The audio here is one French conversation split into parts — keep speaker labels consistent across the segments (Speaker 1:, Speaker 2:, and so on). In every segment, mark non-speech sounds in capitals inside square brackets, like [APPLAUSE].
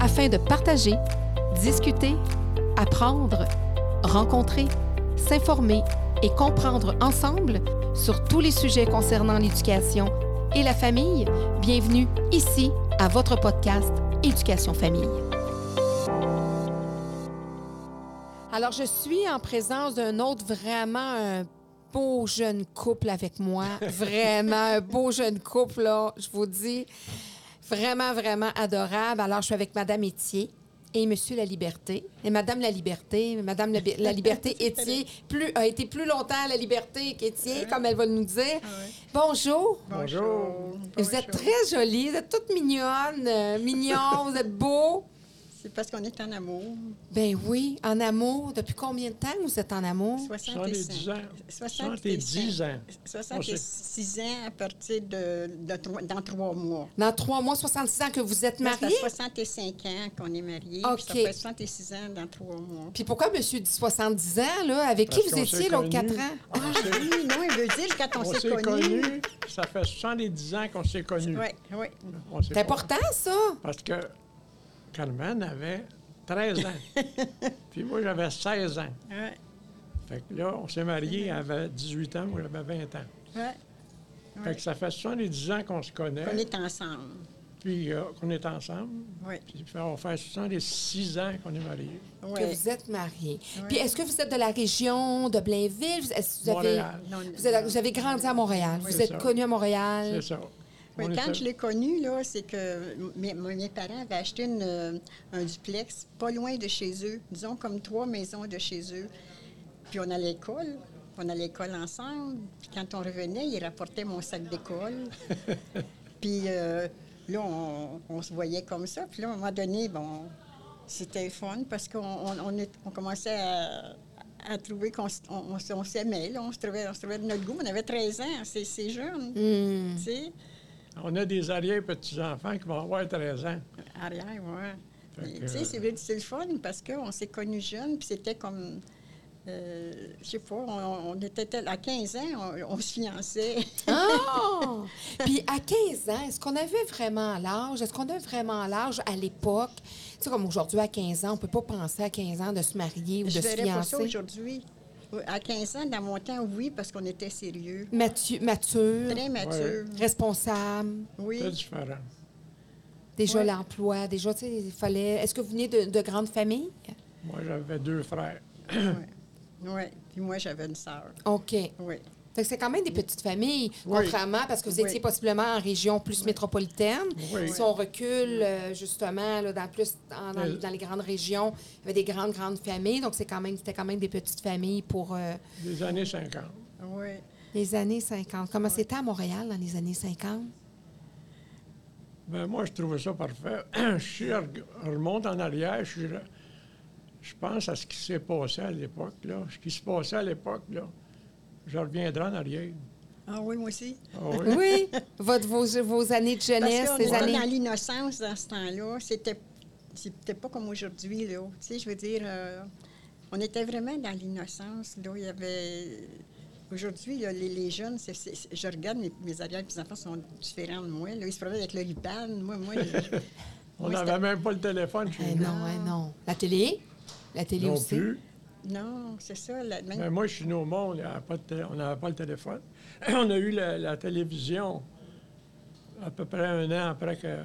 Speaker 1: afin de partager, discuter, apprendre, rencontrer, s'informer et comprendre ensemble sur tous les sujets concernant l'éducation et la famille. Bienvenue ici à votre podcast Éducation Famille. Alors, je suis en présence d'un autre vraiment un beau jeune couple avec [LAUGHS] moi. Vraiment un beau jeune couple, là, je vous dis. Vraiment, vraiment adorable. Alors, je suis avec Madame Étier et Monsieur La Liberté. Et Madame La Liberté, Madame La, La Liberté Étier plus, a été plus longtemps à La Liberté qu'Étier, comme elle va nous dire. Bonjour.
Speaker 2: Bonjour.
Speaker 1: Vous êtes très jolie, vous êtes toute mignonne, euh, mignon, vous êtes beau.
Speaker 2: C'est parce qu'on est en amour.
Speaker 1: Ben oui, en amour. Depuis combien de temps vous êtes en amour?
Speaker 2: 65
Speaker 3: 70 ans.
Speaker 2: 70
Speaker 3: 70 ans.
Speaker 2: 66 ans à partir de, de trois- dans trois mois.
Speaker 1: Dans trois mois, 66 ans que vous êtes
Speaker 2: Là,
Speaker 1: mariés?
Speaker 2: Ben, Ça fait 65 ans qu'on est mariés. puis Ça
Speaker 1: OK.
Speaker 2: fait 66 ans dans trois mois.
Speaker 1: Puis pourquoi monsieur dit 70 ans, là? Avec
Speaker 3: Ben,
Speaker 1: qui
Speaker 3: Parce
Speaker 1: vous
Speaker 3: qu'on s'est
Speaker 1: étiez l'autre
Speaker 3: connus.
Speaker 1: 4 ans?
Speaker 2: Ah oui, non, il veut dire quand [LAUGHS] on,
Speaker 3: On
Speaker 2: s'est
Speaker 3: s'est
Speaker 2: connus.
Speaker 3: connus. Ça fait 70 ans qu'on s'est connus.
Speaker 2: Oui, oui.
Speaker 3: On s'est
Speaker 1: C'est important, ça?
Speaker 3: Parce que Carmen avait
Speaker 2: [LAUGHS]
Speaker 3: 13 ans. Puis moi, j'avais 16 ans.
Speaker 2: Ouais,
Speaker 3: Fait que là, on s'est mariés, elle avait 18 ans, moi, j'avais 20 ans.
Speaker 2: ouais.
Speaker 3: Fait que ça fait 70 ans qu'on se
Speaker 2: On
Speaker 3: connaît,
Speaker 2: est ensemble.
Speaker 3: puis euh, qu'on est ensemble.
Speaker 2: Oui.
Speaker 3: Puis ça on fait 66 ans qu'on est mariés.
Speaker 1: Que
Speaker 2: Ouais.
Speaker 1: vous êtes mariés.
Speaker 2: Ouais.
Speaker 1: Puis est-ce que vous êtes de la région de Blainville? Vous- Est-ce que vous avez,
Speaker 3: Montréal.
Speaker 2: Non, non,
Speaker 1: vous avez, vous avez grandi à Montréal.
Speaker 3: Oui,
Speaker 1: vous
Speaker 3: c'est
Speaker 1: êtes
Speaker 3: ça.
Speaker 1: connu à Montréal.
Speaker 3: C'est ça.
Speaker 2: Oui,
Speaker 3: On
Speaker 2: Euh, quand
Speaker 3: était-
Speaker 2: je l'ai connu, là, c'est que mes, mes parents avaient acheté une, euh, un duplex pas loin de chez eux, disons comme trois maisons de chez eux. Puis on allait à l'école, on allait à l'école ensemble. Puis quand on revenait, il rapportait mon sac d'école. Puis euh, là, on, on se voyait comme ça. Puis là, à un moment donné, bon, c'était fun parce qu'on on, on est- on commençait à, à trouver qu'on s- on, on s- on s'aimait, là. on se trouvait, on se trouvait de notre goût. On avait 13 ans, c'est c'est jeune,
Speaker 1: Hmm.
Speaker 2: tu sais.
Speaker 3: On a des arrière-petits-enfants qui vont avoir 13 ans.
Speaker 2: Arrière, ouais.
Speaker 3: Fait
Speaker 2: Mais,
Speaker 3: que-
Speaker 2: Tu sais, c'est vrai que c'est le fun parce qu'on s'est connus jeunes, puis c'était comme. euh, je sais pas, on, on était tel- à 15 ans, on, on se fiançait.
Speaker 1: Ah! Puis à 15 ans, est-ce qu'on avait vraiment l'âge? Est-ce qu'on a vraiment l'âge à l'époque? Tu sais, comme aujourd'hui, à 15 ans, on peut pas penser à 15 ans de se marier ou
Speaker 2: [LAUGHS] je
Speaker 1: de se
Speaker 2: verrais pas ça
Speaker 1: fiancer.
Speaker 2: aujourd'hui. Oui, À 15 ans, dans mon temps, oui, parce qu'on était sérieux.
Speaker 1: Matu- mature,
Speaker 2: Très mature.
Speaker 1: responsable,
Speaker 2: Oui.
Speaker 3: C'est différent.
Speaker 1: déjà
Speaker 2: Ouais.
Speaker 1: l'emploi, déjà, tu sais, il fallait... Est-ce que vous venez de, de grandes familles?
Speaker 3: Moi, j'avais deux frères.
Speaker 2: ouais. Ouais. Puis moi, j'avais une sœur.
Speaker 1: OK.
Speaker 2: Oui.
Speaker 1: Fait que c'est quand même des petites familles,
Speaker 3: Oui.
Speaker 1: contrairement parce que vous
Speaker 2: Oui.
Speaker 1: étiez possiblement en région plus métropolitaine.
Speaker 3: Oui.
Speaker 1: Si on recule euh, justement là, dans plus en- dans,
Speaker 3: Euh.
Speaker 1: dans les grandes régions, il y avait des grandes grandes familles, donc c'est quand même c'était quand même des petites familles pour euh,
Speaker 3: Des années 50.
Speaker 2: Oui.
Speaker 1: les années 50. Comment c'était à Montréal dans les années 50
Speaker 3: Ben, moi, je trouvais ça parfait. [CLEARS THROAT] je suis- remonte en arrière, je, suis là. je pense à ce qui s'est passé à l'époque, là. Ce qui se passait à l'époque, là. Je reviendrai en arrière.
Speaker 2: Ah oui, moi aussi.
Speaker 3: Ah oui.
Speaker 1: Oui, votre vos, vos années de jeunesse,
Speaker 2: Parce qu'on
Speaker 1: ces
Speaker 2: était
Speaker 1: années.
Speaker 2: dans l'innocence dans ce temps-là. C'était, c'était pas comme aujourd'hui, là. Tu sais, je veux dire, euh, on était vraiment dans l'innocence, là. Il y avait... Aujourd'hui, là, les, les jeunes, c'est- c'est- c'est- je regarde, mes, mes arrière-petits-enfants sont différents de moi. Là. Ils se promènent avec le lipan. Moi, moi, je-
Speaker 3: On
Speaker 2: moi,
Speaker 3: n'avait même pas le téléphone chez
Speaker 1: Eh
Speaker 3: nous.
Speaker 1: non, eh non. La télé, la télé
Speaker 3: Non
Speaker 1: aussi.
Speaker 3: plus.
Speaker 2: c'était- Non, c'est ça. la- même-
Speaker 3: Ben, moi, je suis né au monde, il y avait pas de télé- on n'avait pas le téléphone. [CLEARS THROAT] on a eu la, la télévision à peu près un an après que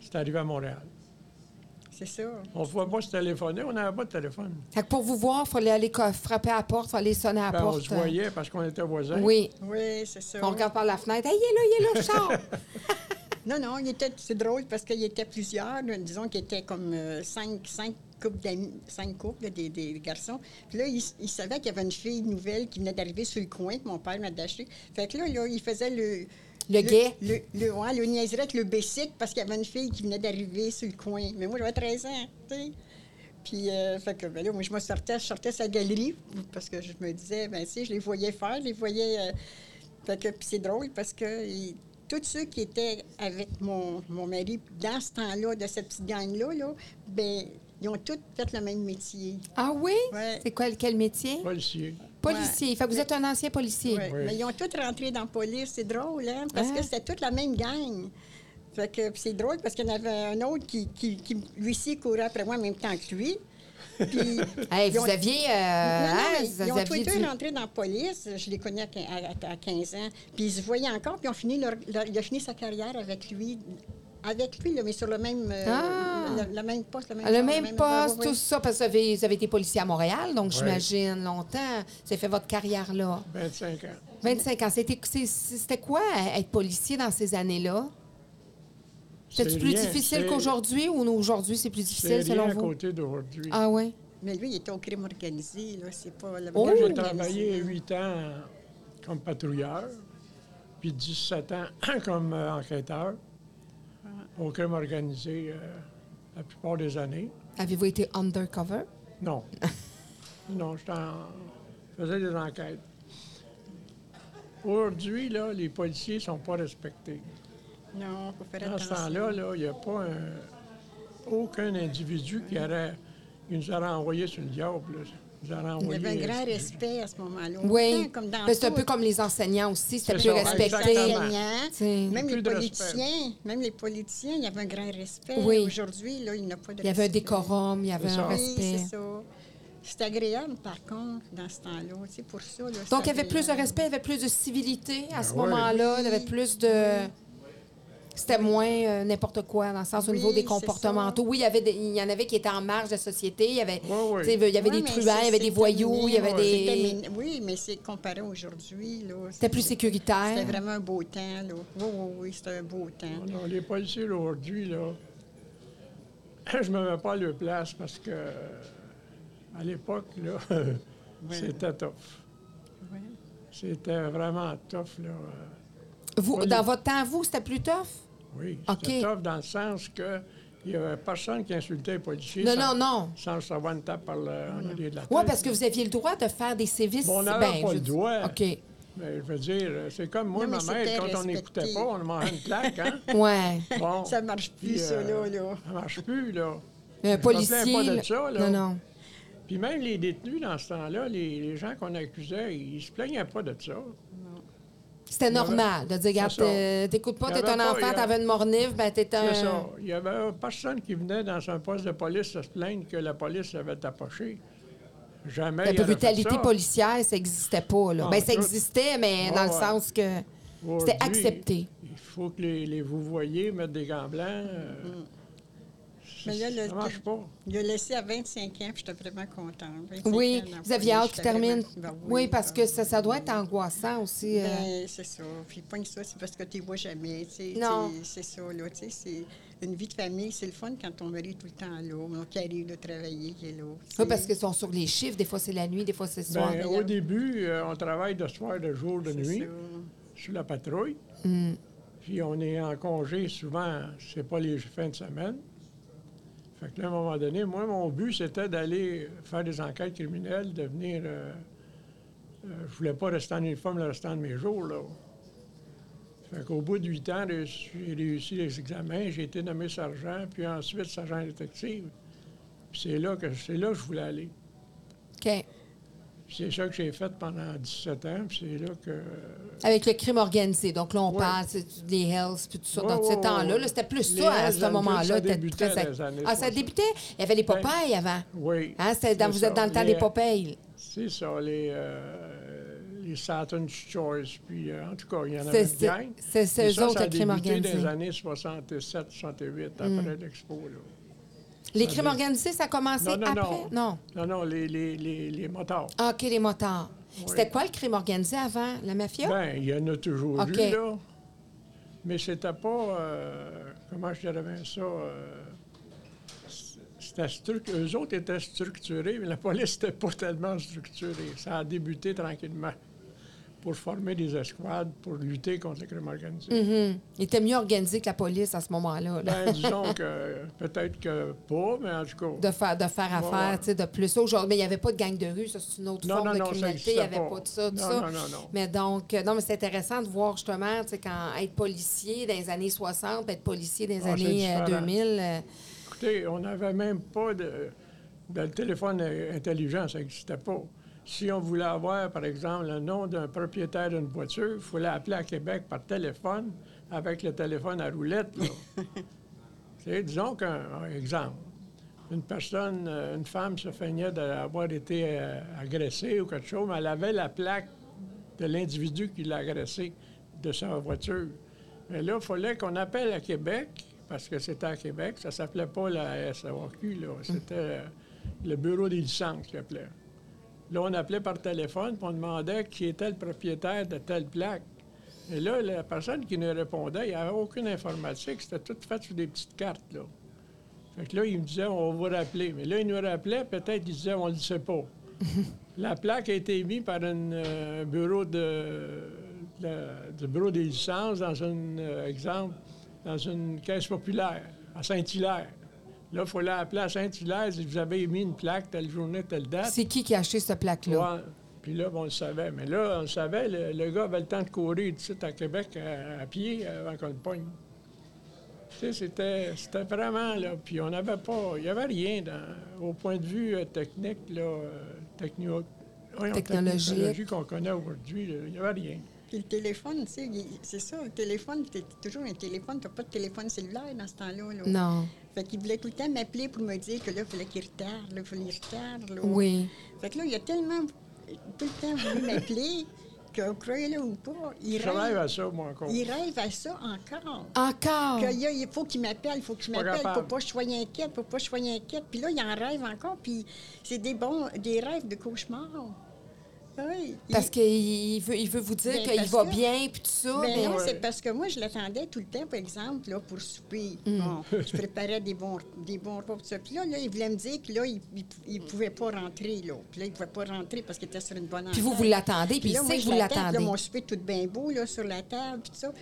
Speaker 3: c'est arrivé à Montréal.
Speaker 2: c'est ça.
Speaker 3: On ne pouvait pas se téléphoner, on n'avait pas de téléphone.
Speaker 1: Fait que pour vous voir, il fallait aller co- frapper à la porte, il fallait sonner à la
Speaker 3: Ben, on
Speaker 1: porte.
Speaker 3: se voyait parce qu'on était voisins.
Speaker 1: Oui.
Speaker 2: Oui, c'est ça.
Speaker 1: On regarde par la fenêtre. Hey, il est là, il est là, je sors.
Speaker 3: [LAUGHS]
Speaker 2: Non, non, il était, c'est drôle parce qu'il était plusieurs, là, disons qu'il était comme euh, cinq, cinq couples d'amis, cinq couples, là, des, des garçons. Puis là, il, s- il savait qu'il y avait une fille nouvelle qui venait d'arriver sur le coin, que mon père m'a d'acheter. Fait que là, là, il faisait le...
Speaker 1: Le guet.
Speaker 2: Le, le, ouais, le niaiserait avec le bessic parce qu'il y avait une fille qui venait d'arriver sur le coin. Mais moi, j'avais 13 ans, tu sais. Puis, euh, fait que, ben là, moi, je me sortais, je sortais sa galerie parce que je me disais, ben, si, je les voyais faire, je les voyais. euh, fait que, puis c'est drôle parce que il- tous ceux qui étaient avec mon, mon mari dans ce temps-là, de cette petite gang-là, là, ben, ils ont tous fait le même métier.
Speaker 1: Ah oui?
Speaker 2: Ouais.
Speaker 1: C'est quoi, quel métier?
Speaker 3: Policier.
Speaker 1: Policier. Fait que vous êtes un ancien policier.
Speaker 2: Ouais.
Speaker 3: Oui.
Speaker 2: Mais ils ont tous rentré dans la police, c'est drôle, hein, parce
Speaker 1: Ah.
Speaker 2: que c'était toute la même gang. Fait que puis c'est drôle parce qu'il y en avait un autre qui, qui, qui lui aussi, courait après moi en même temps que lui. Puis,
Speaker 1: Hey,
Speaker 2: ils ont-
Speaker 1: vous aviez. euh,
Speaker 2: Non, non,
Speaker 1: hein,
Speaker 2: mais
Speaker 1: vous
Speaker 2: ils ont tous
Speaker 1: aviez
Speaker 2: les deux
Speaker 1: du-
Speaker 2: rentré dans la police. Je les connais à quin- à, à- à 15 ans. Puis ils se voyaient encore, puis ils ont fini leur- leur- il a fini sa carrière avec lui, avec lui, là, mais sur le même, euh,
Speaker 1: Ah!
Speaker 2: le, le même poste. Le même,
Speaker 1: Le
Speaker 2: genre,
Speaker 1: même
Speaker 2: endroit,
Speaker 1: poste,
Speaker 2: oui,
Speaker 1: tout
Speaker 2: oui.
Speaker 1: ça, parce que vous avez, vous avez été policier à Montréal, donc
Speaker 3: Oui.
Speaker 1: j'imagine longtemps. Vous avez fait votre carrière là.
Speaker 3: 25 ans.
Speaker 1: 25 ans. C'était c'est- c'était quoi euh, être policier dans ces années-là? C'était
Speaker 3: C'est
Speaker 1: plus
Speaker 3: rien,
Speaker 1: difficile
Speaker 3: c'est-
Speaker 1: qu'aujourd'hui ou aujourd'hui c'est plus
Speaker 3: C'est
Speaker 1: difficile
Speaker 3: rien
Speaker 1: selon
Speaker 3: à
Speaker 1: vous?
Speaker 3: côté d'aujourd'hui.
Speaker 1: Ah oui.
Speaker 2: Mais lui, il était au crime organisé. Là. C'est pas le
Speaker 1: Oh!
Speaker 3: Moi, j'ai
Speaker 2: organisé.
Speaker 3: travaillé 8 ans comme patrouilleur, puis 17 ans [CLEARS THROAT] comme euh, enquêteur
Speaker 1: Ah.
Speaker 3: au crime organisé euh, la plupart des années.
Speaker 1: Avez-vous été undercover? [LAUGHS]
Speaker 3: Non. non, j'étais en- je faisais des enquêtes. Aujourd'hui, là, les policiers ne sont pas respectés.
Speaker 2: Non, faut faire
Speaker 3: Dans ce
Speaker 2: attention.
Speaker 3: temps-là, là, il n'y a pas un- aucun individu qui aurait, qui nous aurait envoyé sur le diable. là. Nous aurait
Speaker 2: il y
Speaker 3: envoyé- euh,
Speaker 2: avait un grand respect à ce moment-là. Autant
Speaker 1: Oui.
Speaker 2: Comme dans
Speaker 1: Mais C'est un
Speaker 2: tout,
Speaker 1: peu comme les enseignants aussi, c'était
Speaker 3: C'est
Speaker 1: plus
Speaker 3: ça,
Speaker 1: respecté.
Speaker 3: exactement.
Speaker 2: enseignants,
Speaker 1: T'sais.
Speaker 2: Même
Speaker 3: Plus
Speaker 2: les
Speaker 3: de
Speaker 2: politiciens, même les politiciens, il y avait un grand respect.
Speaker 1: Oui.
Speaker 2: Aujourd'hui, là, il n'y a pas de
Speaker 1: Il y avait un
Speaker 2: respect.
Speaker 1: décorum, il y avait
Speaker 3: C'est ça.
Speaker 1: un
Speaker 3: Oui,
Speaker 2: Oui,
Speaker 1: respect.
Speaker 2: c'est ça. C'est agréable, par contre, dans ce temps-là. Tu sais, pour ça, là, c'est
Speaker 1: Donc, il y avait plus de
Speaker 2: agréable.
Speaker 1: respect, il y avait plus de civilité à ce
Speaker 3: Ben ouais.
Speaker 1: moment-là. Il y avait plus de. C'était moins euh, n'importe quoi, dans le sens au
Speaker 2: Oui,
Speaker 1: niveau des
Speaker 2: c'est
Speaker 1: comportementaux. Oui, il y, avait des- il y en avait qui étaient en marge de la société. Il y avait,
Speaker 3: Ouais, ouais.
Speaker 1: tu sais, il y avait
Speaker 2: Ouais,
Speaker 1: des
Speaker 2: mais
Speaker 1: truands, il y avait
Speaker 2: c'est-
Speaker 1: des
Speaker 2: c'était
Speaker 1: voyous,
Speaker 2: mignon,
Speaker 1: il y avait
Speaker 2: c'était
Speaker 1: des.
Speaker 2: mignon. Oui, mais c'est comparé aujourd'hui. là,
Speaker 1: C'était plus
Speaker 2: c'est-
Speaker 1: sécuritaire.
Speaker 2: C'était vraiment un beau temps. Là. Oui, oui, oui, c'était un beau temps.
Speaker 3: Non, les policiers là, aujourd'hui, là, [LAUGHS] je me mets pas à leur place parce que euh, à l'époque, là, [LAUGHS] c'était tough.
Speaker 2: Ouais.
Speaker 3: C'était vraiment tough, là. euh,
Speaker 1: Vous,
Speaker 3: Pas
Speaker 1: dans
Speaker 3: du-
Speaker 1: votre temps, vous, c'était plus tough?
Speaker 3: Oui,
Speaker 1: OK.
Speaker 3: c'était tough dans le sens que il n'y avait personne qui insultait les policiers
Speaker 1: Non,
Speaker 3: sans,
Speaker 1: non, non.
Speaker 3: sans recevoir une tape par le en arrière de la tête.
Speaker 1: Oui, parce que vous aviez le droit de faire des sévices. Ben,
Speaker 3: Bon, on n'avait pas
Speaker 1: je
Speaker 3: le
Speaker 1: dis-
Speaker 3: droit.
Speaker 1: OK.
Speaker 3: Mais Ben, je veux dire, euh, c'est comme moi,
Speaker 2: Non, mais
Speaker 3: ma mère,
Speaker 2: c'était
Speaker 3: quand on
Speaker 2: respecté.
Speaker 3: n'écoutait pas, on mangeait une
Speaker 2: [LAUGHS]
Speaker 3: claque, hein?
Speaker 1: Euh, Ouais.
Speaker 3: Bon,
Speaker 2: Ça marche plus,
Speaker 3: puis,
Speaker 2: ça, là,
Speaker 3: euh,
Speaker 2: là.
Speaker 3: Ça marche plus, là.
Speaker 1: Un
Speaker 3: me plains
Speaker 1: policier.
Speaker 3: pas de
Speaker 1: là-
Speaker 3: ça,
Speaker 1: Non,
Speaker 3: là.
Speaker 1: non.
Speaker 3: Puis même les détenus, dans ce temps-là, les, les gens qu'on accusait, ils se plaignaient pas de ça.
Speaker 1: C'était
Speaker 3: Il y avait-
Speaker 1: normal de dire, regarde,
Speaker 3: C'est ça.
Speaker 1: euh, t'écoutes pas,
Speaker 3: Il y
Speaker 1: t'es un
Speaker 3: avait pas- il y
Speaker 1: enfant,
Speaker 3: avait-
Speaker 1: t'avais une mornive, ben t'es un.
Speaker 3: C'est
Speaker 2: Euh.
Speaker 3: ça. Il y avait personne qui venait dans un poste de police se plaindre que la police avait approché. Jamais.
Speaker 1: La
Speaker 3: il aurait fait
Speaker 1: brutalité
Speaker 3: ça.
Speaker 1: policière, ça n'existait pas. Là.
Speaker 3: Ah,
Speaker 1: Ben, ça
Speaker 3: tout.
Speaker 1: existait, mais
Speaker 3: Ouais,
Speaker 1: dans le
Speaker 3: ouais.
Speaker 1: sens que
Speaker 3: Aujourd'hui,
Speaker 1: c'était accepté.
Speaker 3: Il faut que les, les vous voyez mettre des gants blancs. euh,
Speaker 2: Mm-hmm. Mais là,
Speaker 3: ça
Speaker 2: le-
Speaker 3: marche pas.
Speaker 2: Il a laissé à 25 ans, puis j'étais vraiment contente. 25
Speaker 1: Oui,
Speaker 2: ans dans la
Speaker 1: vous aviez
Speaker 2: police,
Speaker 1: hâte qu'il
Speaker 2: j'étais
Speaker 1: termine.
Speaker 2: vraiment- ben
Speaker 1: oui, parce
Speaker 2: ben,
Speaker 1: que ça, ça doit être angoissant aussi. euh.
Speaker 2: Ben, c'est ça. Puis pogne ça, c'est parce que tu vois jamais. tu sais,
Speaker 1: Non.
Speaker 2: tu sais, C'est ça, là. tu sais, c'est une vie de famille, c'est le fun quand ton mari est tout le temps là. Mon qui arrive de travailler, il est là. tu sais.
Speaker 1: Oui, Ah, parce qu'ils sont sur les chiffres. Des fois, c'est la nuit, des fois, c'est le soir.
Speaker 3: Ben, au début, euh, on travaille de soir, de jour, de
Speaker 2: C'est
Speaker 3: nuit
Speaker 2: ça.
Speaker 3: sur la patrouille.
Speaker 1: Hmm,
Speaker 3: Puis on est en congé souvent, c'est pas les fins de semaine. Fait que là, à un moment donné, moi, mon but, c'était d'aller faire des enquêtes criminelles, devenir. euh, euh, je voulais pas rester en uniforme le restant de mes jours, là. Fait qu'au bout de huit ans, j'ai réussi- j'ai réussi les examens, j'ai été nommé sergent, puis ensuite sergent détective. Puis c'est là que c'est là que je voulais aller.
Speaker 1: OK.
Speaker 3: Puis c'est ça que j'ai fait pendant 17 ans, puis c'est là que.
Speaker 1: Avec le crime organisé. Donc là, on
Speaker 3: Ouais.
Speaker 1: parle c'est des Hells, puis tout ça.
Speaker 3: Ouais,
Speaker 1: Dans
Speaker 3: ouais,
Speaker 1: ce
Speaker 3: ouais,
Speaker 1: temps-là,
Speaker 3: ouais.
Speaker 1: là, c'était plus
Speaker 3: Les
Speaker 1: ça à
Speaker 3: Hells
Speaker 1: ce
Speaker 3: Angels,
Speaker 1: moment-là.
Speaker 3: ça
Speaker 1: c'était
Speaker 3: débutait
Speaker 1: très-
Speaker 3: dans les années Ben,
Speaker 1: ah, ça
Speaker 3: 60.
Speaker 1: débutait? Il y avait les Popeyes avant.
Speaker 3: Oui.
Speaker 1: Hein, c'était dans-
Speaker 3: C'est
Speaker 1: vous êtes dans
Speaker 3: ça.
Speaker 1: le temps
Speaker 3: Les-
Speaker 1: des Popeyes.
Speaker 3: C'est ça, les, euh, les Saturn's Choice, puis euh, en tout cas, il y en
Speaker 1: C'est-
Speaker 3: avait une
Speaker 1: c'est-
Speaker 3: gang.
Speaker 1: c'est- c'est
Speaker 3: Mais
Speaker 1: eux
Speaker 3: ça,
Speaker 1: autres, Mm.
Speaker 3: ça a
Speaker 1: le crime
Speaker 3: débuté
Speaker 1: organisé.
Speaker 3: dans les années 67, 68, après l'expo. Là.
Speaker 1: Les crimes organisés, ça a commencé
Speaker 3: Non, non,
Speaker 1: après?
Speaker 3: non. Non, non, les, les, les, les motards.
Speaker 1: Ah, OK, les motards. C'était quoi le crime organisé avant? La mafia?
Speaker 3: Ben, il y en a toujours
Speaker 1: OK.
Speaker 3: eu, là. Mais c'était pas. euh, comment je dirais bien ça? euh, c'était struc- Eux autres étaient structurés, mais la police n'était pas tellement structurée. Ça a débuté tranquillement pour former des escouades, pour lutter contre le crime organisé.
Speaker 1: Mhm. Il était mieux organisé que la police à ce moment-là. là.
Speaker 3: Ben, disons que peut-être que pas, mais en tout cas.
Speaker 1: [LAUGHS] De faire, de faire affaire,
Speaker 3: ouais.
Speaker 1: tu sais, de plus. Aujourd'hui, mais il n'y avait pas de gang de rue, ça, c'est une autre
Speaker 3: Non,
Speaker 1: forme
Speaker 3: non,
Speaker 1: de
Speaker 3: non, ça
Speaker 1: criminalité. Il n'y
Speaker 3: existait
Speaker 1: avait pas.
Speaker 3: pas.
Speaker 1: de ça, de
Speaker 3: Non,
Speaker 1: ça.
Speaker 3: non, non, non.
Speaker 1: Mais donc, euh, non, mais c'est intéressant de voir justement, tu sais, quand être policier dans les années 60, puis être policier dans les
Speaker 3: Ah, c'est
Speaker 1: années euh,
Speaker 3: différent.
Speaker 1: 2000. euh,
Speaker 3: Écoutez, on n'avait même pas de. de- le téléphone euh, intelligent, ça n'existait pas. Si on voulait avoir, par exemple, le nom d'un propriétaire d'une voiture, il fallait appeler à Québec par téléphone, avec le téléphone à roulette. là. C'est, disons qu'un un exemple, une personne, euh, une femme se feignait d'avoir été euh, agressée ou quelque chose, mais elle avait la plaque de l'individu qui l'a agressée de sa voiture. Mais là, il fallait qu'on appelle à Québec, parce que c'était à Québec, ça s'appelait pas la SAQ, là, c'était euh, le bureau des licences qui appelait. Là, on appelait par téléphone, puis on demandait qui était le propriétaire de telle plaque. Et là, la personne qui nous répondait, il n'y avait aucune informatique, c'était tout fait sur des petites cartes, là. Fait que là, il me disait, on va vous rappeler. Mais là, il nous rappelait, peut-être, il disait, on ne le sait pas. la plaque a été émise par une, euh, un bureau de, de- du bureau des licences dans une, euh, exemple, dans une caisse populaire à Saint-Hilaire. Là, il fallait appeler à Saint-Hilaire, si vous avez émis une plaque telle journée, telle date.
Speaker 1: C'est qui qui a acheté cette plaque-là?
Speaker 3: Ouais. Puis là, ben, on le savait. Mais là, on le savait, le, le gars avait le temps de courir d'ici à Québec à, à pied euh, avant qu'on le pogne. Tu sais, c'était, c'était vraiment, là. Puis on n'avait pas... Il n'y avait rien dans- au point de vue euh, technique, là, euh, techno- voyons,
Speaker 1: Technologique.
Speaker 3: technologie qu'on connaît aujourd'hui. là. Il n'y avait rien.
Speaker 2: Puis le téléphone, tu sais, il- c'est ça, le téléphone, t'es toujours un téléphone, t'as pas de téléphone cellulaire dans ce temps-là. là.
Speaker 1: Non.
Speaker 2: Fait qu'il voulait tout le temps m'appeler pour me dire que là, il fallait qu'il retarde, là, il fallait qu'il retarde. Là.
Speaker 1: Oui.
Speaker 2: Fait que là, il a tellement tout le temps voulu [LAUGHS] m'appeler que, croyez-le ou pas, il
Speaker 3: Je travaille
Speaker 2: rêve,
Speaker 3: à ça, moi, encore.
Speaker 2: il rêve à ça encore.
Speaker 1: Encore!
Speaker 2: Que là, il faut qu'il m'appelle, il faut qu'il
Speaker 3: Pas
Speaker 2: m'appelle
Speaker 3: capable.
Speaker 2: pour pas que je sois inquiète, pour pas que je sois inquiète. Puis là, il en rêve encore, puis c'est des bons, des rêves de cauchemar. Oui. Il-
Speaker 1: Parce qu'il il veut, il veut vous dire
Speaker 2: Ben,
Speaker 1: qu'il
Speaker 2: parce
Speaker 1: va
Speaker 2: que-
Speaker 1: bien, puis tout ça.
Speaker 2: Ben
Speaker 1: mais-
Speaker 2: non, c'est parce que moi, je l'attendais tout le temps, par exemple, là, pour souper.
Speaker 1: Mm. [LAUGHS]
Speaker 2: Bon, je préparais des bons, des bons repas. tout ça. Puis là, là, il voulait me dire que là, il il- il pouvait pas rentrer. Là. Puis là, il pouvait pas rentrer parce qu'il était sur une bonne
Speaker 1: Puis vous,
Speaker 2: entente.
Speaker 1: vous l'attendez, puis il
Speaker 2: là, moi,
Speaker 1: sait que
Speaker 2: je
Speaker 1: vous
Speaker 2: l'attends, puis
Speaker 1: l'attendez.
Speaker 2: Là, mon souper tout bien beau là, sur la table, puis tout ça.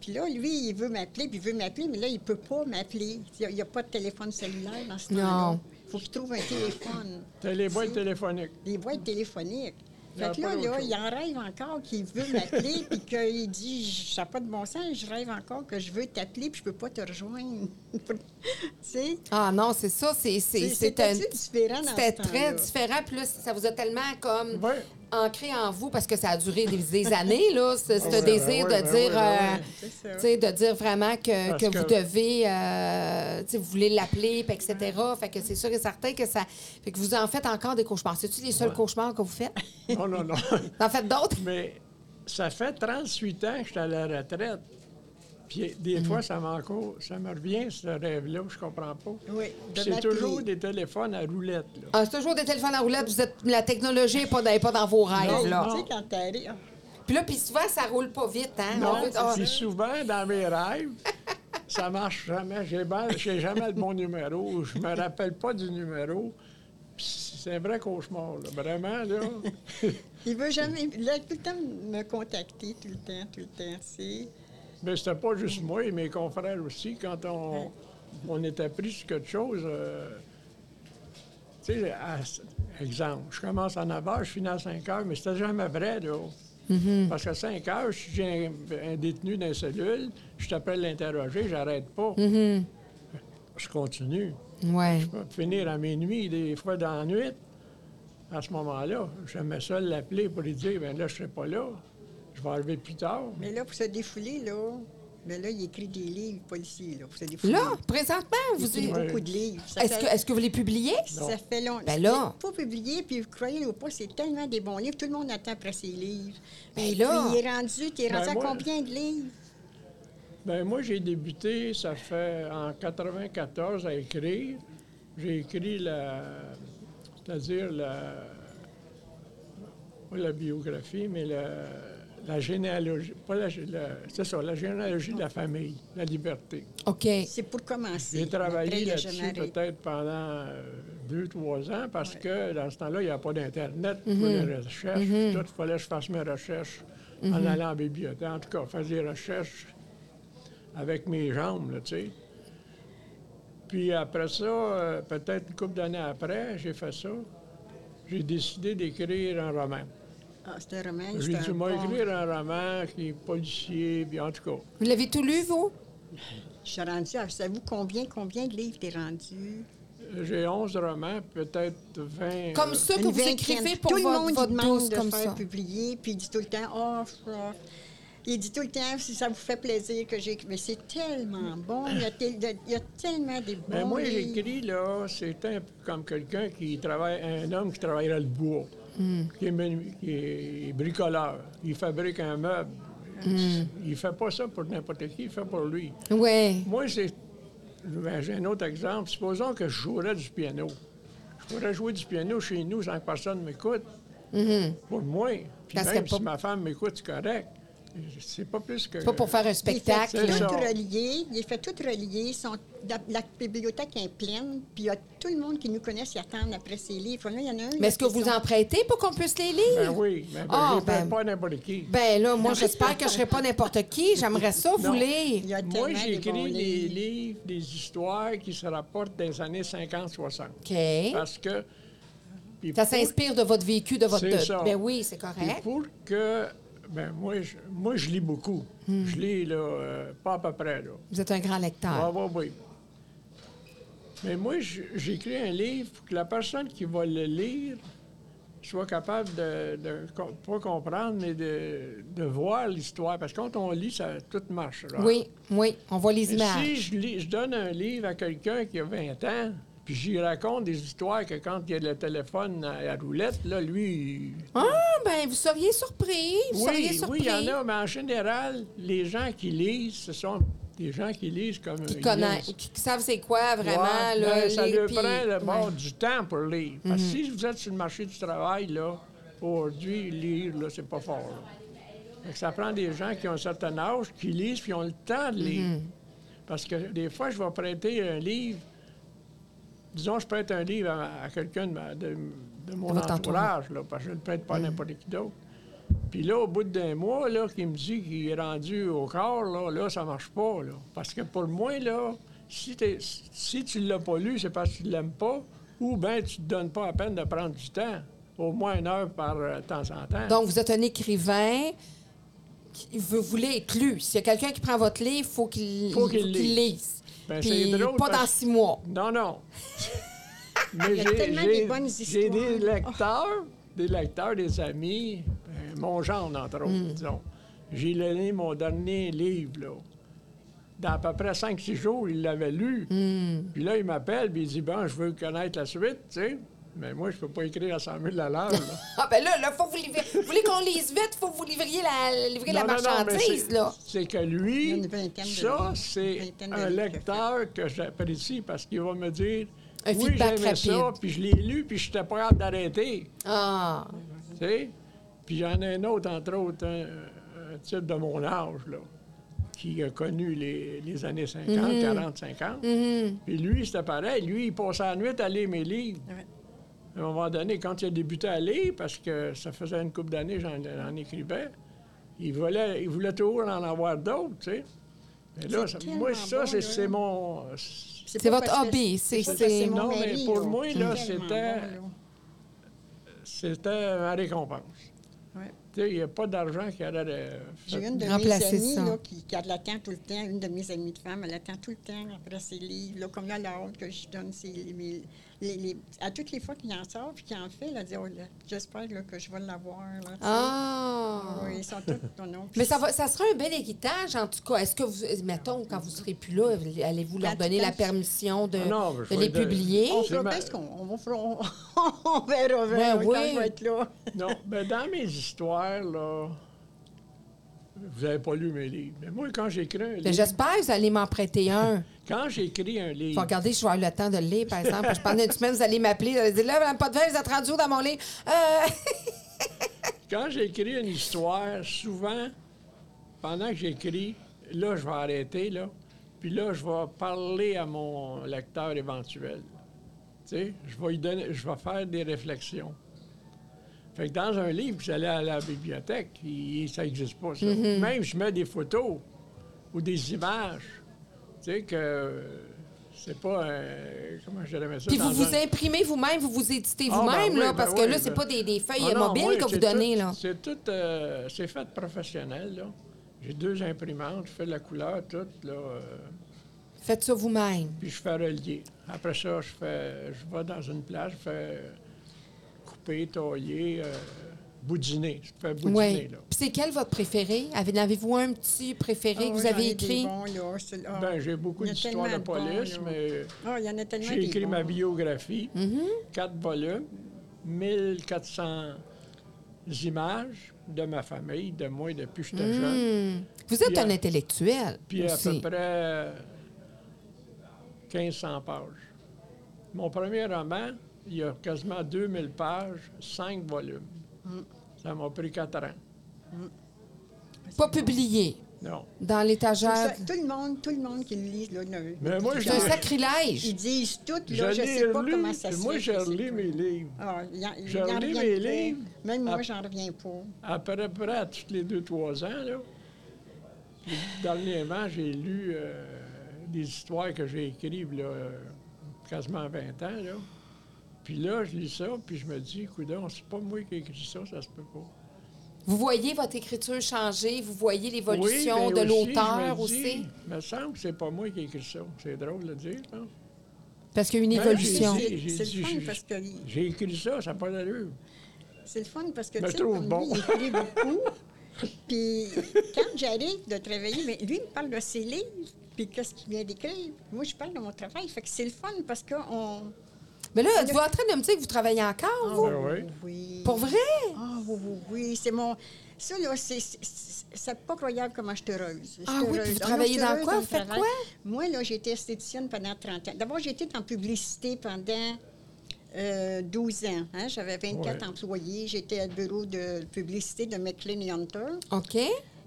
Speaker 2: Puis là, lui, il veut m'appeler, puis il veut m'appeler, mais là, il peut pas m'appeler. Il n'y a, pas de téléphone cellulaire dans ce temps-là.
Speaker 1: Non.
Speaker 2: Il faut qu'il trouve un téléphone.
Speaker 3: T'as les boîtes téléphoniques.
Speaker 2: Des boîtes téléphoniques.
Speaker 3: Il y a
Speaker 2: Fait que là,
Speaker 3: pas d'autre
Speaker 2: là,
Speaker 3: chose.
Speaker 2: il en rêve encore qu'il veut
Speaker 3: [LAUGHS]
Speaker 2: m'appeler, puis qu'il dit J- Ça n'a pas de bon sens, je rêve encore que je veux t'appeler, puis je peux pas te rejoindre. [LAUGHS] tu sais
Speaker 1: Ah non, c'est ça, c'est c'est-
Speaker 2: C'est-
Speaker 1: c'est
Speaker 2: c'était
Speaker 1: un-
Speaker 2: différent dans
Speaker 1: C'était
Speaker 2: ce temps-là.
Speaker 1: très différent, puis là, ça vous a tellement comme
Speaker 3: Ouais.
Speaker 1: ancré en vous parce que ça a duré des, des années là, ce, ce
Speaker 3: ouais,
Speaker 1: désir
Speaker 3: ben ouais,
Speaker 1: de
Speaker 3: ben
Speaker 1: dire,
Speaker 3: ouais, ben
Speaker 1: euh,
Speaker 2: ouais. C'est ça.
Speaker 1: tu sais, de dire vraiment que,
Speaker 3: Parce
Speaker 1: que vous
Speaker 3: que-
Speaker 1: devez, euh, tu sais, vous voulez l'appeler, puis etc. Fait que c'est sûr et certain que ça, fait que vous en faites encore des cauchemars. C'est-tu les seuls cauchemars que vous faites
Speaker 3: Non,
Speaker 2: [LAUGHS]
Speaker 3: non, non.
Speaker 1: Vous en faites d'autres
Speaker 3: Mais ça fait 38 ans que je suis à la retraite. Puis des fois, ça, m'enco- ça me revient, ce rêve-là, je comprends pas.
Speaker 2: Oui, de
Speaker 3: C'est
Speaker 2: m'appeler.
Speaker 3: toujours des téléphones à roulette. Là.
Speaker 1: Ah, c'est toujours des téléphones à roulette. Vous êtes, la technologie n'est pas, dans- est pas dans vos rêves
Speaker 3: Non,
Speaker 1: là.
Speaker 2: Tu sais, quand t'arrives.
Speaker 1: Puis là, puis souvent ça roule pas vite, hein.
Speaker 3: Non,
Speaker 1: On veut- ah,
Speaker 3: puis souvent, dans mes rêves, ça marche jamais. J'ai ben- j'ai jamais le bon numéro. Je me rappelle pas du numéro. Puis C'est un vrai cauchemar, là. Vraiment, là.
Speaker 2: Il veut jamais. Là, tout le temps me contacter, tout le temps, tout le temps, tu sais.
Speaker 3: Mais Ben, c'était pas juste moi et mes confrères aussi. Quand on, on était pris sur quelque chose, euh, tu sais, à- exemple, je commence à 9 heures, je finis à 5 heures, mais c'était jamais vrai, là. Parce qu'à 5 heures, si j'ai un, un détenu dans la cellule, je t'appelle l'interroger, j'arrête pas. Je continue.
Speaker 1: ouais.
Speaker 3: Je peux finir à minuit, des fois dans la nuit. À ce moment-là, j'aimais ça l'appeler pour lui dire, ben là, je serai pas là. Je vais arriver plus tard.
Speaker 2: Mais là, pour se défouler, là, mais là, il écrit des livres policiers, là, pour se défouler.
Speaker 1: Là, présentement,
Speaker 2: il
Speaker 1: vous
Speaker 2: écrit
Speaker 1: est-
Speaker 2: beaucoup de livres. Ça
Speaker 1: est-ce
Speaker 2: fait-
Speaker 1: que, est-ce que vous les publiez?
Speaker 2: Ça fait longtemps.
Speaker 1: Ben là.
Speaker 2: Il faut publier, puis vous croyez ou pas, c'est tellement des bons livres. Tout le monde attend après ses livres.
Speaker 1: Ben
Speaker 2: Puis
Speaker 1: là.
Speaker 2: il est rendu, tu es
Speaker 3: Ben
Speaker 2: rendu à
Speaker 3: moi-
Speaker 2: combien de livres?
Speaker 3: Ben moi, j'ai débuté, ça fait en 94 à écrire. J'ai écrit la, c'est-à-dire la, pas la biographie, mais la, la généalogie, pas la, gé- la- c'est ça, la généalogie de la famille, la liberté.
Speaker 1: OK.
Speaker 2: C'est pour commencer.
Speaker 3: J'ai
Speaker 2: Après,
Speaker 3: travaillé
Speaker 2: il a
Speaker 3: là-dessus
Speaker 2: jamais arrêté.
Speaker 3: peut-être pendant euh, deux, trois ans, parce que dans ce temps-là, il n'y a pas d'Internet
Speaker 2: Mhm.
Speaker 3: pour les recherches. Tout, il fallait que je fasse mes recherches en
Speaker 2: Mhm.
Speaker 3: allant en bibliothèque. En tout cas, faire des recherches avec mes jambes, là, tu sais. Puis après ça, euh, peut-être une couple d'années après, j'ai fait ça. J'ai décidé d'écrire un roman.
Speaker 2: Ah, c'est un roman.
Speaker 3: J'ai
Speaker 2: c'est
Speaker 3: dit,
Speaker 2: un
Speaker 3: moi,
Speaker 2: bon-
Speaker 3: écrire un roman qui est policier, puis en tout cas.
Speaker 1: Vous l'avez tout lu, vous?
Speaker 2: Je suis rendu, à, savez-vous combien, combien de livres t'es rendu?
Speaker 3: J'ai 11 romans, peut-être 20.
Speaker 1: Comme
Speaker 3: euh,
Speaker 1: ça que
Speaker 2: Une
Speaker 1: vous
Speaker 2: vingtaine.
Speaker 1: écrivez pour
Speaker 2: Tout
Speaker 1: votre,
Speaker 2: le monde il
Speaker 1: votre
Speaker 2: demande
Speaker 1: dose
Speaker 2: de
Speaker 1: comme
Speaker 2: faire
Speaker 1: ça.
Speaker 2: publier, puis il dit tout le temps, oh, Il dit tout le temps si ça vous fait plaisir que j'ai. Mais c'est tellement bon. Il y a, tel- de- il y a tellement des bons.
Speaker 3: Mais Ben,
Speaker 1: Ben
Speaker 3: moi,
Speaker 2: livres.
Speaker 3: j'écris, là, c'est un peu comme quelqu'un qui travaille, un homme qui travaille dans le bois,
Speaker 1: Hmm.
Speaker 3: qui, est, manu- qui est bricoleur. Il fabrique un meuble.
Speaker 1: Hmm.
Speaker 3: Il fait pas ça pour n'importe qui, il fait pour lui.
Speaker 1: Oui.
Speaker 3: Moi, c'est. ben, j'ai un autre exemple. Supposons que je jouerais du piano. Je pourrais jouer du piano chez nous sans que personne m'écoute. Pour moi.
Speaker 1: Hmm.
Speaker 3: Puis
Speaker 1: Ça serait
Speaker 3: même
Speaker 1: pas-
Speaker 3: si ma femme m'écoute, c'est correct. C'est pas plus que.
Speaker 1: C'est pas pour faire un spectacle.
Speaker 2: Il est fait
Speaker 3: C'est
Speaker 2: tout
Speaker 3: ça.
Speaker 2: relié. Il est fait tout relié. Son- la, la bibliothèque est pleine. Puis il y a tout le monde qui nous connaît s'y attend après ses livres. Là, il y en a un,
Speaker 1: Mais
Speaker 2: là,
Speaker 1: est-ce que
Speaker 2: qui
Speaker 1: vous
Speaker 2: sont-
Speaker 1: en prêtez pour qu'on puisse les lire?
Speaker 3: Ben oui. Ben, ben,
Speaker 1: Ah,
Speaker 3: je ne
Speaker 1: ben-
Speaker 3: pas n'importe qui.
Speaker 1: Ben là, moi, j'espère que je serai pas n'importe qui. J'aimerais ça vous
Speaker 3: Non.
Speaker 1: lire.
Speaker 2: Il y a
Speaker 3: Moi,
Speaker 2: tellement des bons
Speaker 3: j'écris des
Speaker 2: livres.
Speaker 3: livres, des histoires qui se rapportent des années 50-60.
Speaker 1: OK.
Speaker 3: Parce que. puis
Speaker 1: Ça
Speaker 3: pour-
Speaker 1: s'inspire de votre vécu, de votre...
Speaker 3: C'est ça.
Speaker 1: Ben oui, c'est
Speaker 3: puis
Speaker 1: correct.
Speaker 3: pour que. Ben, moi, je, moi, je lis beaucoup.
Speaker 1: Hmm.
Speaker 3: Je lis, là, euh, pas à peu près, là.
Speaker 1: Vous êtes un grand lecteur.
Speaker 3: Oui, oui, oui. Mais moi, j- j'écris un livre pour que la personne qui va le lire soit capable de, de com- pas comprendre, mais de, de voir l'histoire. Parce que quand on lit, ça, tout marche. là.
Speaker 1: Oui, oui, on voit les
Speaker 3: Ah, Mais
Speaker 1: images.
Speaker 3: si je, lis- je donne un livre à quelqu'un qui a 20 ans, puis j'y raconte des histoires que quand il y a le téléphone à la roulette, là, lui... il-
Speaker 1: Ah, ben, vous seriez surpris. Vous seriez
Speaker 3: Oui,
Speaker 1: surpris.
Speaker 3: oui, il y en a, mais en général, les gens qui lisent, ce sont des gens qui lisent comme...
Speaker 1: Qui
Speaker 3: ils
Speaker 1: connaissent,
Speaker 3: lisent.
Speaker 1: qui qui savent c'est quoi, vraiment.
Speaker 3: Ouais,
Speaker 1: là,
Speaker 3: ben, ça
Speaker 1: les-
Speaker 3: leur
Speaker 1: puis-
Speaker 3: prend le bord
Speaker 1: Ouais. Mhm.
Speaker 3: du temps pour lire. Parce que si vous êtes sur le marché du travail, là, aujourd'hui, lire, là, c'est pas fort. là. Fait que ça prend des gens qui ont un certain âge, qui lisent, puis ont le temps de lire.
Speaker 1: Mhm.
Speaker 3: Parce que des fois, je vais prêter un livre. Disons, je prête un livre à, à quelqu'un de, ma- de- de mon
Speaker 1: votre Mhm.
Speaker 3: entourage, là, parce que je ne le prête pas à n'importe qui d'autre. Puis là, au bout d'un mois, là, qui me dit qu'il est rendu au corps, là, là, ça marche pas, là. Parce que pour moi, là, si, t'es- si tu l'as pas lu, c'est parce que tu l'aimes pas, ou bien tu te donnes pas la peine de prendre du temps, au moins une heure par euh, temps en temps.
Speaker 1: Donc, vous êtes un écrivain qui vous voulez être lu. S'il y a quelqu'un qui prend votre livre, faut qu'il
Speaker 3: Faut qu'il
Speaker 1: faut
Speaker 3: lise.
Speaker 1: lise.
Speaker 3: Ben,
Speaker 1: Puis,
Speaker 3: c'est drôle
Speaker 1: pas dans
Speaker 3: parce-
Speaker 1: six mois.
Speaker 3: Non,
Speaker 2: [LAUGHS]
Speaker 3: non. Mais
Speaker 2: Il y a
Speaker 3: j'ai-
Speaker 2: tellement
Speaker 3: j'ai-
Speaker 2: des bonnes
Speaker 3: J'ai des
Speaker 2: histoires.
Speaker 3: lecteurs, des lecteurs, des amis, ben, mon genre, entre autres,
Speaker 2: Hmm.
Speaker 3: disons. J'ai donné mon dernier livre, là. Dans à peu près 5-6 jours, il l'avait lu.
Speaker 2: Hmm.
Speaker 3: Puis là, il m'appelle, puis il dit Bon, je veux connaître la suite, tu sais. Mais moi, je peux pas écrire à 100 000 la là.
Speaker 1: Ah, ben là, là, faut vous livrer. vous voulez qu'on lise vite, faut que vous livriez la, livrer la
Speaker 3: Non, non, non, mais
Speaker 1: marchandise,
Speaker 3: c'est-
Speaker 1: là.
Speaker 3: C'est que
Speaker 2: Il y en a
Speaker 3: lui,
Speaker 2: une vingtaine de
Speaker 3: ça,
Speaker 2: livres. Une
Speaker 3: c'est
Speaker 2: vingtaine de
Speaker 3: un
Speaker 2: livres
Speaker 3: lecteur que j'apprécie parce qu'il va me dire
Speaker 1: Un
Speaker 3: Oui,
Speaker 1: feedback
Speaker 3: j'aimais ça,
Speaker 1: rapide.
Speaker 3: puis je l'ai lu, puis je n'étais pas capable d'arrêter.
Speaker 1: Ah,
Speaker 3: Tu sais? Puis j'en ai un autre, entre autres, un, un type de mon âge, là, qui a connu les, les années 50,
Speaker 1: Mhm.
Speaker 3: 40, 50.
Speaker 1: Hmm.
Speaker 3: Puis lui, c'était pareil. Lui, il passait la nuit à lire mes livres.
Speaker 2: Ouais.
Speaker 3: À un moment donné, quand il a débuté à lire, parce que ça faisait une couple d'années, j'en, j'en écrivais, il voulait, il voulait toujours en avoir d'autres, tu sais. Mais là,
Speaker 2: C'est
Speaker 3: ça- moi,
Speaker 2: tellement
Speaker 3: ça,
Speaker 2: bon,
Speaker 3: c'est,
Speaker 2: là.
Speaker 3: c'est mon...
Speaker 1: C'est
Speaker 2: pas
Speaker 1: votre
Speaker 2: parce que-
Speaker 1: hobby, c'est-
Speaker 2: pas parce
Speaker 1: c'est-
Speaker 2: que mon
Speaker 3: Non, mais
Speaker 2: mari,
Speaker 3: pour moi, là,
Speaker 2: tellement
Speaker 3: c'était-
Speaker 2: bon, là.
Speaker 3: C'était ma récompense.
Speaker 2: Ouais.
Speaker 3: Tu sais, il n'y a pas d'argent qui allait... euh,
Speaker 2: J'ai une de
Speaker 1: Remplacer
Speaker 2: mes
Speaker 1: ça.
Speaker 2: amies là, qui, qui elle l'attend tout le temps, une de mes amies de femme, elle attend tout le temps après ses livres. Là, comme là, la honte que je donne, c'est les, mes- les- les- à toutes les fois qu'il en sort puis qu'il en fait, elle dit oh, là, J'espère là, que je vais l'avoir. là, tu sais.
Speaker 1: ah.
Speaker 2: Oui, ils sont tous non, non.
Speaker 1: Mais ça, va, ça sera un bel héritage, en tout cas. Est-ce que vous, mettons, quand vous serez plus là, allez-vous leur
Speaker 2: Quand-
Speaker 1: donner la
Speaker 2: quand-
Speaker 1: permission de,
Speaker 3: Ah non, mais je
Speaker 1: de
Speaker 3: vais
Speaker 1: les
Speaker 3: le donner.
Speaker 1: publier?
Speaker 2: On
Speaker 3: C'est
Speaker 2: fera
Speaker 3: ma-
Speaker 2: bien ce qu'on on, va- on, [LAUGHS] on verra bien
Speaker 1: Ben
Speaker 2: quand
Speaker 1: oui.
Speaker 2: je vais être là.
Speaker 3: Non, ben dans mes histoires, là, vous n'avez pas lu mes livres. Mais moi, quand j'écris un
Speaker 1: Ben,
Speaker 3: livre,
Speaker 1: J'espère que vous allez m'en prêter un.
Speaker 3: quand j'écris un
Speaker 1: Faut
Speaker 3: livre,
Speaker 1: regarder, je vais avoir le temps de le lire, par exemple. Je pendant une semaine, vous allez m'appeler, vous allez dire là, Mme Potvin, vous êtes rendu où dans mon livre? Euh,
Speaker 3: quand j'écris une histoire, souvent, pendant que j'écris, là, je vais arrêter, là, puis là, je vais parler à mon lecteur éventuel. Tu sais, je vais lui donner, je vais faire des réflexions. Fait que dans un livre, vous allez à la bibliothèque, il- ça n'existe pas, ça.
Speaker 1: Mm-hmm.
Speaker 3: Même je mets des photos ou des images, tu sais, que c'est pas un- Comment je dirais ça?
Speaker 1: Puis vous
Speaker 3: dans
Speaker 1: vous
Speaker 3: un-
Speaker 1: imprimez vous-même, vous vous éditez
Speaker 3: Ah,
Speaker 1: vous-même,
Speaker 3: ben
Speaker 1: là,
Speaker 3: oui, ben
Speaker 1: parce que
Speaker 3: oui,
Speaker 1: là, c'est
Speaker 3: ben-
Speaker 1: pas des, des feuilles
Speaker 3: Ah non,
Speaker 1: mobiles
Speaker 3: moi,
Speaker 1: que vous
Speaker 3: c'est
Speaker 1: donnez,
Speaker 3: tout-
Speaker 1: là.
Speaker 3: C'est tout, euh, c'est fait professionnel, là. J'ai deux imprimantes, je fais de la couleur, tout, là, euh,
Speaker 1: Faites ça vous-même.
Speaker 3: puis je fais relier. Après ça, je fais, je vais dans une place, je fais couper, tailler, euh, boudiner. Tu te fais boudiner,
Speaker 1: Oui.
Speaker 3: là.
Speaker 1: Puis c'est quel votre préféré? Avez- Avez-vous un petit préféré
Speaker 2: Ah,
Speaker 1: que vous
Speaker 2: j'en
Speaker 1: avez
Speaker 2: ai des
Speaker 1: écrit?
Speaker 2: bons, là, c'est- ah.
Speaker 3: Ben, j'ai beaucoup
Speaker 2: Il y a
Speaker 3: d'histoires de
Speaker 2: tellement bons,
Speaker 3: police,
Speaker 2: là.
Speaker 3: mais
Speaker 2: Ah, il y en a tellement
Speaker 3: j'ai
Speaker 2: des
Speaker 3: écrit ma
Speaker 2: bons.
Speaker 3: biographie,
Speaker 1: Hum. Mhm.
Speaker 3: quatre volumes, 1400 images de ma famille, de moi depuis que j'étais jeune.
Speaker 1: Hmm. Vous êtes
Speaker 3: Puis,
Speaker 1: un
Speaker 3: euh,
Speaker 1: intellectuel
Speaker 3: Puis à peu
Speaker 1: aussi.
Speaker 3: près 1500 pages. Mon premier roman, il y a quasiment 2000 pages, 5 volumes.
Speaker 2: Mm.
Speaker 3: Ça m'a pris 4 ans.
Speaker 1: Pas publié
Speaker 3: Non.
Speaker 1: dans
Speaker 2: Tout,
Speaker 1: l'étagère.
Speaker 2: ça- tout le monde, tout le monde qui le lit, là, ne-
Speaker 3: Mais moi,
Speaker 1: C'est un
Speaker 3: je-
Speaker 1: sacrilège.
Speaker 2: ils disent tout,
Speaker 3: Je
Speaker 2: là, je
Speaker 3: l'ai
Speaker 2: sais pas
Speaker 3: relu,
Speaker 2: comment ça se
Speaker 3: puis Moi,
Speaker 2: fait
Speaker 3: j'ai
Speaker 2: que c'est
Speaker 3: relu
Speaker 2: tout.
Speaker 3: mes livres.
Speaker 2: Ah, il y en- il
Speaker 3: Je
Speaker 2: y en
Speaker 3: relis
Speaker 2: revient
Speaker 3: mes
Speaker 2: pas.
Speaker 3: livres.
Speaker 2: Même
Speaker 3: Ah.
Speaker 2: moi, j'en reviens pas.
Speaker 3: À peu près à tous les deux, trois ans, là. Puis, dernièrement, j'ai lu euh, des histoires que j'ai écrites, là, euh, quasiment 20 ans, là. Puis là, je lis ça, puis je me dis, coudon, c'est pas moi qui ai écrit ça, ça se peut pas.
Speaker 1: Vous voyez votre écriture changer, vous voyez l'évolution
Speaker 3: Oui,
Speaker 1: de
Speaker 3: mais aussi,
Speaker 1: l'auteur
Speaker 3: je me dis,
Speaker 1: aussi.
Speaker 3: Il me semble que c'est pas moi qui ai écrit ça. C'est drôle de dire, hein?
Speaker 1: Parce qu'il y a une
Speaker 3: Ben,
Speaker 1: évolution.
Speaker 3: j'ai dit-
Speaker 2: C'est
Speaker 3: j'ai
Speaker 2: le
Speaker 3: dit-
Speaker 2: fun parce que
Speaker 3: J'ai écrit ça, ça n'a pas d'allure.
Speaker 2: c'est le fun parce que
Speaker 3: Me
Speaker 2: tu sais,
Speaker 3: trouve
Speaker 2: comme
Speaker 3: bon.
Speaker 2: lui, il écrit beaucoup. [LAUGHS] Puis quand j'arrive de travailler, mais lui, il me parle de ses livres, puis qu'est-ce qu'il vient d'écrire. Moi, je parle de mon travail. Fait que c'est le fun parce qu'on.
Speaker 1: Mais là, êtes-vous en train de me dire que vous travaillez encore, vous?
Speaker 3: Ben oui.
Speaker 2: oui.
Speaker 1: Pour vrai?
Speaker 2: Ah oui, oui, oui, c'est mon... Ça, là, c'est- c'est- c'est c'est pas croyable comment je suis heureuse. Je suis
Speaker 1: Ah oui, puis vous
Speaker 2: heureuse. non,
Speaker 1: travaillez
Speaker 2: je suis
Speaker 1: dans
Speaker 2: heureuse
Speaker 1: quoi?
Speaker 2: le
Speaker 1: Vous faites
Speaker 2: travail.
Speaker 1: quoi?
Speaker 2: Moi, là, j'ai été esthéticienne pendant 30 ans. D'abord, j'ai été en publicité pendant euh, 12 ans. hein. J'avais 24
Speaker 3: Ouais.
Speaker 2: employés. J'étais au bureau de publicité de McLean et Hunter.
Speaker 1: OK.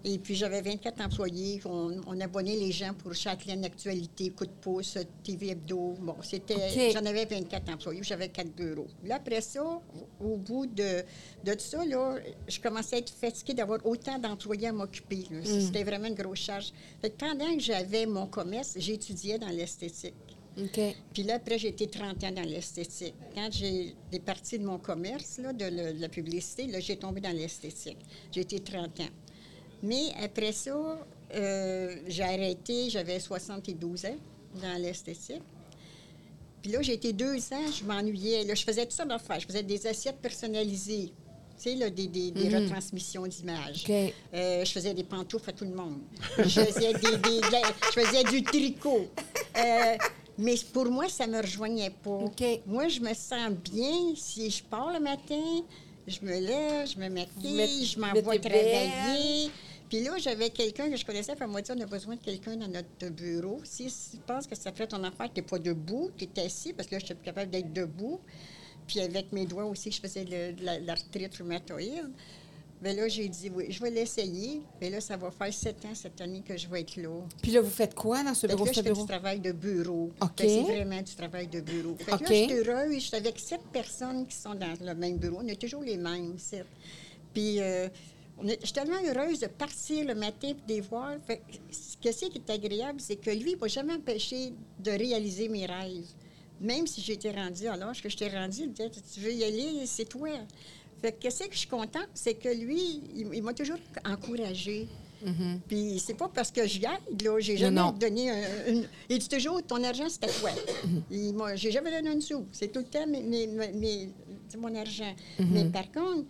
Speaker 2: Et puis, j'avais 24 employés. On, on abonnait les gens pour Châtelaine Actualité, Coup de pouce, TV Hebdo. Bon, c'était...
Speaker 1: OK.
Speaker 2: J'en avais 24 employés, j'avais quatre bureaux. Là, après ça, au bout de, de ça, là, je commençais à être fatiguée d'avoir autant d'employés à m'occuper. là. C'était vraiment une grosse charge. Fait que pendant que j'avais mon commerce, j'étudiais dans l'esthétique.
Speaker 1: OK.
Speaker 2: Puis là, après, j'ai été 30 ans dans l'esthétique. Quand j'ai des parties de mon commerce, là, de, le- de la publicité, là, j'ai tombé dans l'esthétique. J'ai été 30 ans. Mais après ça, euh, j'ai arrêté, j'avais 72 ans dans l'esthétique. Puis là, j'ai été deux ans, je m'ennuyais. Là, je faisais tout ça d'affaires. Je faisais des assiettes personnalisées. Tu sais, là, des, des- des retransmissions d'images.
Speaker 1: Mhm. OK.
Speaker 2: Euh, je faisais des pantoufles à tout le monde. Je faisais, des- des- de la- je faisais du tricot. Euh, mais pour moi, ça ne me rejoignait pas.
Speaker 1: OK.
Speaker 2: Moi, je me sens bien si je pars le matin, je me lève, je me maquille,
Speaker 1: mettez-
Speaker 2: je m'en vais
Speaker 1: mettez
Speaker 2: travailler. Puis là, j'avais quelqu'un que je connaissais, puis elle m'a dit, on a besoin de quelqu'un dans notre bureau. Si si tu penses que ça fait ton affaire, tu n'es pas debout, tu es assis, parce que là, je suis plus capable d'être debout. Puis avec mes doigts aussi, je faisais le- de la- de l'arthrite rhumatoïde. Mais là, j'ai dit, oui, je vais l'essayer. Mais là, ça va faire sept ans cette année que je vais être là.
Speaker 1: Puis là, vous faites quoi dans ce
Speaker 2: Fait que
Speaker 1: bureau?
Speaker 2: là,
Speaker 1: ce
Speaker 2: je fais du
Speaker 1: bureau?
Speaker 2: travail de bureau.
Speaker 1: OK.
Speaker 2: Fait que C'est vraiment du travail de bureau. Fait que
Speaker 1: OK.
Speaker 2: là, je suis heureuse. Je suis avec sept personnes qui sont dans le même bureau. On est toujours les mêmes, sept. Puis, euh, on est- je suis tellement heureuse de partir le matin et de les voir. Fait que ce que c'est qui est agréable, c'est que lui, il ne m'a jamais empêché de réaliser mes rêves. Même si j'étais rendue à l'âge que je t'ai rendue, il me disait, tu veux y aller, c'est toi. Fait que qu'est-ce que je suis contente, c'est que lui, il, il m'a toujours encouragée. Puis c'est pas parce que j'y aide, là, j'ai jamais
Speaker 1: Mm-hmm. non.
Speaker 2: donné un- une... Il dit toujours, ton argent, c'est à toi. Il m'a- j'ai jamais donné un sou. C'est tout le temps mes- mes- mes- mes- c'est mon argent.
Speaker 1: Mhm.
Speaker 2: Mais par contre,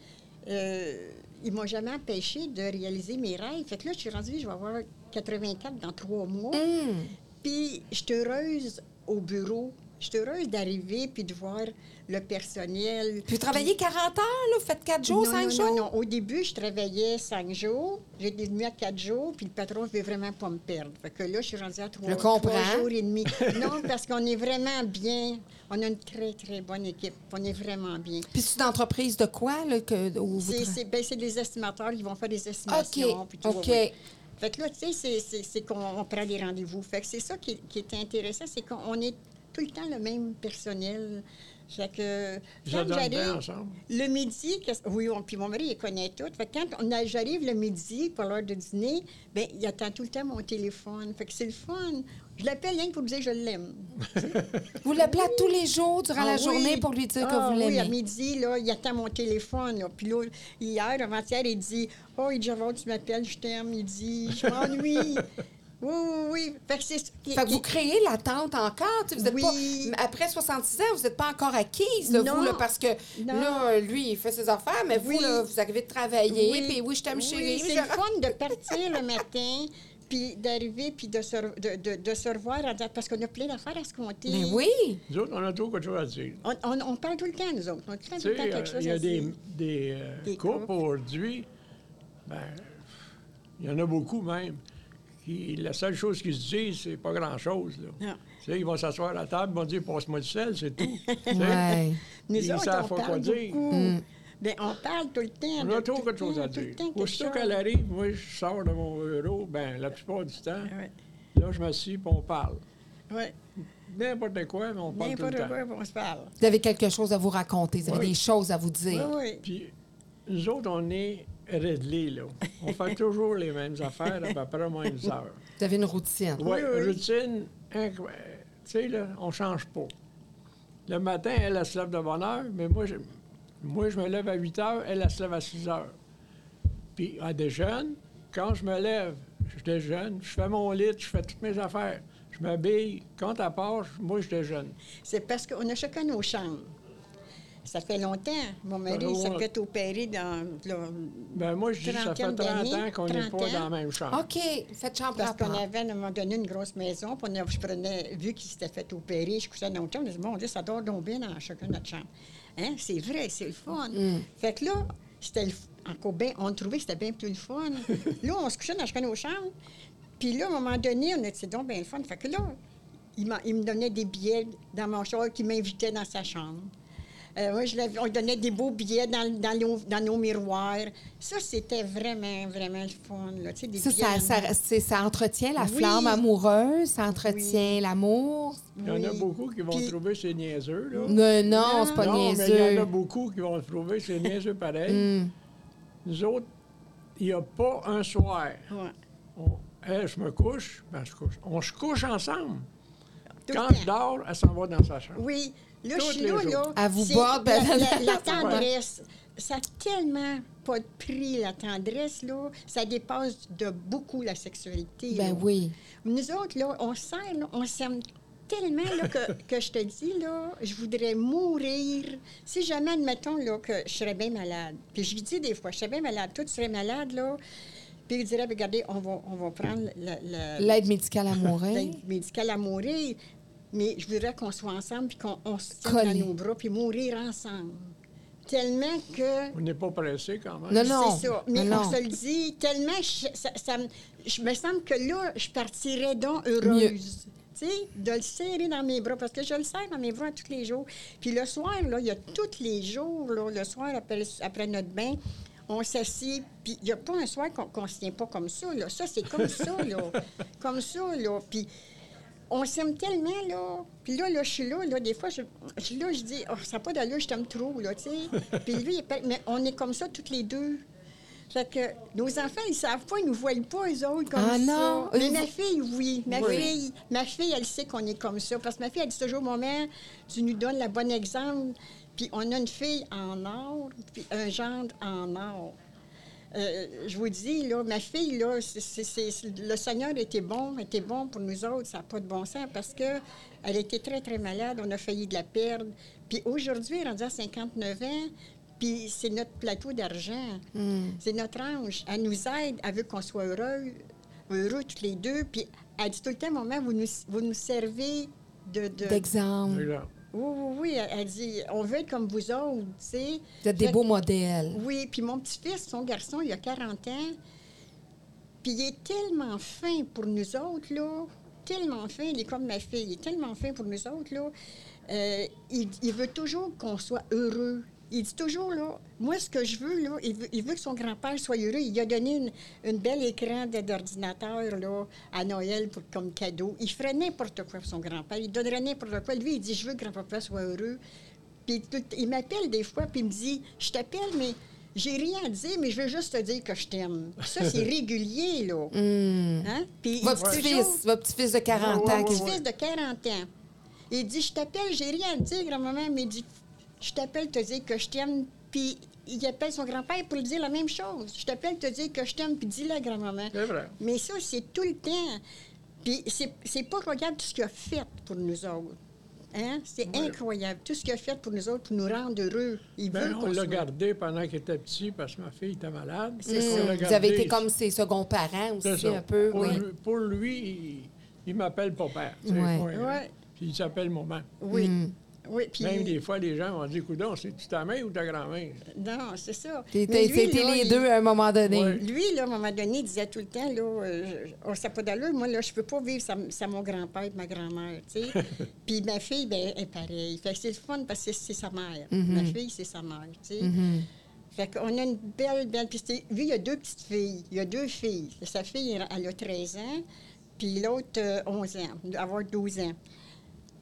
Speaker 2: euh, il m'a jamais empêché de réaliser mes rêves. Fait que là, je suis rendue, je vais avoir 84 dans trois mois.
Speaker 1: Hmm.
Speaker 2: Puis, je suis heureuse au bureau. Je suis heureuse d'arriver puis de voir le personnel.
Speaker 1: Puis vous travaillez 40 heures, là? Vous faites 4 jours,
Speaker 2: Non,
Speaker 1: 5
Speaker 2: non,
Speaker 1: jours?
Speaker 2: Non, non. Au début, je travaillais cinq jours. J'étais venue à quatre jours, puis le patron ne veut vraiment pas me perdre. Fait que là, je suis rendue à trois,
Speaker 1: Je comprends.
Speaker 2: trois jours et demi. non, parce qu'on est vraiment bien. On a une très, très bonne équipe. On est vraiment bien.
Speaker 1: Puis c'est une entreprise de quoi, là, que, où vous
Speaker 2: C'est
Speaker 1: tra-
Speaker 2: c'est- ben, c'est des estimateurs, ils vont faire des estimations.
Speaker 1: OK,
Speaker 2: puis tout,
Speaker 1: OK.
Speaker 2: ouais, ouais. Fait que là, tu sais, c'est- c'est- c'est qu'on on prend des rendez-vous. Fait que c'est ça qui, qui est intéressant, c'est qu'on on est tout le temps le même personnel. Fait que
Speaker 3: Ils
Speaker 2: quand
Speaker 3: adorent bien
Speaker 2: j'arrive,
Speaker 3: ensemble.
Speaker 2: le midi, qu'est-ce- oui, on- puis mon mari, il connaît tout. Fait que quand on a- j'arrive le midi pour l'heure de dîner, ben il attend tout le temps mon téléphone. Fait que c'est le fun. Je l'appelle rien que pour lui dire que je l'aime.
Speaker 1: Vous l'appelez à tous les jours durant la
Speaker 2: Ah
Speaker 1: journée
Speaker 2: oui.
Speaker 1: pour lui dire
Speaker 2: Ah
Speaker 1: que vous
Speaker 2: Oui, à
Speaker 1: l'aimez.
Speaker 2: midi, là, il attend mon téléphone. là. Puis là, hier, avant-hier, il dit Oh, il dit Javon, tu m'appelles, je t'aime. Il dit Je m'ennuie. Oui, oui, oui. Fait que c'est-
Speaker 1: Fait que vous créez l'attente encore. tu sais, Vous êtes
Speaker 2: Oui.
Speaker 1: pas, après 66 ans, vous n'êtes pas encore acquise, là, vous,
Speaker 2: Non.
Speaker 1: là, parce que
Speaker 2: Non.
Speaker 1: là, lui, il fait ses affaires, mais vous,
Speaker 2: Oui.
Speaker 1: là, vous arrivez de travailler, puis oui, je t'aime
Speaker 2: Oui,
Speaker 1: chérie.
Speaker 2: C'est
Speaker 1: je-
Speaker 2: le fun de
Speaker 1: [LAUGHS]
Speaker 2: partir le matin, puis d'arriver, puis de se, re- de, de- de se revoir, à dire- parce qu'on a plein d'affaires à se compter.
Speaker 1: Mais Ben oui!
Speaker 3: Nous autres, on a toujours quelque chose à dire.
Speaker 2: On, on- on parle tout le temps, nous autres. On a tout le temps,
Speaker 3: Tu
Speaker 2: tout le
Speaker 3: sais,
Speaker 2: temps
Speaker 3: euh,
Speaker 2: quelque chose
Speaker 3: il y a
Speaker 2: à
Speaker 3: des,
Speaker 2: dire.
Speaker 3: des, euh,
Speaker 2: Des
Speaker 3: couples
Speaker 2: couples.
Speaker 3: aujourd'hui, ben, il y en a beaucoup même, qui la seule chose qu'ils se disent, c'est pas grand-chose. là.
Speaker 2: Non.
Speaker 3: Tu sais, ils vont s'asseoir à la table, ils vont dire passe-moi du sel,
Speaker 2: [LAUGHS]
Speaker 3: c'est tout. Tu sais,
Speaker 1: Ouais.
Speaker 2: Nous
Speaker 3: Ils
Speaker 2: autres,
Speaker 3: savent
Speaker 2: on
Speaker 3: pas quoi
Speaker 2: parle
Speaker 3: dire.
Speaker 2: beaucoup.
Speaker 1: Mm.
Speaker 2: Ben, on parle tout le temps.
Speaker 3: On
Speaker 2: de
Speaker 3: a
Speaker 2: tout
Speaker 3: toujours
Speaker 2: le
Speaker 3: quelque chose
Speaker 2: temps,
Speaker 3: à
Speaker 2: tout le
Speaker 3: dire.
Speaker 2: temps, quelque
Speaker 3: Aussitôt
Speaker 2: chose.
Speaker 3: qu'elle arrive, moi, je sors de mon bureau, ben, la plupart du temps,
Speaker 2: Ouais.
Speaker 3: là, je m'assis et on parle.
Speaker 2: Ouais.
Speaker 3: N'importe quoi, mais on parle tout le
Speaker 2: N'importe
Speaker 3: temps.
Speaker 2: quoi, on se parle.
Speaker 1: Vous avez quelque chose à vous raconter, vous avez
Speaker 3: Oui.
Speaker 1: des choses à vous
Speaker 2: Oui,
Speaker 1: dire.
Speaker 2: oui.
Speaker 3: Puis, nous autres, on est réglés, là. On
Speaker 2: [LAUGHS]
Speaker 3: fait toujours les mêmes affaires à peu près aux mêmes heures.
Speaker 1: Vous avez une routine.
Speaker 3: Oui,
Speaker 2: Oui, oui.
Speaker 3: routine, incro- euh, tu sais, là, on change pas. Le matin, elle, elle se lève de bonne heure, mais moi, je, moi, je me lève à 8 heures, elle, elle se lève à 6 heures. Puis, elle déjeune. Quand je me lève, je déjeune, je fais mon lit, je fais toutes mes affaires. Je m'habille. Quand elle part, je- moi, je déjeune.
Speaker 2: C'est parce qu'on a chacun nos chambres. Ça fait longtemps. Mon mari
Speaker 3: Ouais.
Speaker 2: s'est fait opérer dans. là,
Speaker 3: Ben, moi, je dis, ça fait
Speaker 2: Trentaine
Speaker 3: 30
Speaker 2: d'années,
Speaker 3: ans qu'on n'est
Speaker 2: 30
Speaker 3: pas
Speaker 2: ans.
Speaker 3: dans la même chambre.
Speaker 1: OK, faites chambre à
Speaker 2: Parce qu'on
Speaker 1: part.
Speaker 2: avait à un moment donné une grosse maison, puis on a- je prenais, vu qu'il s'était fait opérer, je couchais dans notre chambre, je me mon Dieu, ça dort donc bien dans chacun de notre chambre. Hein? C'est vrai, c'est le fun.
Speaker 1: Mm.
Speaker 2: Fait que là, c'était le f- encore bien, on trouvait que c'était bien plus le
Speaker 1: [LAUGHS]
Speaker 2: fun. là, on se couchait dans chacun de nos chambres, puis là, à un moment donné, on a dit, c'est donc bien le fun. Fait que là, il, m'a- il me donnait des billets dans mon char, qui m'invitait dans sa chambre. Euh, moi, je l'avais- on donnait des beaux billets dans, dans, nos, dans nos miroirs. Ça, c'était vraiment, vraiment le fun. Là. Tu sais, des
Speaker 1: Ça,
Speaker 2: billets
Speaker 1: ça,
Speaker 2: dans-
Speaker 1: ça- c'est- ça entretient la
Speaker 2: Oui.
Speaker 1: flamme amoureuse, ça entretient l'amour.
Speaker 3: Il y en a
Speaker 2: Oui.
Speaker 3: beaucoup qui vont
Speaker 2: Puis-
Speaker 3: trouver c'est niaiseux, là.
Speaker 1: Non, non, c'est pas
Speaker 3: non, mais il y en
Speaker 1: niaiseux. Mm. Hmm.
Speaker 3: a beaucoup qui vont trouver c'est niaiseux pareil. Nous autres, il n'y a pas un soir.
Speaker 2: Ouais.
Speaker 3: On, elle, je me couche, ben, je couche. On se couche ensemble.
Speaker 2: Tout
Speaker 3: Quand
Speaker 2: le
Speaker 3: je
Speaker 2: temps.
Speaker 3: dors, elle s'en va dans sa chambre.
Speaker 2: Oui. Là,
Speaker 3: Tous
Speaker 2: je suis
Speaker 3: les
Speaker 2: là,
Speaker 3: jours.
Speaker 2: là.
Speaker 1: À vous
Speaker 2: c'est
Speaker 1: bord, ben,
Speaker 2: la, la- la
Speaker 3: [LAUGHS]
Speaker 1: Ouais.
Speaker 2: tendresse. Ça n'a tellement pas de prix, la tendresse, là. Ça dépasse de beaucoup la sexualité. là.
Speaker 1: Ben oui.
Speaker 2: Nous autres, là, on s'aime, là, on s'aime tellement là,
Speaker 3: [LAUGHS]
Speaker 2: que, que je te dis, là, je voudrais mourir. Si jamais, admettons, là, que je serais bien malade. Puis je lui dis des fois, je serais bien malade, toi, tu serais malade, là. Puis il dirait, regardez, on va, on va prendre la- la-
Speaker 1: L'aide médicale à
Speaker 2: [LAUGHS]
Speaker 1: mourir.
Speaker 2: médical médicale à mourir, mais je voudrais qu'on soit ensemble puis qu'on on se tienne dans
Speaker 1: Collés.
Speaker 2: nos bras puis mourir ensemble. Tellement que.
Speaker 3: On n'est pas pressé quand même.
Speaker 1: Non, non.
Speaker 2: C'est ça. Mais
Speaker 1: non.
Speaker 2: on se le dit, tellement. Je, ça, ça me- je me semble que là, je partirais donc
Speaker 1: Mieux.
Speaker 2: heureuse. Tu sais, de le serrer dans mes bras, parce que je le serre dans mes bras tous les jours. Puis le soir, là, il y a tous les jours, là, le soir après, après notre bain, on s'assied, puis il n'y a pas un soir qu'on qu'on se tient pas comme ça, là. Ça, c'est comme ça,
Speaker 1: [LAUGHS]
Speaker 2: là. comme ça, là. Puis on s'aime tellement, là. Puis là, là, je suis là, là, des fois, je, je suis là, je dis, oh, ça n'a pas d'allure, je t'aime trop, là, tu sais. Puis lui, il est pas- mais on est comme ça toutes les deux. Fait que nos enfants, ils savent pas, ils nous voient pas, eux autres, comme
Speaker 1: Ah
Speaker 2: ça.
Speaker 1: non,
Speaker 2: Mais
Speaker 1: eux-
Speaker 2: ma fille, oui. Ma
Speaker 3: Oui.
Speaker 2: fille, ma fille, elle sait qu'on est comme ça. Parce que ma fille, elle dit toujours, maman, tu nous donnes la bonne exemple. Puis on a une fille en or, puis un gendre en or. Euh, je vous dis, là, ma fille, là, c'est- c'est- c'est- le Seigneur était bon, était bon pour nous autres, ça n'a pas de bon sens, parce que elle était très, très malade, on a failli de la perdre. Puis aujourd'hui, elle est rendue à 59 ans, puis c'est notre plateau d'argent,
Speaker 1: Hmm.
Speaker 2: c'est notre ange. Elle nous aide, elle veut qu'on soit heureux, heureux tous les deux, puis elle dit tout le temps, maman, vous nous, vous nous servez de... de-
Speaker 1: D'exemple.
Speaker 3: Voilà.
Speaker 2: Oui, oui, oui, elle, elle dit, on veut être comme vous autres, tu sais.
Speaker 1: Vous êtes des
Speaker 2: Fait-
Speaker 1: beaux modèles.
Speaker 2: oui, puis mon petit-fils, son garçon, il a 40 ans. Puis il est tellement fin pour nous autres, là. Tellement fin, il est comme ma fille. Il est tellement fin pour nous autres, là. Euh, il, il veut toujours qu'on soit heureux. Il dit toujours, là, moi, ce que je veux, là, il veut, il veut que son grand-père soit heureux. Il lui a donné une, une belle écran de- d'ordinateur, là, à Noël pour, comme cadeau. Il ferait n'importe quoi pour son grand-père. Il donnerait n'importe quoi. Lui, il dit, je veux que grand-papa soit heureux. Puis tout- il m'appelle des fois, puis il me dit Je t'appelle, mais j'ai rien à dire, mais je veux juste te dire que je t'aime. Ça, c'est régulier, là. Hein? Puis il
Speaker 1: Hmm. Votre
Speaker 2: dit toujours-
Speaker 1: petit-fils, votre petit-fils de 40
Speaker 3: Ouais,
Speaker 1: ans.
Speaker 2: Mon
Speaker 1: qui-
Speaker 3: ouais, ouais.
Speaker 2: petit-fils de 40 ans. Il dit Je t'appelle, j'ai rien à dire, grand-maman, mais il dit Je t'appelle te dire que je t'aime. Puis il appelle son grand-père pour lui dire
Speaker 3: Eh
Speaker 2: la même chose Je t'appelle te dire que je t'aime, puis dis-le, grand-maman.
Speaker 3: C'est vrai.
Speaker 2: Mais ça, c'est tout le temps. Puis c'est c'est pas regarde tout ce qu'il a fait pour nous autres. Hein? C'est
Speaker 3: Oui.
Speaker 2: incroyable. Tout ce qu'il a fait pour nous autres, pour nous rendre heureux. Il
Speaker 3: Ben,
Speaker 2: veut
Speaker 3: on
Speaker 2: qu'on
Speaker 3: l'a
Speaker 2: soit-
Speaker 3: gardé pendant qu'il était petit parce que ma fille était malade.
Speaker 2: C'est
Speaker 3: On
Speaker 2: ça.
Speaker 3: l'a
Speaker 1: Vous avez
Speaker 3: gardé.
Speaker 1: été comme ses seconds parents
Speaker 3: C'est
Speaker 1: aussi,
Speaker 3: ça.
Speaker 1: un peu.
Speaker 3: Pour,
Speaker 1: oui.
Speaker 3: lui, pour lui, il, il m'appelle papa. tu sais,
Speaker 1: Ouais.
Speaker 2: Ouais.
Speaker 3: Puis il s'appelle maman.
Speaker 2: Oui.
Speaker 1: Mm.
Speaker 2: Oui, puis...
Speaker 3: Même des fois, les gens m'ont dit Coudon, c'est-tu ta mère ou ta grand-mère
Speaker 2: Non, c'est ça. Mais
Speaker 1: C'était
Speaker 2: lui,
Speaker 1: c'était
Speaker 2: là,
Speaker 1: les
Speaker 2: il-
Speaker 1: deux à un moment donné.
Speaker 3: Ouais.
Speaker 2: Lui, là, à un moment donné, il disait tout le temps, là, euh, je- oh, ça n'a pas d'allure, moi, là, je peux pas vivre sans, sans mon grand-père et ma grand-mère, tu sais. Puis ma fille, ben, elle est pareille. Fait que c'est le fun parce que c'est- c'est sa mère. Ma fille, c'est sa mère, tu sais. Fait qu'on a une belle, belle... Puis c'est- lui, il a deux petites filles. Il a deux filles. Sa fille, elle- elle a 13 ans, puis l'autre, euh, 11 ans, elle va avoir 12 ans.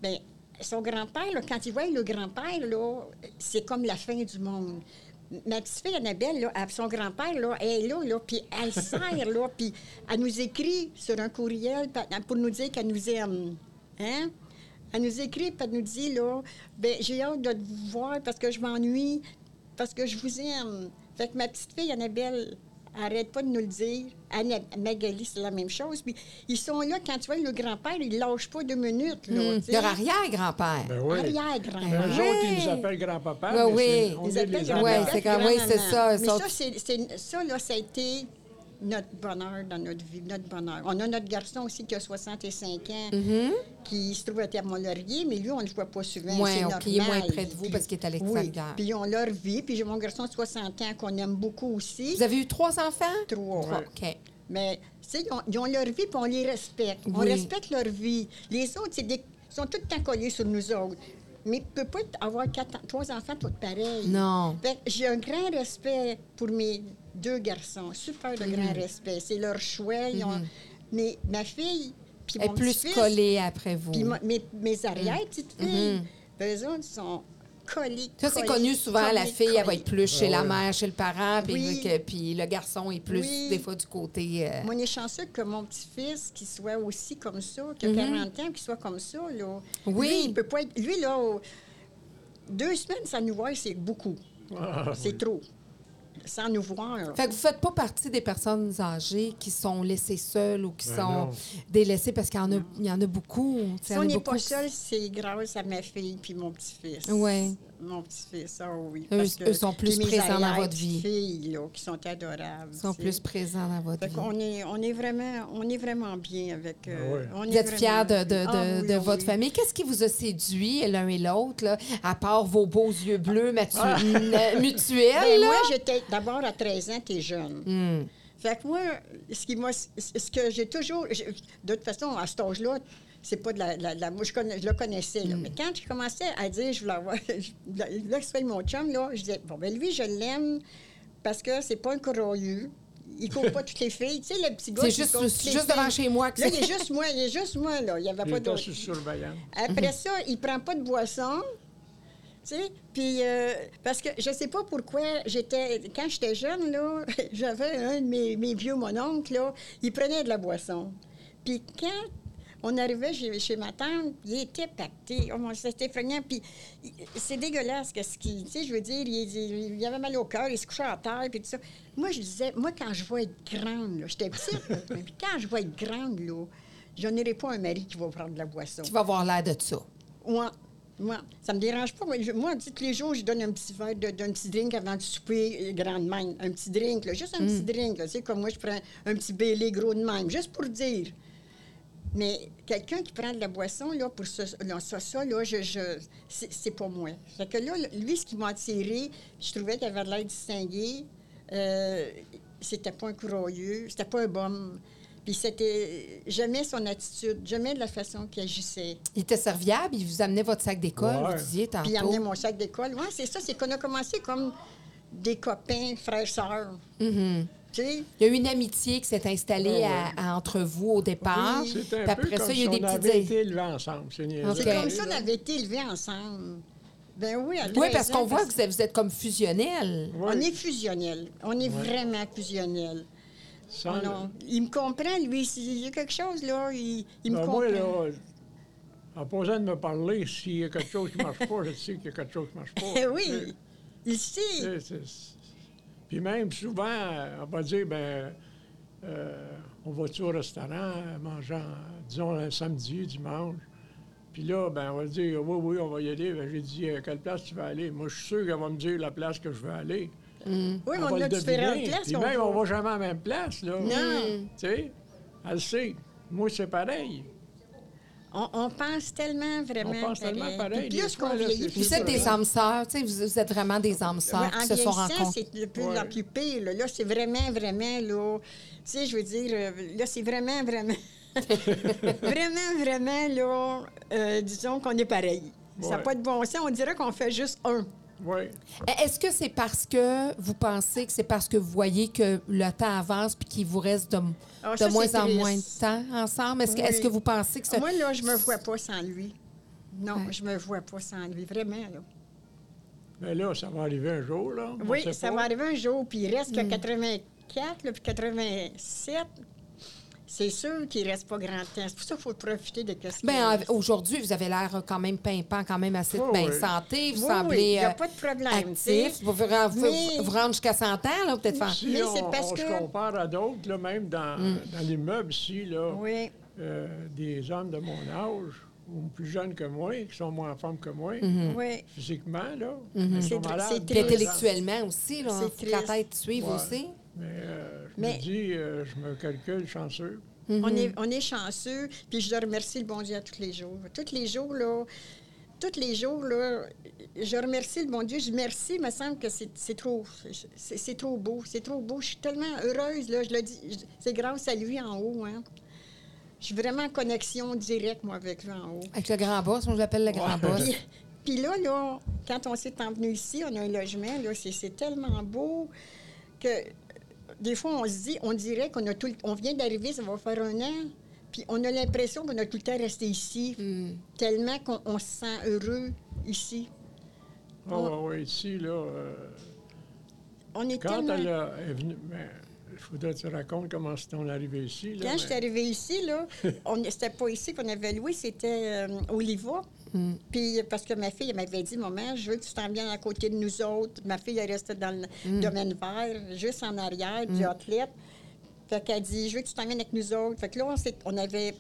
Speaker 2: Ben, son grand-père, là, quand il voit le grand-père, là, c'est comme la fin du monde. Ma petite-fille Annabelle, là, elle- son grand-père, là, elle est là, là, puis elle sert, là, puis elle nous écrit sur un courriel pa- pour nous dire qu'elle nous aime. Hein? Elle nous écrit, puis elle nous dit, là, ben j'ai hâte de vous voir parce que je m'ennuie, parce que je vous aime. Fait que ma petite-fille Annabelle, Arrête pas de nous le dire. Anna- Magali, c'est la même chose. Puis ils sont là quand tu vois le grand-père, il lâche pas deux minutes. Là,
Speaker 1: Hum,
Speaker 2: tu sais.
Speaker 1: Leur arrière-grand-père.
Speaker 3: Ben oui.
Speaker 2: Arrière-grand-père.
Speaker 3: Ben, eux
Speaker 1: Oui.
Speaker 3: autres, ils nous appellent
Speaker 1: Oui,
Speaker 3: grand-papa. mais
Speaker 1: oui.
Speaker 3: c'est- on
Speaker 2: Ils
Speaker 3: est
Speaker 2: appellent
Speaker 3: les
Speaker 2: grand-père,
Speaker 1: Ouais,
Speaker 3: enfants.
Speaker 1: c'est quand- oui,
Speaker 2: grand-maman.
Speaker 1: c'est ça, ils
Speaker 2: Mais
Speaker 1: sont-
Speaker 2: ça, c'est- c'est- ça, là, ça a été notre bonheur dans notre vie, notre bonheur. On a notre garçon aussi qui a 65 ans,
Speaker 1: Mhm. Hmm?
Speaker 2: qui se trouve à Thermont-Laurier, mais lui, on ne le voit pas souvent.
Speaker 1: Ouais,
Speaker 2: c'est
Speaker 1: on-
Speaker 2: normal.
Speaker 1: il est moins près de vous
Speaker 2: Puis-
Speaker 1: parce qu'il est à
Speaker 2: Oui,
Speaker 1: l'extérieur.
Speaker 2: puis on leur vit. Puis j'ai mon garçon de 60 ans qu'on aime beaucoup aussi.
Speaker 1: Vous avez eu trois enfants?
Speaker 2: Trois.
Speaker 1: OK.
Speaker 2: Mais, tu sais, ils ont, ils ont leur vie, puis on les respecte. On
Speaker 1: Oui.
Speaker 2: respecte leur vie. Les autres, c'est des, ils sont tout le temps collés sur nous autres. Mais tu peux pas avoir quatre, trois enfants tous pareils.
Speaker 1: Non.
Speaker 2: Fait que j'ai un grand respect pour mes deux garçons. Super de grand
Speaker 1: Mhm.
Speaker 2: respect. C'est leur choix. ils ont- Mais ma fille, puis
Speaker 1: Elle est
Speaker 2: mon
Speaker 1: plus
Speaker 2: petit-fils,
Speaker 1: collée après vous.
Speaker 2: Puis mo- mes, mes arrière-petites-filles, ben, eux autres sont collés.
Speaker 1: Ça, c'est
Speaker 2: collés,
Speaker 1: connu souvent, la
Speaker 2: collés,
Speaker 1: fille, elle va
Speaker 2: collés.
Speaker 1: être plus
Speaker 3: Ah
Speaker 1: chez la mère, chez le parent, puis,
Speaker 2: Oui.
Speaker 1: que- puis le garçon est plus,
Speaker 2: Oui.
Speaker 1: des fois, du côté. euh,
Speaker 2: Moi, on est chanceux que mon petit-fils, qui soit aussi comme ça, qui a 40 ans, qu'il soit comme ça, là.
Speaker 1: Mhm. Oui.
Speaker 2: Lui, il peut pas être... Lui, là, au- deux semaines sans nous voir, c'est beaucoup.
Speaker 3: Ah,
Speaker 2: c'est trop. Sans nous voir.
Speaker 1: Fait que vous faites pas partie des personnes âgées qui sont laissées seules ou qui
Speaker 3: Ben
Speaker 1: sont
Speaker 3: non.
Speaker 1: délaissées parce qu'il y en a, il y en a beaucoup. Tu sais, il
Speaker 2: si
Speaker 1: y en
Speaker 2: on
Speaker 1: a
Speaker 2: n'est
Speaker 1: beaucoup
Speaker 2: pas
Speaker 1: qui-
Speaker 2: seul, c'est grâce à ma fille puis mon petit-fils.
Speaker 1: Ouais.
Speaker 2: Mon petit-fils, ah oui.
Speaker 1: Eux-
Speaker 2: parce que-
Speaker 1: eux sont plus
Speaker 2: puis mes
Speaker 1: présents dans votre vie.
Speaker 2: arrière-petites-filles, là, qui sont adorables.
Speaker 1: qui sont
Speaker 2: tu sais.
Speaker 1: plus présents dans votre
Speaker 2: Fait
Speaker 1: vie.
Speaker 2: qu'on est, on est vraiment, on est vraiment bien avec. euh,
Speaker 3: Ah ouais.
Speaker 2: on
Speaker 1: Vous
Speaker 2: est
Speaker 1: êtes fiers de,
Speaker 2: vraiment
Speaker 1: de-
Speaker 2: bien.
Speaker 1: de-
Speaker 2: Ah oui,
Speaker 1: de
Speaker 2: ah
Speaker 1: votre
Speaker 2: oui.
Speaker 1: famille. Qu'est-ce qui vous a séduit l'un et l'autre, là, à part vos beaux yeux bleus matu- [LAUGHS]
Speaker 2: Ben,
Speaker 1: mutuels? là? Hmm.
Speaker 2: moi, j'étais d'abord à 13 ans, t'es jeune. Fait que moi, ce qui m'a- ce que j'ai toujours, j'ai- de toute façon, à cet âge-là, c'est pas de la, la- la- moi, je, connais- je le connaissais,
Speaker 1: Mm.
Speaker 2: là. mais quand je commençais à dire, je voulais avoir, [LAUGHS] je voulais- là, que ce soit mon chum, là, je disais, bon, ben lui, je l'aime parce que c'est pas un courroyeux. Il court
Speaker 1: [LAUGHS]
Speaker 2: pas toutes les filles. Tu sais, le petit gars.
Speaker 1: C'est
Speaker 2: qui
Speaker 1: juste-
Speaker 2: court toutes les
Speaker 1: juste devant
Speaker 2: filles.
Speaker 1: chez moi que
Speaker 2: Là,
Speaker 1: c'est-
Speaker 2: il est juste moi, il est juste moi, là. Il y avait pas
Speaker 3: J'étais
Speaker 2: d'autre.
Speaker 3: sous surveillance.
Speaker 2: Après ça, il prend pas de boisson. Tu sais, puis euh, parce que je sais pas pourquoi j'étais quand j'étais jeune là, [LAUGHS] j'avais un de mes, mes vieux mononcles là, il prenait de la boisson. Puis quand on arrivait chez, chez ma tante, il était pacté. Oh mon Dieu, c'était effrayant. Puis il- c'est dégueulasse que ce qui, tu sais, je veux dire, il, il- il avait mal au cœur, il se couchait à terre puis tout ça. Moi je disais, moi quand je vais être grande, là, j'étais petite, [LAUGHS] là, mais quand je vais être grande là, je n'irai pas un mari qui va prendre de la boisson.
Speaker 1: Qui va avoir l'air de ça?
Speaker 2: Moi, moi, ça me dérange pas. Moi, je- moi, tu sais, tous les jours, je donne un petit verre de- d'un petit drink avant de souper, euh, grande même. Un petit drink, là, juste un petit drink. là. Tu sais, comme moi, je prends un petit bélé gros de même, juste pour dire. Mais quelqu'un qui prend de la boisson, là, pour ça, là, ça, ça, là, je, je- c'est c'est pas moi. Fait que là, lui, ce qui m'a attiré, je trouvais qu'il avait l'air distingué. Euh, c'était pas un courroyeux, c'était pas un bum. Puis c'était... J'aimais son attitude, j'aimais la façon qu'il agissait.
Speaker 1: Il était serviable, il vous amenait votre sac d'école,
Speaker 3: Ouais.
Speaker 1: vous disiez tantôt.
Speaker 2: Puis il amenait mon sac d'école. Oui, c'est ça, c'est qu'on a commencé comme des copains, frères, sœurs.
Speaker 1: Mhm.
Speaker 2: Tu sais?
Speaker 1: Il y a eu une amitié qui s'est installée à- à- entre vous au départ.
Speaker 2: Ben Oui.
Speaker 3: C'était
Speaker 1: Puis
Speaker 3: un peu
Speaker 1: après
Speaker 3: comme
Speaker 1: ça, il y a
Speaker 3: si
Speaker 1: eu des
Speaker 3: on avait
Speaker 1: petites.
Speaker 3: été élevés ensemble. C'est niaiseux.
Speaker 1: Ok.
Speaker 2: C'est comme ça qu'on avait été élevés ensemble. Ben oui, à
Speaker 1: Oui,
Speaker 2: 13
Speaker 1: parce
Speaker 2: ans,
Speaker 1: qu'on voit que vous êtes, vous êtes comme fusionnel.
Speaker 3: Oui,
Speaker 2: On est fusionnel. On est vraiment fusionnel.
Speaker 3: sans
Speaker 2: On-
Speaker 3: le-
Speaker 2: on- Il me comprend, lui. S'il y a quelque chose, là, il, il me
Speaker 3: Ben,
Speaker 2: comprend.
Speaker 3: moi,
Speaker 2: [LAUGHS]
Speaker 3: là, en posant de me parler, s'il y a quelque chose qui ne marche pas, je sais qu'il y a quelque chose qui ne marche pas.
Speaker 2: Eh [LAUGHS] oui, il
Speaker 3: Tu
Speaker 2: sait.
Speaker 3: sais, c'est- c'est- Puis même souvent, on va dire, ben, euh, on va-tu au restaurant, mangeant, disons, un samedi, dimanche. Puis là, ben, on va dire, oui, oui, on va y aller. Ben, j'ai dit, à quelle place tu vas aller? Moi, je suis sûr qu'elle va me dire la place que je veux aller.
Speaker 2: Oui, mais
Speaker 3: Elle
Speaker 2: on
Speaker 3: va
Speaker 2: a
Speaker 3: le
Speaker 2: différentes
Speaker 3: deviner.
Speaker 2: places.
Speaker 3: Puis
Speaker 2: on
Speaker 3: même,
Speaker 2: va-
Speaker 3: on va jamais à la même place, là.
Speaker 2: Non.
Speaker 3: Tu sais, elle sait. Moi, c'est pareil.
Speaker 2: On, on pense tellement vraiment
Speaker 3: On pense tellement pareil,
Speaker 2: Puis
Speaker 3: des
Speaker 2: plus qu'on
Speaker 3: fois, là,
Speaker 2: vieillit,
Speaker 3: c'est-
Speaker 2: plus
Speaker 1: Vous êtes des
Speaker 2: on-
Speaker 1: âmes sœurs, tu sais, vous, vous êtes vraiment des âmes
Speaker 2: Ouais,
Speaker 1: sœurs
Speaker 2: en
Speaker 1: qui se sont
Speaker 2: vieillissant,
Speaker 1: rencontrés.
Speaker 2: c'est de plus
Speaker 3: Ouais.
Speaker 2: en plus pire. Là, Là, c'est vraiment, vraiment, là, tu sais, je veux dire, euh, là, c'est vraiment, vraiment, [LAUGHS] vraiment, vraiment, là, euh, disons qu'on est pareil. Ça n'a
Speaker 3: Ouais.
Speaker 2: pas de bon sens. On dirait qu'on fait juste un.
Speaker 3: Oui.
Speaker 1: Est-ce que c'est parce que vous pensez que c'est parce que vous voyez que le temps avance puis qu'il vous reste de,
Speaker 2: Ah,
Speaker 1: de
Speaker 2: ça, c'est
Speaker 1: moins en
Speaker 2: triste.
Speaker 1: moins de temps ensemble? Est-ce que, est-ce
Speaker 2: Oui.
Speaker 1: que vous pensez que ça...
Speaker 2: Moi, là, je me vois pas sans lui. Non,
Speaker 1: Ouais.
Speaker 2: je me vois pas sans lui, vraiment, là.
Speaker 3: Mais Ben là, ça va arriver un jour, là. On
Speaker 2: Oui,
Speaker 3: sait
Speaker 2: ça
Speaker 3: pas.
Speaker 2: va arriver un jour, puis il reste que
Speaker 1: Mm.
Speaker 2: 84, là, puis 87. C'est sûr qu'il reste pas grand temps. C'est pour ça qu'il faut profiter de ce qu'il
Speaker 1: Ben,
Speaker 2: reste.
Speaker 1: en- aujourd'hui, vous avez l'air euh, quand même pimpant, quand même assez
Speaker 3: Oui,
Speaker 1: bien
Speaker 3: oui.
Speaker 1: santé. Vous
Speaker 2: Oui,
Speaker 1: semblez
Speaker 2: oui, y a
Speaker 1: euh,
Speaker 2: pas de problème,
Speaker 1: actif.
Speaker 2: tu sais.
Speaker 1: Vous, vous, vous-
Speaker 2: Mais-
Speaker 1: vous rendre jusqu'à 100 ans, là, peut-être faire...
Speaker 3: Si
Speaker 2: Mais
Speaker 3: on,
Speaker 2: c'est parce
Speaker 3: on se
Speaker 2: que- Mm.
Speaker 3: compare à d'autres, là, même dans, dans les meubles ici, là,
Speaker 2: Oui.
Speaker 3: euh, des hommes de mon âge, ou plus jeunes que moi, qui sont moins en forme que moi,
Speaker 2: Oui.
Speaker 3: physiquement, là, ils
Speaker 2: Mm-hmm. C'est
Speaker 3: sont
Speaker 2: tr-
Speaker 3: malades.
Speaker 2: c'est
Speaker 1: Puis
Speaker 2: triste.
Speaker 1: intellectuellement aussi, là,
Speaker 2: C'est
Speaker 1: faut que la
Speaker 2: triste.
Speaker 1: tête suive
Speaker 3: Ouais.
Speaker 1: aussi.
Speaker 3: Mais euh, je
Speaker 2: Mais-
Speaker 3: me dis, euh, je me calcule chanceux.
Speaker 2: On, est, on est chanceux, puis je dois remercier le bon Dieu à tous les jours. Tous les jours, là, tous les jours, là, je remercie le bon Dieu. Je merci, il me semble que c'est c'est trop, c'est c'est trop beau, c'est trop beau. Je suis tellement heureuse, là, je le dis, je- c'est grâce à lui en haut, hein. Je suis vraiment en connexion directe, moi, avec lui en haut.
Speaker 1: Avec le grand boss, moi, je l'appelle le grand boss.
Speaker 2: [LAUGHS] Puis, Ah, ben, puis là, là, quand on s'est envenu ici, on a un logement, là, c'est, c'est tellement beau que euh, des fois, on se dit, on dirait qu'on a tout le- on vient d'arriver, ça va faire un an, puis on a l'impression qu'on a tout le temps resté ici,
Speaker 1: Mm.
Speaker 2: tellement qu'on on se sent heureux ici.
Speaker 3: Ah, ouais, ouais, ici, là, euh,
Speaker 2: On est
Speaker 3: quand
Speaker 2: tellement...
Speaker 3: elle a- est venue... ben, il faudrait que tu racontes comment c'est on est arrivé ici. Là,
Speaker 2: Quand
Speaker 3: mais-
Speaker 2: je suis arrivée ici, là,
Speaker 3: [LAUGHS]
Speaker 2: on, c'était pas ici qu'on avait loué, c'était euh, Oliva. Puis parce que ma fille elle m'avait dit, maman, je veux que tu t'en viennes à côté de nous autres. Ma fille elle restait dans le domaine vert, juste en arrière du athlète. Fait qu'elle dit, je veux que tu t'en viennes avec nous autres. Fait que là, on, s'est- on avait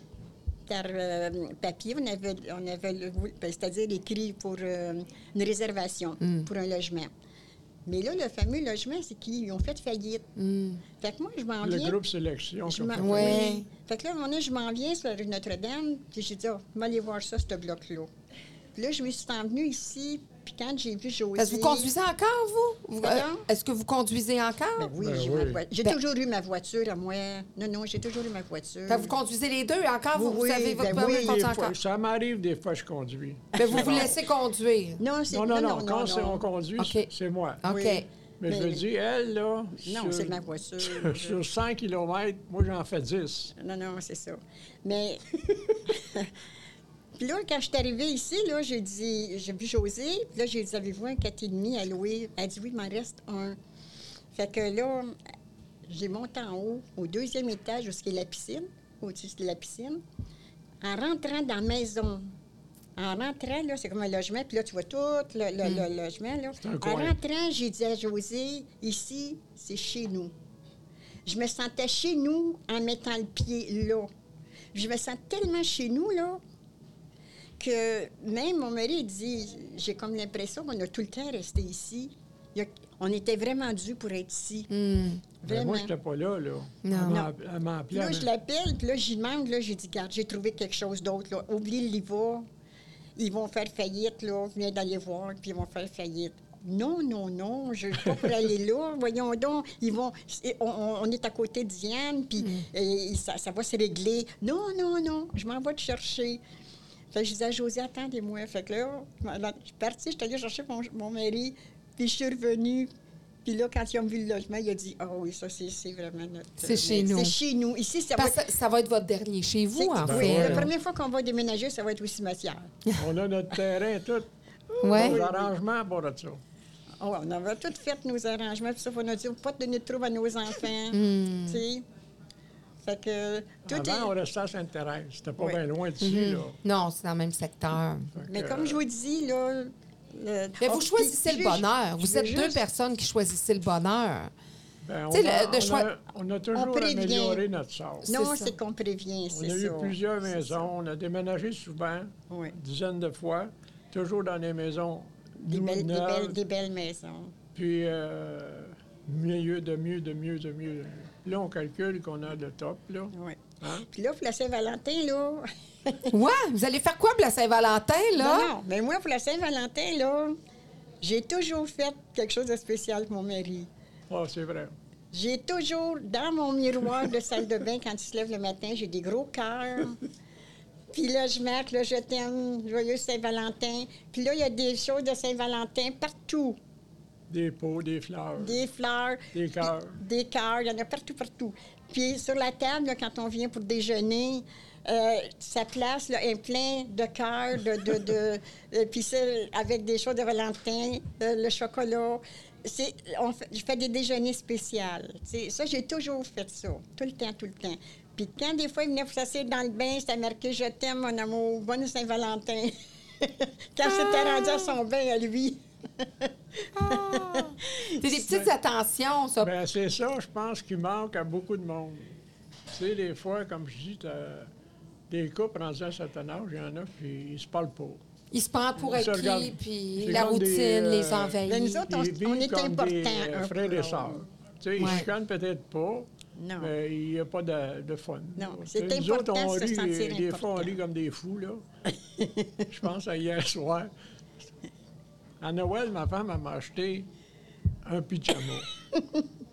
Speaker 2: par euh, papier, on avait, on avait le- ben, c'est-à-dire écrit pour euh, une réservation pour un logement. Mais là, le fameux logement, c'est qu'ils ont fait faillite. Fait que moi, je m'en
Speaker 3: Le
Speaker 2: viens.
Speaker 3: groupe sélection.
Speaker 2: Je
Speaker 3: qu'on
Speaker 2: m'en-
Speaker 3: fait.
Speaker 1: Ouais.
Speaker 2: oui. Fait que là, à un moment donné, je m'en viens sur la rue Notre-Dame, puis j'ai dit, oh, je vais aller voir ça, ce bloc-là. Puis là, je me suis envenue ici, puis quand j'ai vu José...
Speaker 1: Est-ce que vous conduisez encore, vous? Vous- euh,
Speaker 2: Pardon?
Speaker 1: Est-ce que vous conduisez encore?
Speaker 2: Ben oui,
Speaker 3: Ben
Speaker 2: j'ai,
Speaker 3: oui.
Speaker 2: ma voi- j'ai
Speaker 1: Ben-
Speaker 2: toujours eu ma voiture à moi. Non, non, j'ai toujours eu ma voiture.
Speaker 1: Fait que Ben, vous conduisez les deux encore? Vous, vous
Speaker 2: Oui,
Speaker 1: avez votre
Speaker 2: ben
Speaker 1: permis
Speaker 2: oui,
Speaker 1: de
Speaker 3: Des
Speaker 1: conduire
Speaker 3: fois,
Speaker 1: encore?
Speaker 3: ça m'arrive des fois, je conduis.
Speaker 1: Mais
Speaker 2: Ben, [LAUGHS]
Speaker 1: vous vous laissez conduire?
Speaker 2: Non, c'est...
Speaker 3: Non, non, non, quand c'est-
Speaker 2: non.
Speaker 3: on conduit,
Speaker 1: OK.
Speaker 3: c'est- c'est moi.
Speaker 1: OK.
Speaker 2: Oui.
Speaker 3: Mais, je
Speaker 2: Mais-
Speaker 3: veux dire, elle, là,
Speaker 2: Non,
Speaker 3: sur,
Speaker 2: c'est ma voiture.
Speaker 3: [LAUGHS] sur 100 km, moi, j'en fais 10.
Speaker 2: Non, non, c'est ça.
Speaker 3: [LAUGHS]
Speaker 2: Mais. Puis là, quand je suis arrivée ici, là, j'ai dit, j'ai vu José, puis là, j'ai dit, avez-vous un 4,5 à louer? Elle dit, oui, il m'en reste un. Fait que là, j'ai monté en haut, au deuxième étage, où est la piscine, au-dessus de la piscine. En rentrant dans la maison, en rentrant, là, c'est comme un logement, puis là, tu vois tout le, le- le logement, là.
Speaker 3: Hmm. un
Speaker 2: En
Speaker 3: coin.
Speaker 2: rentrant, j'ai dit à José, ici, c'est chez nous. Je me sentais chez nous en mettant le pied là. Je me sens tellement chez nous, là, que même mon mari dit j'ai comme l'impression qu'on a tout le temps resté ici. Il y a- on était vraiment dû pour être ici.
Speaker 3: Mais
Speaker 2: Vraiment.
Speaker 3: Ben, moi, je n'étais pas là, là. Elle
Speaker 1: Non.
Speaker 3: m'a- Elle m'a appelé.
Speaker 2: Puis là,
Speaker 3: elle
Speaker 2: je
Speaker 1: ben,
Speaker 3: m'a-
Speaker 2: l'appelle, puis là, j'y demande, là, j'ai dit, garde, j'ai trouvé quelque chose d'autre, là. Oublie l'IVA, ils vont faire faillite, là, viens d'aller voir, puis ils vont faire faillite. Non, non, non, je ne veux pas pour aller là,
Speaker 1: [LAUGHS]
Speaker 2: voyons donc, ils vont, c'est- on, on- on est à côté de Diane, puis
Speaker 1: Mm.
Speaker 2: et ça, ça va se régler. Non, non, non, je m'en vais te chercher. Fait que je disais à José, attendez-moi. Fait que là, je suis partie, je suis allée chercher mon, mon mari, puis je suis revenue. Puis là, quand ils ont vu le logement, il a dit, ah oui, ça, c'est c'est vraiment notre...
Speaker 1: C'est chez nous.
Speaker 2: C'est chez nous. Ici, ça va
Speaker 1: Parce
Speaker 2: être...
Speaker 1: que ça va être votre dernier chez vous, en
Speaker 2: c'est-
Speaker 3: Ben
Speaker 2: oui,
Speaker 1: fait.
Speaker 2: la
Speaker 1: là. Hmm.
Speaker 2: première fois qu'on va déménager, ça va être au cimetière.
Speaker 3: On a notre terrain, tout.
Speaker 1: [LAUGHS] Ouais.
Speaker 3: Nos arrangements pour ça.
Speaker 2: Oh, on avait tout fait, nos arrangements, puis ça, on a dit, pas de donner de trouble à nos
Speaker 1: [LAUGHS]
Speaker 2: enfants,
Speaker 1: Hmm.
Speaker 2: tu sais. Fait que tout
Speaker 3: Avant,
Speaker 2: est...
Speaker 3: on restait à Sainte-Thérèse. C'était pas
Speaker 2: Oui.
Speaker 3: bien loin
Speaker 1: Mhm.
Speaker 3: d'ici, là.
Speaker 1: Non, c'est dans le même secteur.
Speaker 3: Fait
Speaker 2: Mais
Speaker 3: que,
Speaker 2: comme je vous dis, là... le-
Speaker 1: Mais
Speaker 2: Oh,
Speaker 1: vous
Speaker 2: puis-
Speaker 1: choisissez
Speaker 2: puis
Speaker 1: le
Speaker 2: je-
Speaker 1: bonheur.
Speaker 2: je
Speaker 1: Vous
Speaker 2: veux
Speaker 1: êtes deux
Speaker 2: juste- [LAUGHS]
Speaker 1: personnes qui choisissez le bonheur.
Speaker 3: Ben, on,
Speaker 1: Tu sais,
Speaker 3: a,
Speaker 1: le- de
Speaker 3: on
Speaker 1: choix-
Speaker 3: a- on a toujours
Speaker 2: prévient.
Speaker 3: amélioré notre sort.
Speaker 1: C'est
Speaker 2: Non,
Speaker 1: ça.
Speaker 2: c'est qu'on prévient,
Speaker 3: On
Speaker 2: c'est
Speaker 3: a
Speaker 2: ça.
Speaker 3: eu plusieurs
Speaker 2: C'est ça.
Speaker 3: maisons, on a déménagé souvent,
Speaker 2: Oui.
Speaker 3: dizaines de fois, toujours dans des maisons
Speaker 2: Des
Speaker 3: nous,
Speaker 2: belles, des,
Speaker 3: neuves,
Speaker 2: belles, des belles maisons.
Speaker 3: puis euh, mieux, de mieux, de mieux, de mieux. Là, on calcule qu'on a le top, là.
Speaker 2: Oui.
Speaker 3: Hein?
Speaker 2: Puis là, pour la Saint-Valentin, là. [LAUGHS]
Speaker 1: Ouais, vous allez faire quoi pour la Saint-Valentin, là?
Speaker 2: Non, non, mais moi, pour la Saint-Valentin, là, j'ai toujours fait quelque chose de spécial pour mon mari.
Speaker 3: Ah, c'est vrai.
Speaker 2: J'ai toujours, dans mon miroir de salle de bain, quand il se lève le matin, j'ai des gros cœurs. Puis là, je marque, là, je t'aime, joyeux Saint-Valentin. Puis là, il y a des choses de Saint-Valentin partout.
Speaker 3: Des pots, des fleurs, des,
Speaker 2: Des fleurs,
Speaker 3: cœurs.
Speaker 2: des cœurs, il y en a partout, partout. Puis sur la table, là, quand on vient pour déjeuner, euh, sa place là, est plein de cœurs, de, de,
Speaker 3: [LAUGHS]
Speaker 2: de- euh, puis ça, avec des choses de Valentin, euh, le chocolat. C'est, on fait- je fais des déjeuners spéciaux. tu sais. Ça, j'ai toujours fait ça, tout le temps, tout le temps. Puis quand des fois, il venait s'asseoir dans le bain, c'était marqué « Je t'aime, mon amour, bonne Saint-Valentin ». [LAUGHS] Quand
Speaker 3: Ah!
Speaker 2: c'était rendu à son bain, à lui.
Speaker 1: C'est des petites attentions, ça.
Speaker 3: Ben, c'est ça, je pense, qui manque à beaucoup de monde. Tu sais, des fois, comme je dis, t'as des couples rendus à un certain âge, il y en a, puis ils se parlent pas.
Speaker 1: Ils se prennent pour
Speaker 3: Ils se
Speaker 1: acquis,
Speaker 3: regardent.
Speaker 1: puis
Speaker 3: C'est
Speaker 1: la
Speaker 3: comme
Speaker 1: routine
Speaker 3: des, euh,
Speaker 1: les
Speaker 2: Ben,
Speaker 1: envahit.
Speaker 2: nous autres, on-
Speaker 3: Ils vivent
Speaker 2: est
Speaker 3: comme
Speaker 2: important,
Speaker 3: des
Speaker 2: un
Speaker 3: euh, frères
Speaker 2: peu,
Speaker 3: et sœurs. Tu sais, Ils
Speaker 1: Ouais.
Speaker 3: se chicanent peut-être pas,
Speaker 2: Non.
Speaker 3: mais Euh, il n'y a pas de, de fun.
Speaker 2: Non,
Speaker 3: Tu
Speaker 2: c'est
Speaker 3: sais, nous autres,
Speaker 2: important
Speaker 3: on
Speaker 2: de se
Speaker 3: rit, euh,
Speaker 2: sentir
Speaker 3: Des fois, on
Speaker 2: important.
Speaker 3: rit comme des fous, là.
Speaker 2: [LAUGHS]
Speaker 3: Je pense à hier soir. À Noël, ma femme elle m'a acheté
Speaker 2: [LAUGHS]
Speaker 3: un pyjama.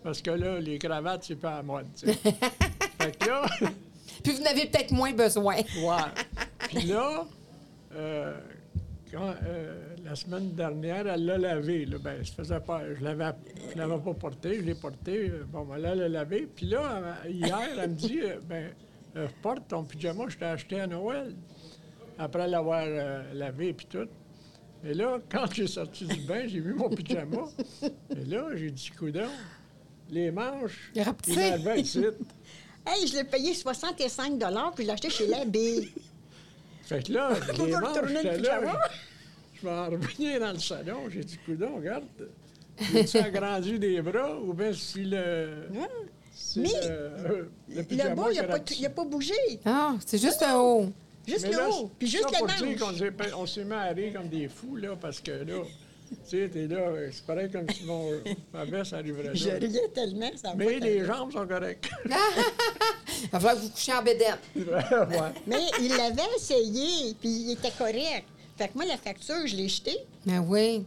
Speaker 3: Parce que là, les cravates, c'est pas à la mode.
Speaker 2: [LAUGHS]
Speaker 3: tu sais. fait que là,
Speaker 1: Puis vous en avez peut-être moins besoin.
Speaker 3: Ouais. [LAUGHS] Puis là, euh, quand, euh, la semaine dernière, elle l'a lavé. Là, ben, je faisais pas, je l'avais, je l'avais pas porté, je l'ai porté. euh, Bon, ben, là, elle l'a lavé. Puis là, elle- hier, elle me dit, euh, ben, euh, porte ton pyjama, je t'ai acheté à Noël. Après l'avoir euh, lavé puis tout. Et là, quand j'ai sorti du bain, j'ai vu mon pyjama. Et là, j'ai dit, coudon, les manches,
Speaker 1: Il est rapetissé.
Speaker 3: ils arrivaient ici.
Speaker 2: Hey, je l'ai payé 65 puis je l'ai acheté chez
Speaker 3: [LAUGHS]
Speaker 2: l'abbé.
Speaker 3: Fait
Speaker 2: [LAUGHS]
Speaker 3: que là, je
Speaker 2: Vous
Speaker 3: les
Speaker 2: vous
Speaker 3: manches,
Speaker 2: retournez le
Speaker 3: j'étais
Speaker 2: pyjama?
Speaker 3: là, je, je vais en revenir dans le salon, j'ai dit, coudon, regarde,
Speaker 2: [LAUGHS]
Speaker 3: j'ai-tu agrandi des bras ou bien si le...
Speaker 2: Hein?
Speaker 3: si
Speaker 2: Mais
Speaker 3: le, euh, le
Speaker 2: Le
Speaker 3: pyjama
Speaker 2: bas, il
Speaker 3: est
Speaker 2: n'a pas,
Speaker 3: rapetissé.
Speaker 2: il a pas bougé.
Speaker 1: Ah, c'est juste un
Speaker 3: [LAUGHS]
Speaker 1: haut.
Speaker 2: Juste
Speaker 3: Mais
Speaker 2: le
Speaker 3: là,
Speaker 2: haut, puis
Speaker 3: ça
Speaker 2: juste la
Speaker 3: pour dire qu'on
Speaker 2: manche.
Speaker 3: s'est pas- on s'est mis à rire comme des fous, là, parce
Speaker 2: [LAUGHS]
Speaker 3: que là, tu sais, t'es là, euh, c'est pareil comme si mon, ma veste arriverait
Speaker 2: Je
Speaker 3: là.
Speaker 2: riais tellement, ça va
Speaker 3: Mais
Speaker 2: pas
Speaker 3: les
Speaker 2: tellement.
Speaker 3: jambes
Speaker 2: [LAUGHS]
Speaker 3: sont correctes. [LAUGHS]
Speaker 1: Ah, Il va falloir que vous couchez en bédette.
Speaker 3: ouais.
Speaker 2: Mais il l'avait essayé, puis il était correct. Fait que moi, la facture, je l'ai jetée.
Speaker 1: Ben oui.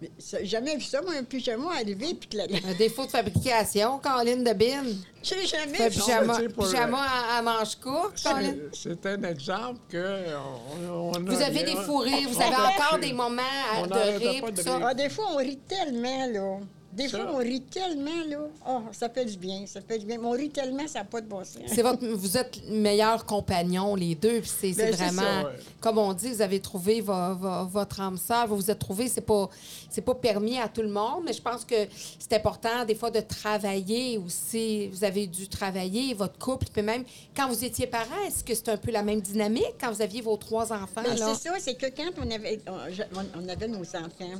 Speaker 2: Mais ça- J'ai jamais vu ça, moi, un pyjama arrivé, puis que
Speaker 3: [LAUGHS]
Speaker 2: la... [LAUGHS]
Speaker 1: Un défaut Euh, de fabrication, Caroline de Bin.
Speaker 2: J'ai jamais
Speaker 1: Fait
Speaker 2: vu
Speaker 3: Non,
Speaker 1: pyjama,
Speaker 3: mais tu sais, pour- euh,
Speaker 1: pyjama à, à manches courtes, Caroline.
Speaker 3: C'est- C'est un exemple que on, on a-
Speaker 1: Vous avez des
Speaker 3: on-
Speaker 1: fous rires, vous
Speaker 3: on
Speaker 1: avez
Speaker 3: a-
Speaker 1: encore des moments à-
Speaker 3: on
Speaker 1: de
Speaker 3: n'arrêtait
Speaker 1: rire,
Speaker 3: pas
Speaker 1: tout
Speaker 3: de
Speaker 1: ça.
Speaker 3: rire.
Speaker 2: Ah, des fois, on rit tellement, là. Des
Speaker 3: Ça.
Speaker 2: fois, on rit tellement, là. Oh, ça fait du bien, ça fait du bien. Mais on rit tellement, ça n'a pas de bon sens.
Speaker 1: C'est votre, vous êtes meilleurs compagnons, les deux. Puis c'est, c'est
Speaker 2: Ben, c'est
Speaker 1: vraiment,
Speaker 3: ça, ouais.
Speaker 1: comme on dit, vous avez trouvé vo- vo- votre âme sœur. Vous vous êtes trouvé. C'est pas, c'est pas permis à tout le monde, mais je pense que c'est important, des fois, de travailler aussi. Vous avez dû travailler, votre couple. Puis même, quand vous étiez parents, est-ce que c'est un peu la même dynamique quand vous aviez vos trois enfants?
Speaker 2: Ben,
Speaker 1: là?
Speaker 2: c'est ça, c'est que quand on avait, on, je- on- on avait nos enfants,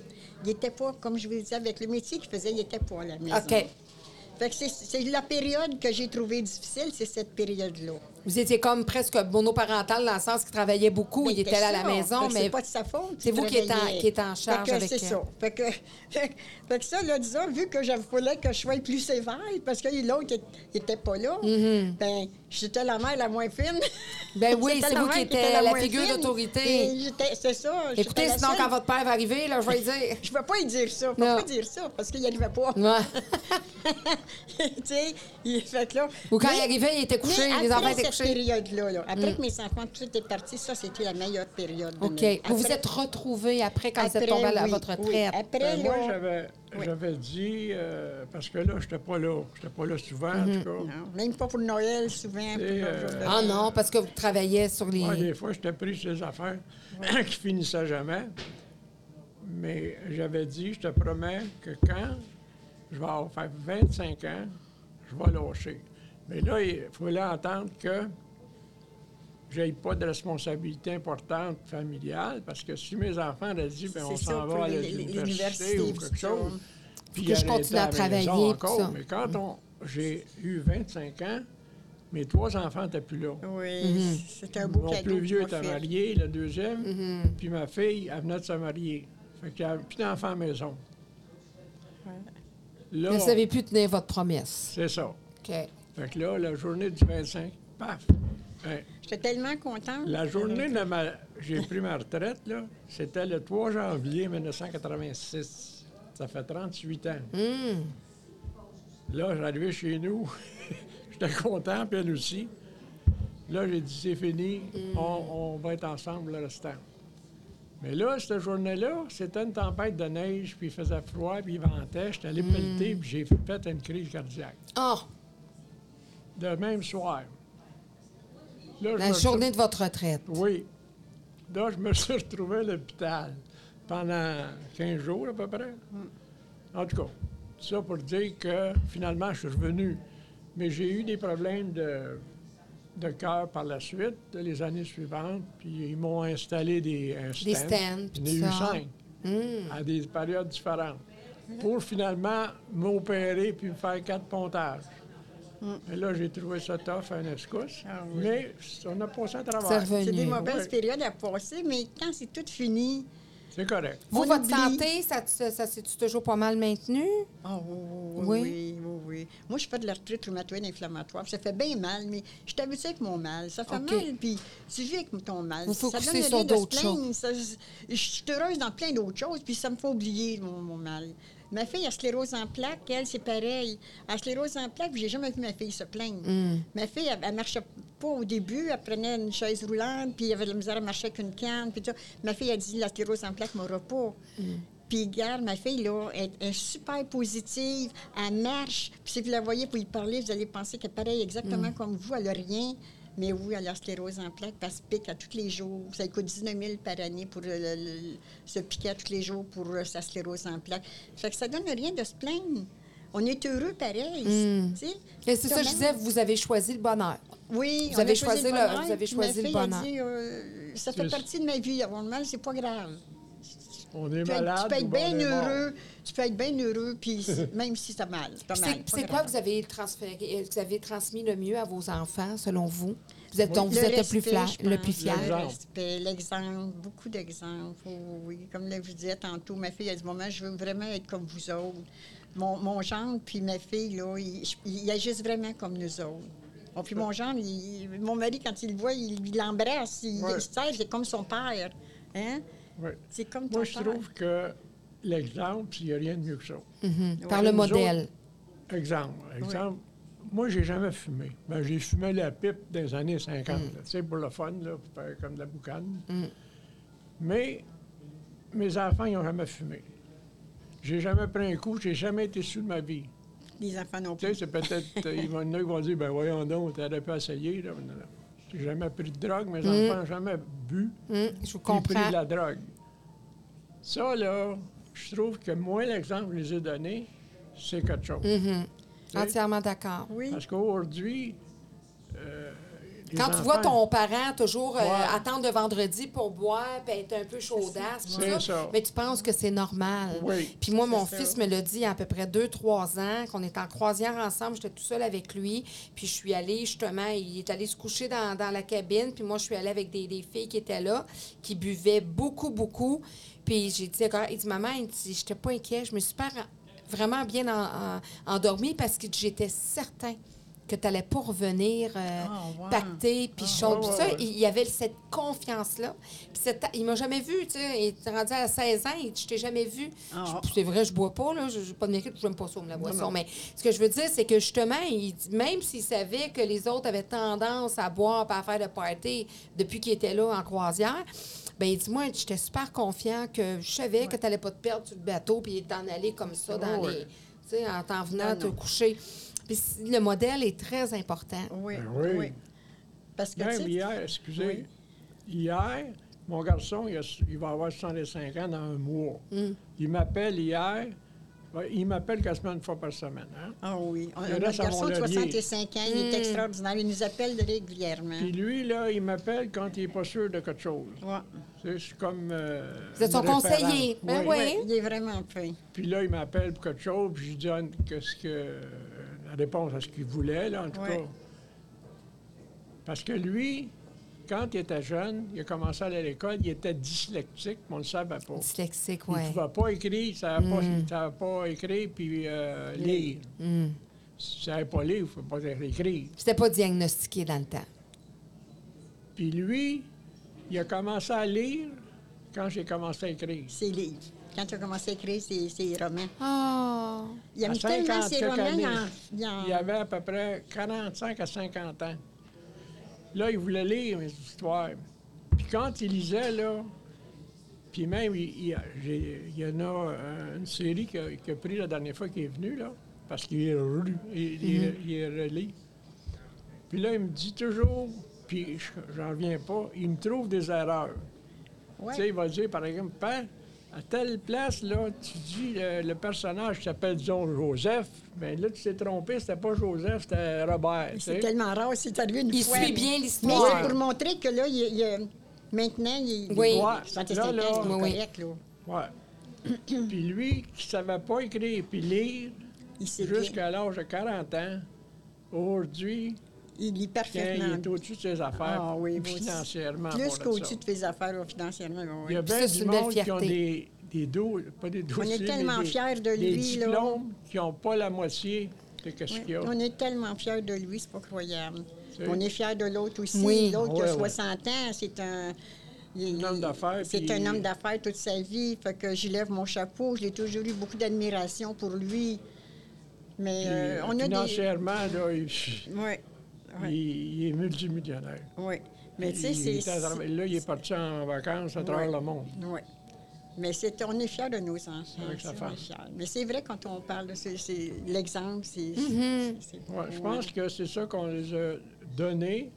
Speaker 2: ils n'étaient pas, comme je vous le disais, avec le métier qu'ils faisaient, ils n'étaient pas à la maison.
Speaker 1: OK.
Speaker 2: Fait que c'est- c'est la période que j'ai trouvée difficile, c'est cette période-là.
Speaker 1: Vous étiez comme presque monoparental dans le sens qu'il travaillait beaucoup.
Speaker 2: Ben,
Speaker 1: il était là à la
Speaker 2: ça.
Speaker 1: maison,
Speaker 2: Fait que
Speaker 1: mais
Speaker 2: C'est pas de sa faute.
Speaker 1: c'est
Speaker 2: il
Speaker 1: vous qui êtes en-
Speaker 2: travaillait.
Speaker 1: qui êtes en
Speaker 2: Fait
Speaker 1: charge
Speaker 2: que
Speaker 1: avec-
Speaker 2: C'est ça. Fait que, [LAUGHS] fait que ça, là, disons, vu que je voulais que je sois plus sévère, parce que l'autre n'était pas là, ben, j'étais la mère la moins fine.
Speaker 1: Mm-hmm.
Speaker 2: [LAUGHS]
Speaker 1: Ben oui,
Speaker 2: J'étais
Speaker 1: c'est
Speaker 2: la
Speaker 1: vous
Speaker 2: mère
Speaker 1: qui
Speaker 2: était
Speaker 1: étiez la
Speaker 2: moins
Speaker 1: figure
Speaker 2: fine.
Speaker 1: d'autorité.
Speaker 2: Et j'étais- C'est ça. j'étais
Speaker 1: écoutez,
Speaker 2: la
Speaker 1: sinon,
Speaker 2: seule
Speaker 1: quand votre père va arriver, là,
Speaker 2: [LAUGHS]
Speaker 1: je vais lui dire.
Speaker 2: Je ne peux pas y dire ça. Je ne
Speaker 1: Non.
Speaker 2: peux pas dire ça parce qu'il n'y arrivait pas.
Speaker 1: Ouais.
Speaker 2: [LAUGHS] tu sais, il fait que là.
Speaker 1: Ou quand
Speaker 2: Mais-
Speaker 1: il arrivait, il était couché,
Speaker 2: mais
Speaker 1: les enfants
Speaker 2: après
Speaker 1: étaient
Speaker 2: cette
Speaker 1: couchés. Mm.
Speaker 2: période-là, là, après que mes enfants tout étaient partis, ça, c'était la meilleure période. de
Speaker 1: OK.
Speaker 2: ma vie.
Speaker 1: Vous vous
Speaker 2: Après-
Speaker 1: êtes retrouvés après quand vous êtes
Speaker 2: après,
Speaker 1: tombés à la-
Speaker 2: oui,
Speaker 1: votre
Speaker 2: oui.
Speaker 1: retraite.
Speaker 2: Après,
Speaker 3: Ben, moi,
Speaker 2: là,
Speaker 3: j'avais,
Speaker 2: Oui.
Speaker 3: j'avais dit, euh, parce que là, je n'étais pas là. Je n'étais pas là souvent, en
Speaker 2: Mm-hmm.
Speaker 3: tout cas.
Speaker 2: non, même pas pour Noël, souvent. pour
Speaker 3: Et,
Speaker 2: le
Speaker 3: euh,
Speaker 2: jour de-
Speaker 1: Ah non, parce que vous travaillez sur les.
Speaker 3: Moi, des fois, j'étais pris sur des affaires [COUGHS] qui finissaient jamais. Mais j'avais dit, je te promets que quand je vais avoir fait 25 ans, je vais lâcher. Mais là, il fallait entendre que j'ai pas de responsabilité importante familiale, parce que si mes enfants avaient dit, ben, on
Speaker 2: C'est ça,
Speaker 3: s'en
Speaker 2: pour
Speaker 3: va à
Speaker 2: les- les- l'université,
Speaker 3: l'université ou
Speaker 2: puis
Speaker 3: quelque
Speaker 2: ça.
Speaker 3: chose, Puis
Speaker 1: que je
Speaker 3: arrêter
Speaker 1: continue à
Speaker 3: la maison
Speaker 1: travailler, puis
Speaker 3: encore.
Speaker 1: ça.
Speaker 3: Mais quand on, j'ai eu 25 ans, mes trois enfants n'étaient plus là.
Speaker 2: Oui,
Speaker 1: Mm-hmm.
Speaker 2: c'est un beau
Speaker 3: Mon
Speaker 2: cadeau. Mm-hmm.
Speaker 3: plus vieux
Speaker 2: qu'on
Speaker 3: était
Speaker 2: fait.
Speaker 3: marié, le deuxième, puis ma fille, elle venait de se marier. Fait qu'il n'y avait plus d'enfants à la maison. Là,
Speaker 1: Vous savez plus tenir votre promesse.
Speaker 3: c'est ça.
Speaker 1: OK.
Speaker 3: Fait que là, la journée du 25, paf! Ben,
Speaker 2: J'étais tellement contente. Euh,
Speaker 3: la journée de ma... j'ai pris ma retraite, là, c'était le 3 janvier 1986. Ça fait 38 ans.
Speaker 1: Hmm.
Speaker 3: Là, j'arrivais chez nous. [LAUGHS] J'étais content, puis elle aussi. Là, j'ai dit, c'est fini,
Speaker 1: Hmm.
Speaker 3: on, on va être ensemble le restant. Mais là, cette journée-là, c'était une tempête de neige, puis il faisait froid, puis il ventait. J'étais
Speaker 1: Hmm.
Speaker 3: allé pelleter, puis j'ai fait une crise cardiaque.
Speaker 1: Oh,
Speaker 3: Le même soir. Là, je
Speaker 1: la
Speaker 3: me suis-
Speaker 1: journée de votre retraite.
Speaker 3: Oui. Là, je me [LAUGHS] suis retrouvé à l'hôpital pendant 15 jours à peu près. En tout cas, ça pour dire que finalement, je suis revenu. Mais j'ai eu des problèmes de, de cœur par la suite, les années suivantes. Puis ils m'ont installé des, un
Speaker 1: Des stents, puis
Speaker 3: J'en ai eu
Speaker 1: tout ça. Mmh.
Speaker 3: cinq à des périodes différentes pour finalement m'opérer puis me faire quatre pontages.
Speaker 1: Mmh.
Speaker 3: Et là, j'ai trouvé ça tough à un escousse.
Speaker 2: Ah oui.
Speaker 3: Mais on a passé à travers.
Speaker 1: C'est revenu.
Speaker 2: C'est des mauvaises
Speaker 3: Ouais.
Speaker 2: périodes à passer, mais quand c'est tout fini,
Speaker 3: C'est correct.
Speaker 1: Vous,
Speaker 2: On
Speaker 1: votre
Speaker 2: oublie.
Speaker 1: santé, ça, ça, ça s'est-tu toujours pas mal maintenu?
Speaker 2: Ah oui, oui,
Speaker 1: Oui.
Speaker 2: oui, oui, oui, oui. Moi, je fais de l'arthrite rhumatoïde inflammatoire. Ça fait bien mal, mais je suis habituée avec mon mal. Ça fait
Speaker 1: OK.
Speaker 2: mal, puis tu vis avec ton mal.
Speaker 1: Vous
Speaker 2: ça
Speaker 1: focussez
Speaker 2: donne le
Speaker 1: sur
Speaker 2: lieu de se
Speaker 1: d'autres
Speaker 2: plaindre. Ça- je suis heureuse dans plein d'autres choses, puis ça me fait oublier mon, mon mal. Ma fille a sclérose en plaques, elle, c'est pareil. Elle a sclérose en plaques, puis j'ai jamais vu ma fille se plaindre.
Speaker 1: Mm.
Speaker 2: Ma fille, elle, elle marchait pas au début, elle prenait une chaise roulante, puis elle avait de la misère à marcher avec une canne, puis tout ça. Ma fille a dit, la sclérose en plaques m'aura pas.
Speaker 1: Mm.
Speaker 2: Puis, regarde, ma fille, là, elle, elle est super positive, elle marche. Puis, si vous la voyez pour y parler, vous allez penser qu'elle est pareille
Speaker 1: Mm.
Speaker 2: exactement comme vous, elle n'a rien. Mais oui, elle a la sclérose en plaques, puis elle se pique à tous les jours. Ça lui coûte 19 000 par année pour euh, le- le- se piquer à tous les jours pour euh, sa sclérose en plaques. Fait que ça donne rien de se plaindre. On est heureux pareil, tu sais.
Speaker 1: Hmm. Et c'est ça,
Speaker 2: Quand
Speaker 1: je
Speaker 2: même.
Speaker 1: disais, vous avez choisi le bonheur.
Speaker 2: Oui,
Speaker 1: Vous
Speaker 2: on a
Speaker 1: avez choisi le-
Speaker 2: bonheur,
Speaker 1: vous avez
Speaker 2: puis
Speaker 1: choisi le
Speaker 2: ma fille a
Speaker 1: bonheur.
Speaker 2: dit, euh, ça
Speaker 3: C'est-
Speaker 2: fait partie de ma vie. Avoir le mal, c'est pas grave.
Speaker 3: On est
Speaker 2: Tu peux être-
Speaker 3: malade.
Speaker 2: tu peux
Speaker 3: ou
Speaker 2: être
Speaker 3: bon,
Speaker 2: bien
Speaker 3: on est mort.
Speaker 2: heureux, tu peux être bien heureux,
Speaker 3: [LAUGHS]
Speaker 2: puis même si t'as mal, t'as
Speaker 1: Puis
Speaker 2: mal.
Speaker 1: C'est c'est quoi que vous avez transféré, euh, que vous avez transmis le mieux à vos enfants, selon vous? Vous êtes, donc, vous êtes le plus, fla- le plus
Speaker 3: Le
Speaker 1: fier.
Speaker 3: genre.
Speaker 2: Le respect, l'exemple, beaucoup d'exemples. Oui, oui, oui. Comme je vous disais tantôt, ma fille, elle dit Maman, je veux vraiment être comme vous autres. Mon, mon gendre, puis ma fille, là, ils il, il agissent vraiment comme nous autres. Bon, puis mon gendre, il- mon mari, quand il le voit, il il l'embrasse, il,
Speaker 3: Ouais.
Speaker 2: il se serre, c'est comme son père. Hein?
Speaker 3: Oui.
Speaker 2: C'est comme ton
Speaker 3: Moi, je
Speaker 2: père.
Speaker 3: trouve que l'exemple, il n'y a rien de mieux que ça.
Speaker 1: Mhm. Par le
Speaker 3: Nous autres-
Speaker 1: modèle.
Speaker 3: Exemple. Exemple. Moi, j'ai jamais fumé. Ben, j'ai fumé la pipe des années 50,
Speaker 2: Mm.
Speaker 3: là, tu sais, pour le fun, là, pour faire comme de la boucane. Mais mes enfants, ils n'ont jamais fumé. J'ai jamais pris un coup, j'ai jamais été sous de ma vie.
Speaker 2: Les enfants non
Speaker 3: Tu
Speaker 2: plus.
Speaker 3: sais,
Speaker 2: [LAUGHS]
Speaker 3: c'est peut-être. euh, ils vont, il y en a qui vont dire, ben voyons donc, t'aurais pu essayer. Là. Non, non. J'ai jamais pris de drogue, mes
Speaker 2: Mm.
Speaker 3: enfants n'ont jamais bu.
Speaker 1: Hum, je vous
Speaker 3: J'ai pris
Speaker 1: comprends.
Speaker 3: de la drogue. Ça, là, je trouve que moi, l'exemple que je les ai donné, c'est quelque chose.
Speaker 1: Mm. Mhm. Entièrement d'accord.
Speaker 2: Oui.
Speaker 3: Parce qu'aujourd'hui. euh, les
Speaker 1: Quand tu vois ton
Speaker 3: enfants-
Speaker 1: parent toujours euh,
Speaker 3: Ouais.
Speaker 1: attendre le vendredi pour boire, puis être un peu chaudasse, puis
Speaker 3: C'est
Speaker 1: tout
Speaker 3: ça.
Speaker 1: mais tu penses que c'est normal.
Speaker 3: Oui.
Speaker 1: Puis moi, mon
Speaker 2: ça.
Speaker 1: fils me l'a dit il y a à peu près 2-3 ans, qu'on est en croisière ensemble, j'étais tout seul avec lui, puis je suis allée justement, il est allé se coucher dans, dans la cabine, puis moi, je suis allée avec des, des filles qui étaient là, qui buvaient beaucoup, beaucoup. Puis j'ai dit, D'accord. il dit, maman, il dit, j'étais pas inquiet, je me suis pas en- vraiment bien en- en- endormie parce que j'étais certain que tu n'allais pas revenir euh,
Speaker 2: Ah, ouais.
Speaker 1: pacté, puis
Speaker 3: Ah, ouais,
Speaker 1: chaud. Puis
Speaker 3: ouais,
Speaker 1: ça,
Speaker 3: ouais.
Speaker 1: il il y avait cette confiance-là. Puis cette- il m'a jamais vu, tu sais. Il est rendu à 16 ans, il dit, je t'ai jamais vu.
Speaker 2: Ah.
Speaker 1: Je- C'est vrai, je bois pas, là. Je n'ai pas de mérite, je n'aime pas ça, me la boisson. Mais ce que je veux dire, c'est que justement, il dit- même s'il savait que les autres avaient tendance à boire pas à faire de party depuis qu'il était là en croisière, ben il dit, moi, j'étais super confiant que je savais que tu n'allais pas te perdre sur le bateau, puis t'en aller comme ça dans
Speaker 3: Ouais,
Speaker 1: les...
Speaker 3: ouais. Ah,
Speaker 1: Tu sais, en t'en venant
Speaker 2: Non,
Speaker 1: te
Speaker 2: non.
Speaker 1: coucher. Puis c- le modèle est très important.
Speaker 2: Oui.
Speaker 3: Ben oui. Ben hein.
Speaker 2: oui. Parce que,
Speaker 3: Même
Speaker 2: tu sais,
Speaker 3: hier, excusez,
Speaker 2: Oui.
Speaker 3: hier,
Speaker 1: Mm.
Speaker 3: mon garçon, il, a- il va avoir 65 ans dans un mois. Il m'appelle hier, Ouais, il m'appelle quasiment une fois par semaine. hein.
Speaker 2: Ah oui. On,
Speaker 3: Il
Speaker 2: notre
Speaker 3: reste à
Speaker 2: garçon de
Speaker 3: Mont-Laurier.
Speaker 2: 65 ans, il
Speaker 1: Hmm.
Speaker 2: est extraordinaire. Il nous appelle
Speaker 1: Hein?
Speaker 2: régulièrement.
Speaker 3: Puis lui, là, il m'appelle quand il n'est pas sûr de quelque chose.
Speaker 2: Ouais.
Speaker 3: Tu sais, C'est comme. euh,
Speaker 1: Vous êtes son
Speaker 3: une référence.
Speaker 1: conseiller. Ben
Speaker 3: Oui.
Speaker 1: oui.
Speaker 2: Ouais, il est vraiment fin.
Speaker 3: Puis là, il m'appelle pour quelque chose, puis je lui donne qu'est-ce que, la réponse à ce qu'il voulait, là, en tout
Speaker 2: Ouais.
Speaker 3: cas. Parce que lui, quand il était jeune, il a commencé à aller à l'école, il était dyslexique, mais on ne le savait pas.
Speaker 1: Dyslexique,
Speaker 3: Il ne
Speaker 1: oui.
Speaker 3: pouvait pas écrire, ça ne savait pas écrire, puis euh, lire. Si tu ne savais pas lire, il ne pouvait pas écrire.
Speaker 1: Hmm. C'était pas diagnostiqué dans le temps.
Speaker 3: Puis lui, il a commencé à lire quand j'ai commencé à écrire.
Speaker 2: Ses livres. Quand il a commencé à écrire ses, ses romans.
Speaker 1: Ah!
Speaker 2: Il
Speaker 3: À
Speaker 2: aimait tellement
Speaker 3: 50
Speaker 2: ses
Speaker 3: quelques
Speaker 2: romans. Il en,
Speaker 3: années,
Speaker 2: il en-
Speaker 3: Il avait à peu près 45 à 50 ans. Là, il voulait lire mes histoires. Puis quand il lisait, là, puis même, il, il- j'ai- il y en a euh, une série qu'il a, qu'il a pris la dernière fois qu'il est venu, là, parce qu'il est, relu- il, il- il est relis. Puis là, il me dit toujours, puis je- j'en reviens pas, il me trouve des erreurs.
Speaker 2: ouais.
Speaker 3: Tu sais, il va dire, par exemple, Père, à telle place, là, tu dis euh, le, personnage s'appelle, disons, Joseph, mais là, tu t'es trompé, c'était pas Joseph, c'était Robert. tu
Speaker 2: C'est
Speaker 3: sais.
Speaker 2: tellement rare, c'est arrivé une
Speaker 1: Il
Speaker 2: fois.
Speaker 1: suit bien
Speaker 2: Mais
Speaker 1: l'histoire.
Speaker 2: c'est pour montrer que là, il, il, euh, maintenant, il,
Speaker 1: Oui.
Speaker 2: il
Speaker 3: Ouais.
Speaker 2: 65 ans,
Speaker 3: Là, là.
Speaker 2: il est
Speaker 1: Oui, oui.
Speaker 2: correct, là.
Speaker 3: Ouais.
Speaker 2: [CLEARS THROAT]
Speaker 3: puis lui, qui savait pas écrire puis lire
Speaker 2: Il sait bien.
Speaker 3: jusqu'à l'âge de 40 ans, aujourd'hui,
Speaker 2: Il lit
Speaker 3: quand il
Speaker 2: parfaitement.
Speaker 3: est au-dessus de ses affaires
Speaker 2: Ah oui, oui.
Speaker 3: financièrement.
Speaker 2: Plus
Speaker 3: bon, de
Speaker 2: qu'au-dessus
Speaker 3: ça.
Speaker 2: de tes affaires, là, financièrement. oui,
Speaker 3: Il y
Speaker 2: oui.
Speaker 3: a bien
Speaker 1: c'est
Speaker 3: du
Speaker 1: une belle
Speaker 3: monde qui ont
Speaker 1: fierté.
Speaker 3: des, des dos, pas des dossiers, mais
Speaker 2: tellement
Speaker 3: des-
Speaker 2: fiers de
Speaker 3: des
Speaker 2: lui, là.
Speaker 3: diplômes qui n'ont pas la moitié de ce
Speaker 2: Oui.
Speaker 3: qu'il y a.
Speaker 2: On est tellement fiers de lui, c'est pas croyable.
Speaker 3: C'est-
Speaker 2: On est fiers de l'autre aussi.
Speaker 1: Oui.
Speaker 2: L'autre qui
Speaker 3: Ouais,
Speaker 2: a
Speaker 3: ouais.
Speaker 2: 60 ans, c'est un. il-
Speaker 3: homme
Speaker 2: il-
Speaker 3: d'affaires,
Speaker 2: C'est
Speaker 3: puis-
Speaker 2: un homme d'affaires toute sa vie. Fait que j'y lève mon chapeau. J'ai toujours eu beaucoup d'admiration pour lui. Mais
Speaker 3: Puis,
Speaker 2: euh, on a des.
Speaker 3: financièrement, là, il,
Speaker 2: Oui. Oui.
Speaker 3: il- il est multimillionnaire.
Speaker 2: Ouais. Mais tu sais,
Speaker 3: Il
Speaker 2: c'est.
Speaker 3: était à travers- Là, il est parti en vacances à travers le monde.
Speaker 2: Oui. Mais c'est, on est fiers de nos enfants.
Speaker 3: Avec sa
Speaker 2: ça, on
Speaker 3: femme.
Speaker 2: est fiers. Mais c'est vrai, quand on parle de ce- c'est l'exemple, c'est.
Speaker 1: Mm-hmm.
Speaker 2: c'est- c'est-
Speaker 3: Ouais, je
Speaker 2: ouais.
Speaker 3: pense que c'est ça qu'on les a donné,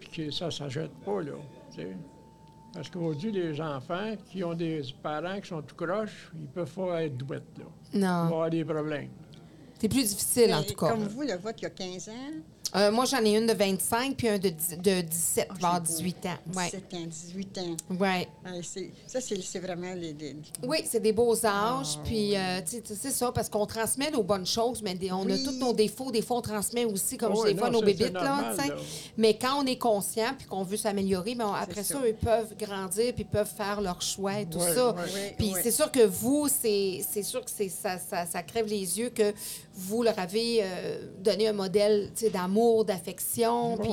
Speaker 3: puis que ça ne s'achète pas, là. tu sais. Parce qu'aujourd'hui, les enfants qui ont des parents qui sont tout croches, ils peuvent pas être douettes, là.
Speaker 2: Ah.
Speaker 3: Ils vont
Speaker 1: Non.
Speaker 3: avoir des problèmes.
Speaker 1: C'est plus difficile, en
Speaker 2: Mais
Speaker 1: tout cas.
Speaker 2: Comme vous, le vote, il y a 15 ans.
Speaker 1: Euh, moi, j'en ai une de 25 puis un de, dix- de 17,
Speaker 2: Ah,
Speaker 1: voire
Speaker 2: c'est beau.
Speaker 1: 18 ans. Ouais.
Speaker 2: 17 ans, 18 ans.
Speaker 1: Ouais.
Speaker 2: Ouais, c'est- ça, c'est c'est vraiment les, les-
Speaker 1: Oui, c'est des beaux âges, puis euh, tu sais, tu sais, c'est ça, parce qu'on transmet nos bonnes choses, mais des- on
Speaker 2: Oui.
Speaker 1: a tous nos défauts. Des fois, on transmet aussi, comme
Speaker 3: Ah
Speaker 1: je
Speaker 3: ouais,
Speaker 1: dis, des fois,
Speaker 3: non,
Speaker 1: nos
Speaker 3: ça, c'est
Speaker 1: bébites, là,
Speaker 3: normal,
Speaker 1: tu sais.
Speaker 3: là.
Speaker 1: Mais quand on est conscient, puis qu'on veut s'améliorer, ben, on- après ça.
Speaker 2: ça.
Speaker 1: ils peuvent grandir, puis peuvent faire leurs choix et tout
Speaker 3: Ouais,
Speaker 1: ça.
Speaker 3: ouais.
Speaker 2: Oui,
Speaker 1: Puis
Speaker 2: oui.
Speaker 1: c'est sûr que vous, c'est c'est sûr que c'est- ça, ça, ça crève les yeux que vous leur avez euh, donné un modèle tu sais, d'amour, d'affection,
Speaker 3: Ouais,
Speaker 1: puis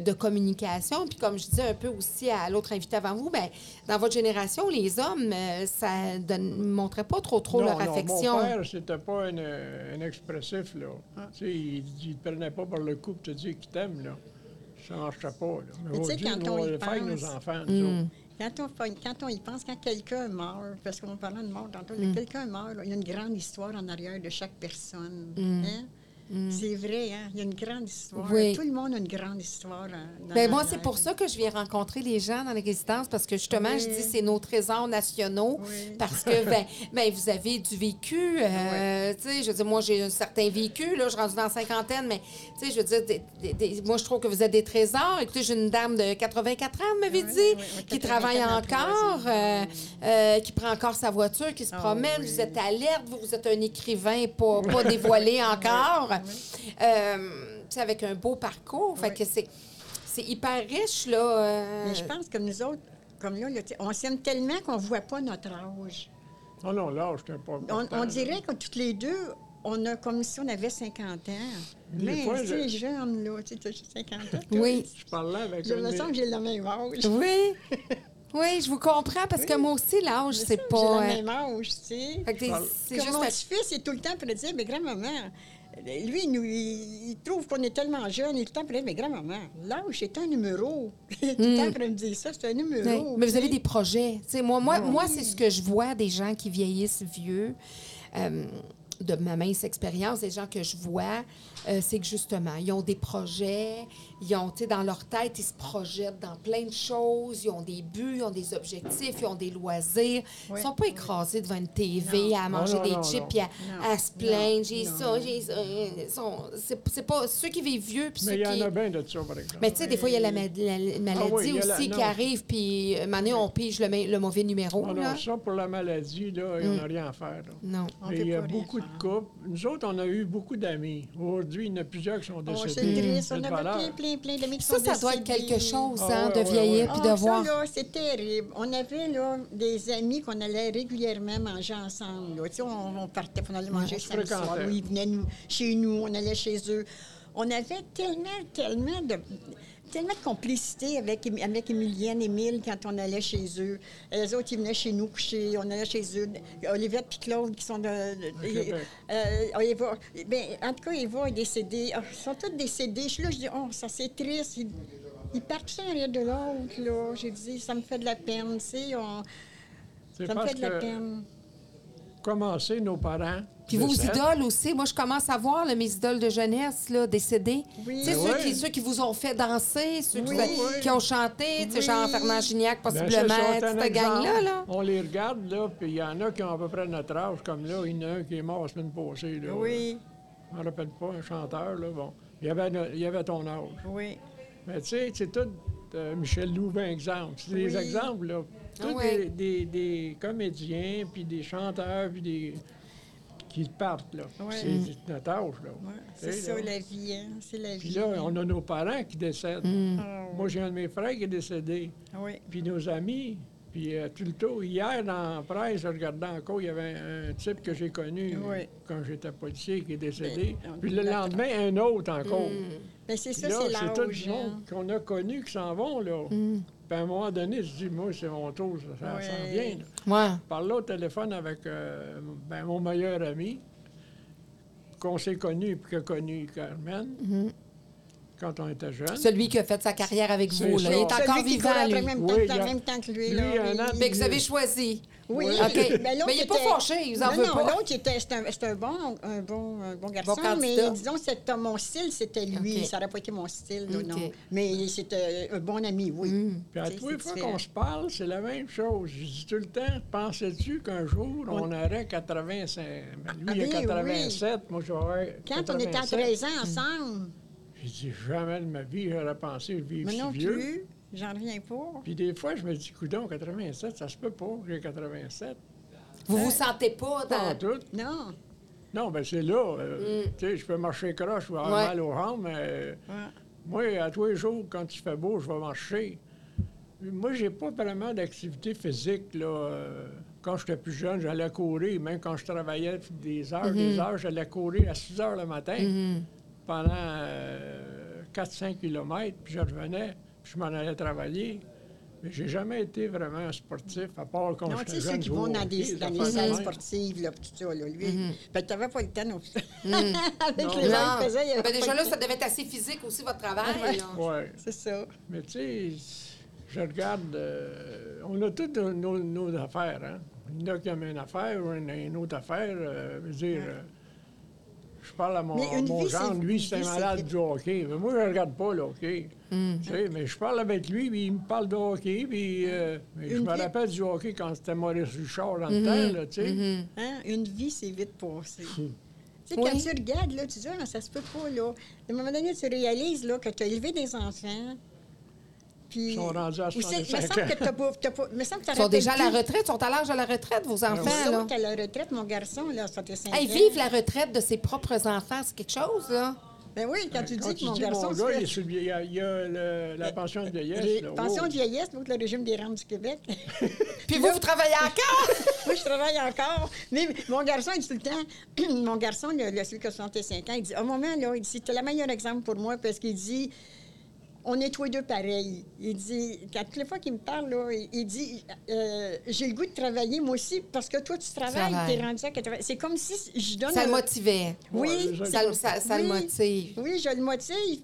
Speaker 1: de, de communication. Puis comme je disais un peu aussi à l'autre invité avant vous, ben, dans votre génération, les hommes, euh, ça ne montrait pas trop trop
Speaker 3: Non,
Speaker 1: leur
Speaker 3: non,
Speaker 1: affection.
Speaker 3: Mon père, c'était pas un, euh, un expressif, là.
Speaker 2: Ah.
Speaker 3: Tu sais, il, il te prenait pas par le cou pour te dire qu'il t'aime, là. Ça marchait pas, là. Mais
Speaker 2: tu sais,
Speaker 3: aujourd'hui,
Speaker 2: quand
Speaker 3: nous,
Speaker 2: on
Speaker 3: on
Speaker 2: y
Speaker 3: le fait avec nos
Speaker 2: pense- Hmm.
Speaker 3: enfants, nous autres.
Speaker 2: Quand on, fait- quand on y pense, quand quelqu'un meurt, parce qu'on parlait de mort tantôt,
Speaker 1: Mm.
Speaker 2: quand quelqu'un meurt, là, il y a une grande histoire en arrière de chaque personne. hein?
Speaker 1: Hmm.
Speaker 2: C'est vrai, hein? il y a une grande histoire.
Speaker 1: Mm. Oui.
Speaker 2: Tout le monde a une grande histoire. hein, dans
Speaker 1: Ben moi,
Speaker 2: l'arrière.
Speaker 1: c'est pour ça que je viens rencontrer les gens dans l'existence, parce que justement, je dis c'est nos trésors nationaux,
Speaker 2: Oui.
Speaker 1: parce que
Speaker 2: [LAUGHS]
Speaker 1: ben, ben, vous avez du vécu. euh, tu sais, Je veux dire, moi, j'ai un certain vécu, là, je suis rendue dans la cinquantaine, mais tu sais, je veux dire, des- des- des- moi, je trouve que vous êtes des trésors. Écoutez, j'ai une dame de 84 ans, vous m'avez
Speaker 2: Oui,
Speaker 1: dit,
Speaker 2: oui, oui,
Speaker 1: qui
Speaker 2: 84,
Speaker 1: travaille encore, euh, euh, qui prend encore sa voiture, qui se
Speaker 2: Ah,
Speaker 1: promène.
Speaker 2: oui.
Speaker 1: Vous êtes alerte, vous, vous êtes un écrivain pas, pas
Speaker 2: [LAUGHS]
Speaker 1: dévoilé encore. Euh, tu sais, avec un beau parcours. Fait
Speaker 2: Oui.
Speaker 1: que c'est. C'est hyper riche, là. euh,
Speaker 2: Mais je pense que nous autres, comme là, là, tu sais, on s'aime tellement qu'on ne voit pas notre âge.
Speaker 3: Non, non, l'âge, c'était pas
Speaker 2: On,
Speaker 3: important,
Speaker 2: on
Speaker 3: là.
Speaker 2: dirait que toutes les deux, on a comme si on avait 50 ans.
Speaker 3: Des
Speaker 2: Mais
Speaker 3: fois,
Speaker 2: tu sais,
Speaker 3: je-
Speaker 2: jeune, là, tu sais, t'as 50 ans.
Speaker 1: [LAUGHS]
Speaker 2: toi.
Speaker 1: Oui.
Speaker 3: Je parlais avec
Speaker 2: Je
Speaker 3: un de
Speaker 2: me
Speaker 3: mes-
Speaker 2: sens que j'ai le même âge.
Speaker 1: Oui.
Speaker 2: [LAUGHS]
Speaker 1: Oui, je vous comprends parce que moi aussi, l'âge,
Speaker 2: Je me
Speaker 1: c'est
Speaker 2: sens que
Speaker 1: pas.
Speaker 2: J'ai
Speaker 1: euh,
Speaker 2: le même âge, tu sais.
Speaker 1: fait que
Speaker 3: parle.
Speaker 1: c'est
Speaker 2: Comme
Speaker 1: juste.
Speaker 2: mon
Speaker 1: à-
Speaker 2: petit-fils, est tout le temps pour dire, mais grand-maman, lui, il nous, il, il trouve qu'on est tellement jeune, il est tout le temps pour dire, mais grand-maman, l'âge, c'est un numéro. [LAUGHS] Il est tout le temps pour me dire ça, c'est un
Speaker 1: Hmm. Ouais.
Speaker 2: numéro. Ah
Speaker 1: Mais vous
Speaker 2: tu
Speaker 1: avez
Speaker 2: sais.
Speaker 1: des projets. Tu sais, moi, moi, moi c'est ce que je vois des gens qui vieillissent vieux. Euh, de ma mince expérience, des gens que je vois, euh, c'est que justement, ils ont des projets, ils ont, tu sais, dans leur tête, ils se projettent dans plein de choses, ils ont des buts, ils ont des objectifs, ils ont des loisirs.
Speaker 2: Oui.
Speaker 1: Ils sont pas écrasés devant une TV à manger
Speaker 3: non,
Speaker 1: des
Speaker 3: non,
Speaker 1: chips
Speaker 3: non.
Speaker 1: puis à,
Speaker 2: Non.
Speaker 1: à se plaindre. J'ai
Speaker 2: Non.
Speaker 1: ça, j'ai ça. Ils sont- C'est c'est pas ceux qui vivent vieux puis ceux
Speaker 3: Mais il y
Speaker 1: qui.
Speaker 3: en a bien de ça, par exemple.
Speaker 1: Mais tu sais, des fois, il y a la, ma- la- la maladie
Speaker 3: Ah oui, il y a la-
Speaker 1: aussi
Speaker 3: non.
Speaker 1: qui arrive, puis euh, mané, on pige le, ma- le mauvais numéro.
Speaker 3: Ah non,
Speaker 1: là.
Speaker 3: ça, pour la maladie, là, on n'a rien à faire. là.
Speaker 1: Non.
Speaker 2: Hmm. On
Speaker 3: Et
Speaker 2: peut
Speaker 3: il y a
Speaker 2: pas rien
Speaker 3: beaucoup de
Speaker 2: faire.
Speaker 3: couples. Nous autres, on a eu beaucoup d'amis. Aujourd'hui, il y en a plusieurs qui sont
Speaker 2: Oh,
Speaker 3: décédés.
Speaker 2: c'est triste.
Speaker 3: C'est
Speaker 2: On
Speaker 3: de
Speaker 2: avait
Speaker 3: valeur.
Speaker 2: plein, plein, plein d'amis qui
Speaker 1: Ça,
Speaker 2: sont
Speaker 1: ça doit être
Speaker 2: décédés.
Speaker 1: quelque chose,
Speaker 3: Ah
Speaker 1: hein,
Speaker 3: ouais,
Speaker 1: de
Speaker 3: ouais,
Speaker 1: vieillir
Speaker 3: ouais.
Speaker 1: puis
Speaker 2: Ah,
Speaker 1: de voir.
Speaker 2: Ça, là, c'est terrible. On avait là, des amis qu'on allait régulièrement manger ensemble. là. Tu sais, On, on partait, on allait manger
Speaker 3: on se
Speaker 2: samedi soir.
Speaker 3: fréquentait.
Speaker 2: Oui, ils venaient nous- chez nous, on allait chez eux. On avait tellement, tellement de tellement de complicité avec, Em- avec Emilienne, Émile, quand on allait chez eux. Les autres, ils venaient chez nous coucher, on allait chez eux. Olivette puis Claude, qui sont de... de-
Speaker 3: Québec.
Speaker 2: euh, oh, Eva- ben, en tout cas, Eva est décédée. Ah, ils sont tous décédés. Je, suis là, je dis, oh, ça c'est triste. Ils, ils partent chacun en arrière de l'autre, là. J'ai dit, ça me fait de la peine, tu sais. on-
Speaker 3: C'est
Speaker 2: Ça me
Speaker 3: parce
Speaker 2: fait de la
Speaker 3: que
Speaker 2: peine.
Speaker 3: commencer nos parents.
Speaker 1: Puis vos
Speaker 3: décèdent.
Speaker 1: idoles aussi. Moi, je commence à voir là, mes idoles de jeunesse là, décédées.
Speaker 2: Oui.
Speaker 1: Tu sais,
Speaker 2: Ben
Speaker 1: ceux,
Speaker 3: ouais.
Speaker 1: qui, ceux qui vous ont fait danser, ceux qui,
Speaker 2: Oui.
Speaker 1: vous- qui ont chanté, tu sais,
Speaker 2: Oui.
Speaker 1: genre Fernand Gignac,
Speaker 3: Ben,
Speaker 1: possiblement,
Speaker 3: ça, c'est un
Speaker 1: cette
Speaker 3: exemple.
Speaker 1: gang-là. Là.
Speaker 3: On les regarde, là, puis il y en a qui ont à peu près notre âge, comme là, il y en a un qui est mort la semaine passée, là.
Speaker 2: Oui,
Speaker 3: Je me rappelle pas, un chanteur, là, bon. Il y avait, no- il y avait ton âge.
Speaker 2: oui.
Speaker 3: Mais tu sais, c'est tout euh, Michel Louvain, exemple. C'est des
Speaker 2: Oui.
Speaker 3: exemples, là.
Speaker 1: Ah
Speaker 3: Tous
Speaker 1: ouais.
Speaker 3: des, des- des comédiens, puis des chanteurs, puis des... qui partent, là.
Speaker 2: Ouais.
Speaker 3: C'est
Speaker 1: Mm.
Speaker 3: c'est notre âge, là.
Speaker 2: Ouais,
Speaker 3: Tu
Speaker 2: C'est
Speaker 3: sais,
Speaker 2: ça,
Speaker 3: là.
Speaker 2: la vie, hein. C'est la
Speaker 3: Puis
Speaker 2: vie.
Speaker 3: là, on a nos parents qui décèdent.
Speaker 1: Mm.
Speaker 2: Ah,
Speaker 3: Moi, j'ai un de mes frères qui est décédé.
Speaker 2: oui.
Speaker 3: Puis nos amis, puis euh, tout le temps, hier dans la presse, je regardais encore, il y avait un, un type que j'ai connu euh,
Speaker 2: Oui.
Speaker 3: quand j'étais policier qui est décédé.
Speaker 2: Mais, on
Speaker 3: puis le
Speaker 2: dit la-
Speaker 3: lendemain, un autre encore.
Speaker 2: Ben, c'est
Speaker 3: Puis
Speaker 2: ça,
Speaker 3: là,
Speaker 2: c'est
Speaker 3: c'est tout
Speaker 2: l'âge.
Speaker 3: le
Speaker 2: hein. Mm.
Speaker 3: monde qu'on a connu qui s'en vont, là. Puis à un moment donné, je dis, moi, c'est mon tour, ça, ça
Speaker 2: Oui.
Speaker 3: s'en vient. là.
Speaker 1: Ouais.
Speaker 3: Je parlais au téléphone avec euh, ben, mon meilleur ami, qu'on s'est connu, puis qu'a connu Carmen,
Speaker 2: Mm-hmm.
Speaker 3: quand on était jeunes.
Speaker 1: Celui qui a fait sa carrière avec
Speaker 3: C'est
Speaker 1: vous. Là. Il est
Speaker 3: ça.
Speaker 1: encore
Speaker 2: Celui qui courait
Speaker 1: vivant,
Speaker 2: après
Speaker 1: lui.
Speaker 2: le même
Speaker 3: Oui,
Speaker 2: temps,
Speaker 3: il y
Speaker 2: en
Speaker 3: a-
Speaker 2: même temps que lui.
Speaker 3: lui,
Speaker 2: là,
Speaker 3: il y a un
Speaker 2: oui.
Speaker 3: an de
Speaker 1: Mais que vous avez choisi.
Speaker 2: Oui,
Speaker 3: Oui.
Speaker 1: OK.
Speaker 2: Ben, l'autre
Speaker 1: mais il n'est pas
Speaker 2: était-
Speaker 1: fâché, il vous en
Speaker 2: non,
Speaker 1: veut
Speaker 2: non,
Speaker 1: pas.
Speaker 2: l'autre, il était- c'est un, c'est un bon, un bon, un bon garçon, mais
Speaker 1: candidat.
Speaker 2: disons, c'était mon style, c'était lui.
Speaker 1: OK.
Speaker 2: Ça n'aurait pas été mon style, là, non.
Speaker 1: OK. Mm.
Speaker 2: Mais c'était un bon ami, oui.
Speaker 3: Puis à
Speaker 2: Tu sais,
Speaker 3: tous les
Speaker 2: c'est
Speaker 3: fois
Speaker 2: différent.
Speaker 3: qu'on se parle, c'est la même chose. Je dis tout le temps, pensais-tu qu'un jour, on, aurait 85... ben, Lui, il a
Speaker 2: Ah, ben oui.
Speaker 3: 87, moi, je vais avoir
Speaker 2: Quand on était à
Speaker 3: 87.
Speaker 2: 13
Speaker 1: Mm.
Speaker 2: ans ensemble,
Speaker 3: J'ai dit, jamais de ma vie, j'aurais pensé vivre
Speaker 2: mais
Speaker 3: si
Speaker 2: non
Speaker 3: vieux.
Speaker 2: plus, j'en reviens pas.
Speaker 3: Puis des fois, je me dis, coudon, 87, ça se peut pas, que j'ai 87.
Speaker 1: Vous vous sentez pas
Speaker 3: Hein? Pas en
Speaker 2: Ben.
Speaker 1: dans.
Speaker 3: tout.
Speaker 2: Non.
Speaker 3: Non, ben c'est là.
Speaker 2: Mm.
Speaker 3: euh, Tu sais, je peux marcher croche ou avoir
Speaker 1: Ouais.
Speaker 3: mal au rang, mais euh,
Speaker 2: Ouais.
Speaker 3: moi, à tous les jours, quand il fait beau, je vais marcher. Moi, j'ai pas vraiment d'activité physique, là. euh, Quand j'étais plus jeune, j'allais courir. Même quand je travaillais des heures, des heures, j'allais courir à 6 heures le matin pendant euh, 4-5 km, puis je revenais, puis je m'en allais travailler. Mais j'ai jamais été vraiment sportif, à part quand
Speaker 2: Non, tu
Speaker 3: j'étais
Speaker 2: sais, ceux
Speaker 3: jeune.
Speaker 2: qui
Speaker 3: jouer
Speaker 2: vont
Speaker 3: au
Speaker 2: dans
Speaker 3: hockey,
Speaker 2: des,
Speaker 3: des
Speaker 2: dans des
Speaker 3: affaires de
Speaker 2: salles
Speaker 3: même.
Speaker 2: sportives, là, pis tout ça, là, lui. Ben, t'avais pas le temps non plus. [LAUGHS] Avec
Speaker 3: Non.
Speaker 2: les
Speaker 1: Mhm.
Speaker 2: gens
Speaker 1: Non.
Speaker 2: qui faisaient, il y avait
Speaker 1: Ben,
Speaker 2: pas
Speaker 1: déjà
Speaker 2: le
Speaker 1: là,
Speaker 2: temps.
Speaker 1: ça devait être assez physique aussi, votre travail. là.
Speaker 3: Ouais.
Speaker 2: C'est ça.
Speaker 3: Mais tu sais, je regarde, euh, on a toutes nos, nos- nos affaires. Hein? Il y en a qui aiment une affaire, ou une, une autre affaire. euh, je veux dire, euh, je parle à mon,
Speaker 2: Mais une
Speaker 3: mon
Speaker 2: vie,
Speaker 3: genre,
Speaker 2: c'est-
Speaker 3: lui,
Speaker 2: une
Speaker 3: c'est un
Speaker 2: vie, Hmm. c'est
Speaker 3: malade
Speaker 2: vite.
Speaker 3: du hockey. Mais moi, je regarde pas le hockey. Tu sais, mais je parle avec lui, puis il me parle de hockey, puis euh, mais je
Speaker 2: Une
Speaker 3: me
Speaker 2: vie- Mm-hmm.
Speaker 3: rappelle du hockey quand c'était Maurice Richard dans le temps, là, tu sais.
Speaker 2: Hein? Une vie, c'est vite passé.
Speaker 3: Hmm.
Speaker 2: tu sais,
Speaker 1: Oui.
Speaker 2: quand tu regardes, là, tu dis, ah, ça se peut pas, là. À un moment donné, tu réalises, là, que tu as élevé des enfants. Puis.
Speaker 3: Ils sont rendus à
Speaker 2: Ou c'est-
Speaker 3: 65
Speaker 2: me semble que t'as pas- t'as pas- me semble que t'as
Speaker 1: Ils sont
Speaker 2: rappelé
Speaker 1: déjà à la
Speaker 2: plus.
Speaker 1: retraite, ils sont à l'âge de la retraite, vos enfants.
Speaker 2: Ils
Speaker 1: là.
Speaker 2: sont à la retraite, mon garçon, là, 65
Speaker 1: Hey,
Speaker 2: ans.
Speaker 1: vivre la retraite de ses propres enfants, c'est quelque chose, là.
Speaker 2: Ben oui, quand tu
Speaker 3: Quand
Speaker 2: dis que mon garçon.
Speaker 3: mon
Speaker 2: se
Speaker 3: gars,
Speaker 2: fait-
Speaker 3: il est sur le vie- il y a, il y a le- la pension de vieillesse.
Speaker 2: Ré- eh,
Speaker 3: là, Oh,
Speaker 2: Pension
Speaker 3: wow.
Speaker 2: de vieillesse, donc le régime des rentes du Québec.
Speaker 3: [LAUGHS]
Speaker 1: Puis vous, vous travaillez encore?
Speaker 2: [LAUGHS] Moi, je travaille encore. Mais mon garçon, il dit tout le temps, [CLEARS THROAT] mon garçon, le, le- celui qui a 65 ans, il dit, au moment, là, il dit, c'était le meilleur exemple pour moi parce qu'il dit, on est tous les deux pareils. Il dit, à toutes les fois qu'il me parle, là, il, il dit, euh, j'ai le goût de travailler, moi aussi, parce que toi, tu travailles,
Speaker 1: Travaille.
Speaker 2: t'es rendu à 80. C'est comme si je donne...
Speaker 1: Ça le
Speaker 2: un-
Speaker 1: motivait.
Speaker 2: Oui,
Speaker 3: Ouais,
Speaker 1: Ça, le- ça- ça le
Speaker 2: oui,
Speaker 1: motive.
Speaker 2: Oui, je le motive.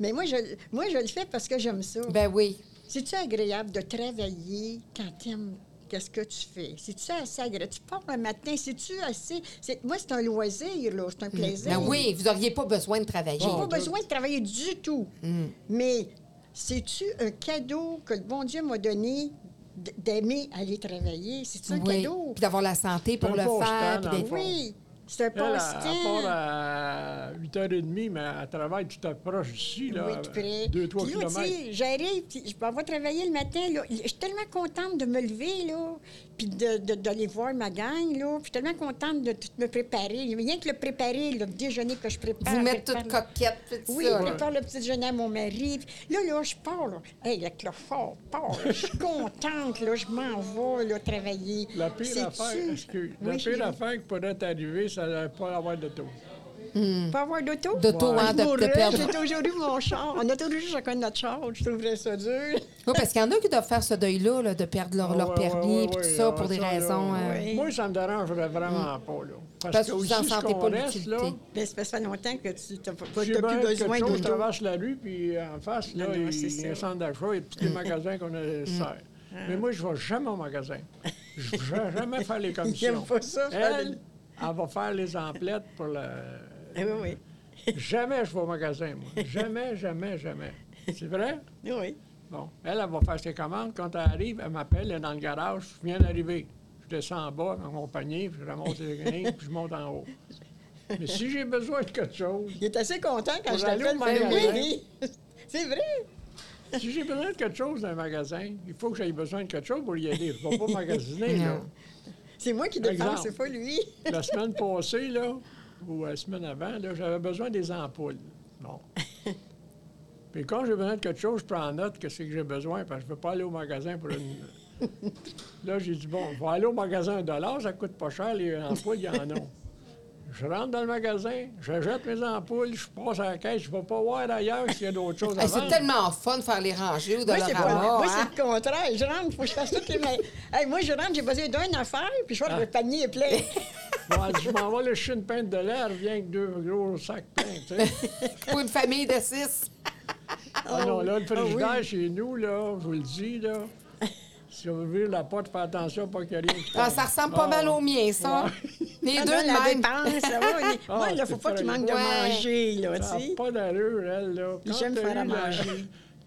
Speaker 2: Mais moi, je, moi, je le fais parce que j'aime ça.
Speaker 1: Ben oui.
Speaker 2: C'est-tu agréable de travailler quand t'aimes qu'est-ce que tu fais? Si tu assez agréable, tu pars un matin, si tu assez. c'est- Moi, c'est un loisir, là, c'est un plaisir.
Speaker 1: Ben oui, Oh, vous n'auriez pas besoin de travailler.
Speaker 2: J'ai pas besoin de travailler du tout.
Speaker 1: Mm.
Speaker 2: Mais c'est-tu un cadeau que le bon Dieu m'a donné d- d'aimer aller travailler? C'est-tu un
Speaker 1: Oui.
Speaker 2: cadeau?
Speaker 1: Puis d'avoir la santé pour
Speaker 3: Un
Speaker 1: le
Speaker 3: bon
Speaker 1: faire.
Speaker 3: stand,
Speaker 1: puis
Speaker 3: dans le
Speaker 1: d'être-
Speaker 3: fond.
Speaker 2: Oui, c'est un
Speaker 3: Elle, elle, elle part euh,
Speaker 2: passe-temps.
Speaker 3: à 8h30, mais elle travaille tout à proche d'ici, là.
Speaker 2: Oui, tout près.
Speaker 3: 2-3
Speaker 2: Puis là, tu
Speaker 3: kilomètres.
Speaker 2: sais, j'arrive, puis je m'en vais travailler le matin. là. Je suis tellement contente de me lever, là, puis d'aller de, d'aller voir ma gang, là. Puis je suis tellement contente de tout me préparer. Rien que le préparer, le déjeuner que je prépare.
Speaker 1: Vous mettre
Speaker 2: prépare-
Speaker 1: toute coquette. puis tout
Speaker 2: Oui,
Speaker 1: ça,
Speaker 2: je
Speaker 1: là.
Speaker 2: prépare le petit déjeuner à mon mari. Puis Là, là, je pars, là. Hey, le clofort part. Je
Speaker 3: [LAUGHS]
Speaker 2: suis contente, là. Je m'en vais, là, travailler.
Speaker 3: La pire affaire,
Speaker 2: Sais-tu-
Speaker 3: excuse,
Speaker 2: Oui,
Speaker 3: la
Speaker 2: chérie,
Speaker 3: pire affaire qui pourrait t'arriver, c'est de ne pas avoir de taux.
Speaker 2: Pas avoir d'auto?
Speaker 1: D'auto, hein,
Speaker 2: Je
Speaker 1: de- de
Speaker 2: mourrais,
Speaker 1: perdre.
Speaker 2: J'ai toujours eu mon char. On a toujours eu chacun notre char. Je trouverais ça dur.
Speaker 1: Oui, parce qu'il y en a qui doivent faire ce deuil-là, là, de perdre leur, Ah, leur
Speaker 3: Ah, Ouais,
Speaker 1: permis
Speaker 3: ouais, ouais,
Speaker 1: puis tout
Speaker 3: ouais,
Speaker 1: ça
Speaker 3: ouais,
Speaker 1: pour des
Speaker 3: ça, là,
Speaker 1: raisons. euh, Mm.
Speaker 2: ouais.
Speaker 3: Moi, ça me dérange vraiment pas, là. Parce,
Speaker 1: Parce
Speaker 3: que
Speaker 1: que vous
Speaker 3: aussi,
Speaker 1: en
Speaker 3: ce
Speaker 1: sentez
Speaker 3: qu'on
Speaker 1: pas
Speaker 3: reste, là,
Speaker 1: l'utilité.
Speaker 2: Mais Ben, ça fait longtemps que tu n'as pas,
Speaker 3: j'ai
Speaker 2: t'as
Speaker 3: bien
Speaker 2: plus besoin
Speaker 3: quelque chose, je
Speaker 2: d'auto.
Speaker 3: traverse la rue, puis en face, là,
Speaker 2: Non, non,
Speaker 3: il
Speaker 2: c'est
Speaker 3: y a un
Speaker 2: ça. Mm. Ah.
Speaker 3: centre d'achat et
Speaker 2: [LAUGHS]
Speaker 3: tous les magasins qu'on a sert. Mais moi, je ne vais jamais au magasin. Je ne vais jamais
Speaker 2: [LAUGHS]
Speaker 3: faire les commissions.
Speaker 2: aime pas ça, faire
Speaker 3: Elle,
Speaker 2: les-
Speaker 3: elle va faire les emplettes pour le...
Speaker 2: Ah Oui,
Speaker 3: Jamais je vais au magasin, moi. Jamais, jamais, jamais. C'est vrai?
Speaker 2: oui. Oui.
Speaker 3: Bon, elle, elle va faire ses commandes. Quand elle arrive, elle m'appelle, elle est dans le garage. Je viens d'arriver. Je descends en bas dans mon panier, puis je
Speaker 2: [LAUGHS]
Speaker 3: remonte les grilles, puis je monte en haut. Mais si j'ai besoin de quelque chose,
Speaker 2: Il est assez content quand
Speaker 3: Pour
Speaker 2: je
Speaker 3: aller au
Speaker 2: t'appelle mon
Speaker 3: magasin.
Speaker 2: mari. C'est vrai.
Speaker 3: si j'ai besoin de quelque chose dans un magasin, il faut que j'aie besoin de quelque chose pour y aller.
Speaker 2: [LAUGHS]
Speaker 3: Je ne vais pas magasiner, là.
Speaker 2: C'est moi qui dépense,
Speaker 3: Exemple.
Speaker 2: c'est pas lui.
Speaker 3: La semaine passée, là, ou la semaine avant, là, j'avais besoin des ampoules.
Speaker 1: [LAUGHS]
Speaker 3: Bon. Puis quand j'ai besoin de quelque chose, je prends en note que c'est que j'ai besoin, parce que je ne peux pas aller au magasin
Speaker 1: [LAUGHS]
Speaker 3: pour une. là, j'ai dit, bon, je vais aller au magasin un dollar, ça coûte pas cher, les ampoules, il y en a. Je rentre dans le magasin, je jette mes ampoules, je passe à la caisse, je ne vais pas voir ailleurs s'il y a d'autres choses à
Speaker 1: Hey, c'est
Speaker 3: vendre.
Speaker 1: tellement fun de faire les rangées ou de
Speaker 2: Moi,
Speaker 1: leur
Speaker 2: c'est pas-
Speaker 1: avoir,
Speaker 2: moi,
Speaker 1: hein?
Speaker 2: c'est le contraire. Je rentre, il faut que je fasse toutes les. ma- Hey, moi, je rentre, j'ai besoin d'une affaire, puis je vois
Speaker 3: Ah.
Speaker 2: que le panier est plein.
Speaker 3: Bon, je m'en vais le chine peinte de l'air, viens avec deux gros sacs peints, tu sais.
Speaker 1: Pour une famille de six.
Speaker 3: Ah non, là, le frigidaire chez nous, là, je vous le dis, là, si on ouvre la porte, fais attention, pas qu'il y ait rien. qui
Speaker 1: Ah,
Speaker 3: tombe.
Speaker 1: ça ressemble pas
Speaker 3: Ah,
Speaker 1: mal au mien, ça. [LAUGHS] Les
Speaker 2: Ah,
Speaker 1: deux
Speaker 2: non,
Speaker 1: de
Speaker 2: la
Speaker 1: même.
Speaker 2: dépense, ça va. on est-
Speaker 3: [LAUGHS] Ah,
Speaker 2: Moi, il ne
Speaker 3: c'est
Speaker 2: faut pas qu'il
Speaker 3: pas-
Speaker 2: manque de
Speaker 1: Ouais.
Speaker 2: manger, là,
Speaker 3: Ça
Speaker 2: tu sais.
Speaker 3: n'a pas d'allure, elle, là. Quand
Speaker 2: J'aime
Speaker 3: t'as
Speaker 2: faire à
Speaker 3: eu la-
Speaker 2: manger.
Speaker 3: [LAUGHS]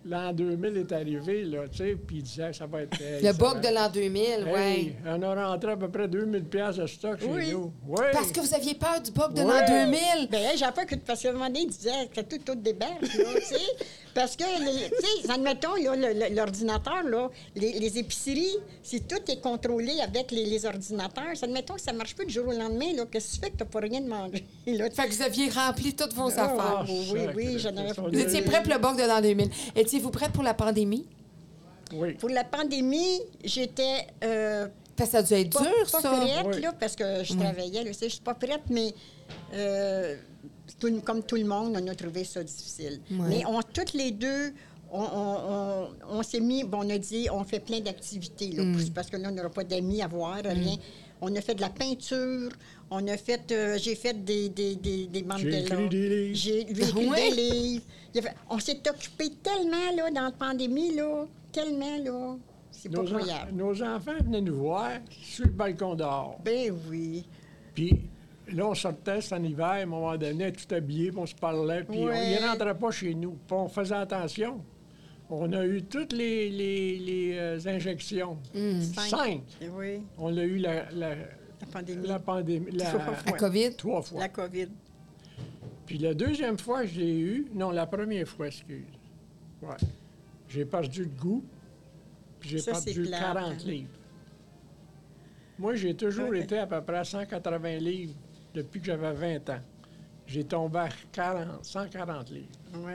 Speaker 3: L'an 2000 est arrivé, là, tu sais, puis il disait, ça va être...
Speaker 1: Le bug de l'an 2000, oui.
Speaker 3: on a rentré à peu près 2000 pièces de stock chez
Speaker 2: Oui.
Speaker 3: nous. Oui.
Speaker 1: Parce que vous aviez peur du bug de l'an
Speaker 3: Ouais.
Speaker 1: 2000.
Speaker 2: Ben, hey, j'ai pas que parce qu'à un moment donné, il disait que tout, tout débarque, là, tu sais. Parce que, les- tu sais, admettons, là, le- le- l'ordinateur, là, les, les épiceries, si tout est contrôlé avec les, les ordinateurs, admettons que ça marche plus du jour au lendemain, là, qu'est-ce que tu fais que t'as pas rien de manger, [LAUGHS] là, tu sais.
Speaker 1: Fait que vous aviez rempli toutes vos
Speaker 3: Ah,
Speaker 1: affaires.
Speaker 2: oui, oui, j'en avais-
Speaker 3: sacré.
Speaker 1: Vous étiez prêt pour le bug de l'an 2000. Étiez-vous prêt pour la pandémie?
Speaker 3: Oui.
Speaker 2: Pour la pandémie, j'étais euh,
Speaker 1: Parce que ça a dû être
Speaker 2: pas,
Speaker 1: dur,
Speaker 2: pas
Speaker 1: ça.
Speaker 2: prête,
Speaker 3: Oui.
Speaker 2: là, parce que je travaillais, là, tu sais, je suis pas prête, mais euh, tout- comme tout le monde, on a trouvé ça difficile.
Speaker 1: Ouais.
Speaker 2: Mais on, toutes les deux, on, on- on- on s'est mis, bon, on a dit, on fait plein d'activités,
Speaker 1: Mm.
Speaker 2: là, pour- parce que là, on n'aura pas d'amis à voir, rien. On a fait de la peinture, on a fait, euh, j'ai fait des, des, des, des mandalas.
Speaker 3: écrit des
Speaker 1: [LAUGHS]
Speaker 3: livres.
Speaker 2: J'ai lui écrit
Speaker 1: Ouais.
Speaker 2: des livres. Il a fait- on s'est occupé tellement, là, dans la pandémie, là, tellement, là. C'est pas
Speaker 3: Nos, en-
Speaker 2: croyable.
Speaker 3: nos enfants venaient nous voir sur le balcon dehors.
Speaker 2: Ben oui.
Speaker 3: Puis là, on sortait, c'était en hiver, à un moment donné, tout habillé, puis on se parlait, puis on
Speaker 2: Ouais.
Speaker 3: n'y rentrait pas chez nous. Puis on faisait attention. On a eu toutes les, les- les, euh, injections.
Speaker 2: Hmm.
Speaker 3: Cinq.
Speaker 2: ben Oui,
Speaker 3: On a eu la, la,
Speaker 2: la pandémie.
Speaker 3: la pandémie. la-
Speaker 2: Trois
Speaker 1: La
Speaker 2: fois.
Speaker 1: COVID?
Speaker 3: [LAUGHS] trois fois.
Speaker 2: La COVID.
Speaker 3: Puis la deuxième fois, je l'ai eu. Non, la première fois, excuse. Ouais. J'ai perdu le goût, puis j'ai
Speaker 2: Ça, c'est
Speaker 3: perdu
Speaker 2: plate,
Speaker 3: 40
Speaker 2: hein.
Speaker 3: livres. Moi, j'ai toujours
Speaker 2: Ouais.
Speaker 3: été à peu près à 180 livres depuis que j'avais 20 ans. J'ai tombé à 40, 140 livres.
Speaker 2: Oui.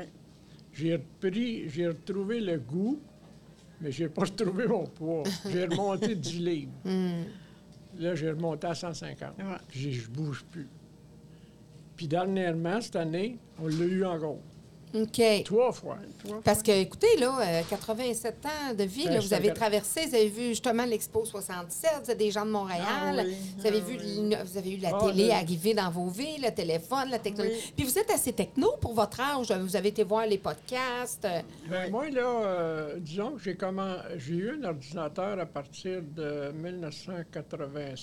Speaker 3: J'ai repris, j'ai retrouvé le goût, mais j'ai pas [LAUGHS] retrouvé mon poids. J'ai remonté 10 livres.
Speaker 2: Hmm.
Speaker 3: Là, j'ai remonté à 150.
Speaker 2: Ouais.
Speaker 3: Puis j'ai- je bouge plus. Puis dernièrement, cette année, on l'a eu encore.
Speaker 1: OK.
Speaker 3: Trois fois.
Speaker 2: Trois
Speaker 1: Parce
Speaker 2: fois.
Speaker 1: que, écoutez, là, euh, 87 ans de vie,
Speaker 3: Ben,
Speaker 1: là,
Speaker 3: je
Speaker 1: vous avez
Speaker 3: t'avais-
Speaker 1: traversé, vous avez vu justement l'Expo 67, vous êtes des gens de Montréal,
Speaker 2: Ah oui,
Speaker 1: vous, avez
Speaker 2: ah
Speaker 1: vu,
Speaker 2: oui.
Speaker 1: l'in- vous avez eu la
Speaker 3: Ah,
Speaker 1: télé
Speaker 3: oui.
Speaker 1: arriver dans vos vies, le téléphone, la technologie.
Speaker 2: Oui.
Speaker 1: Puis vous êtes assez techno pour votre âge, vous avez été voir les podcasts. euh,
Speaker 3: Ben, moi, là, euh, disons que j'ai comment j'ai eu un ordinateur à partir de 1980,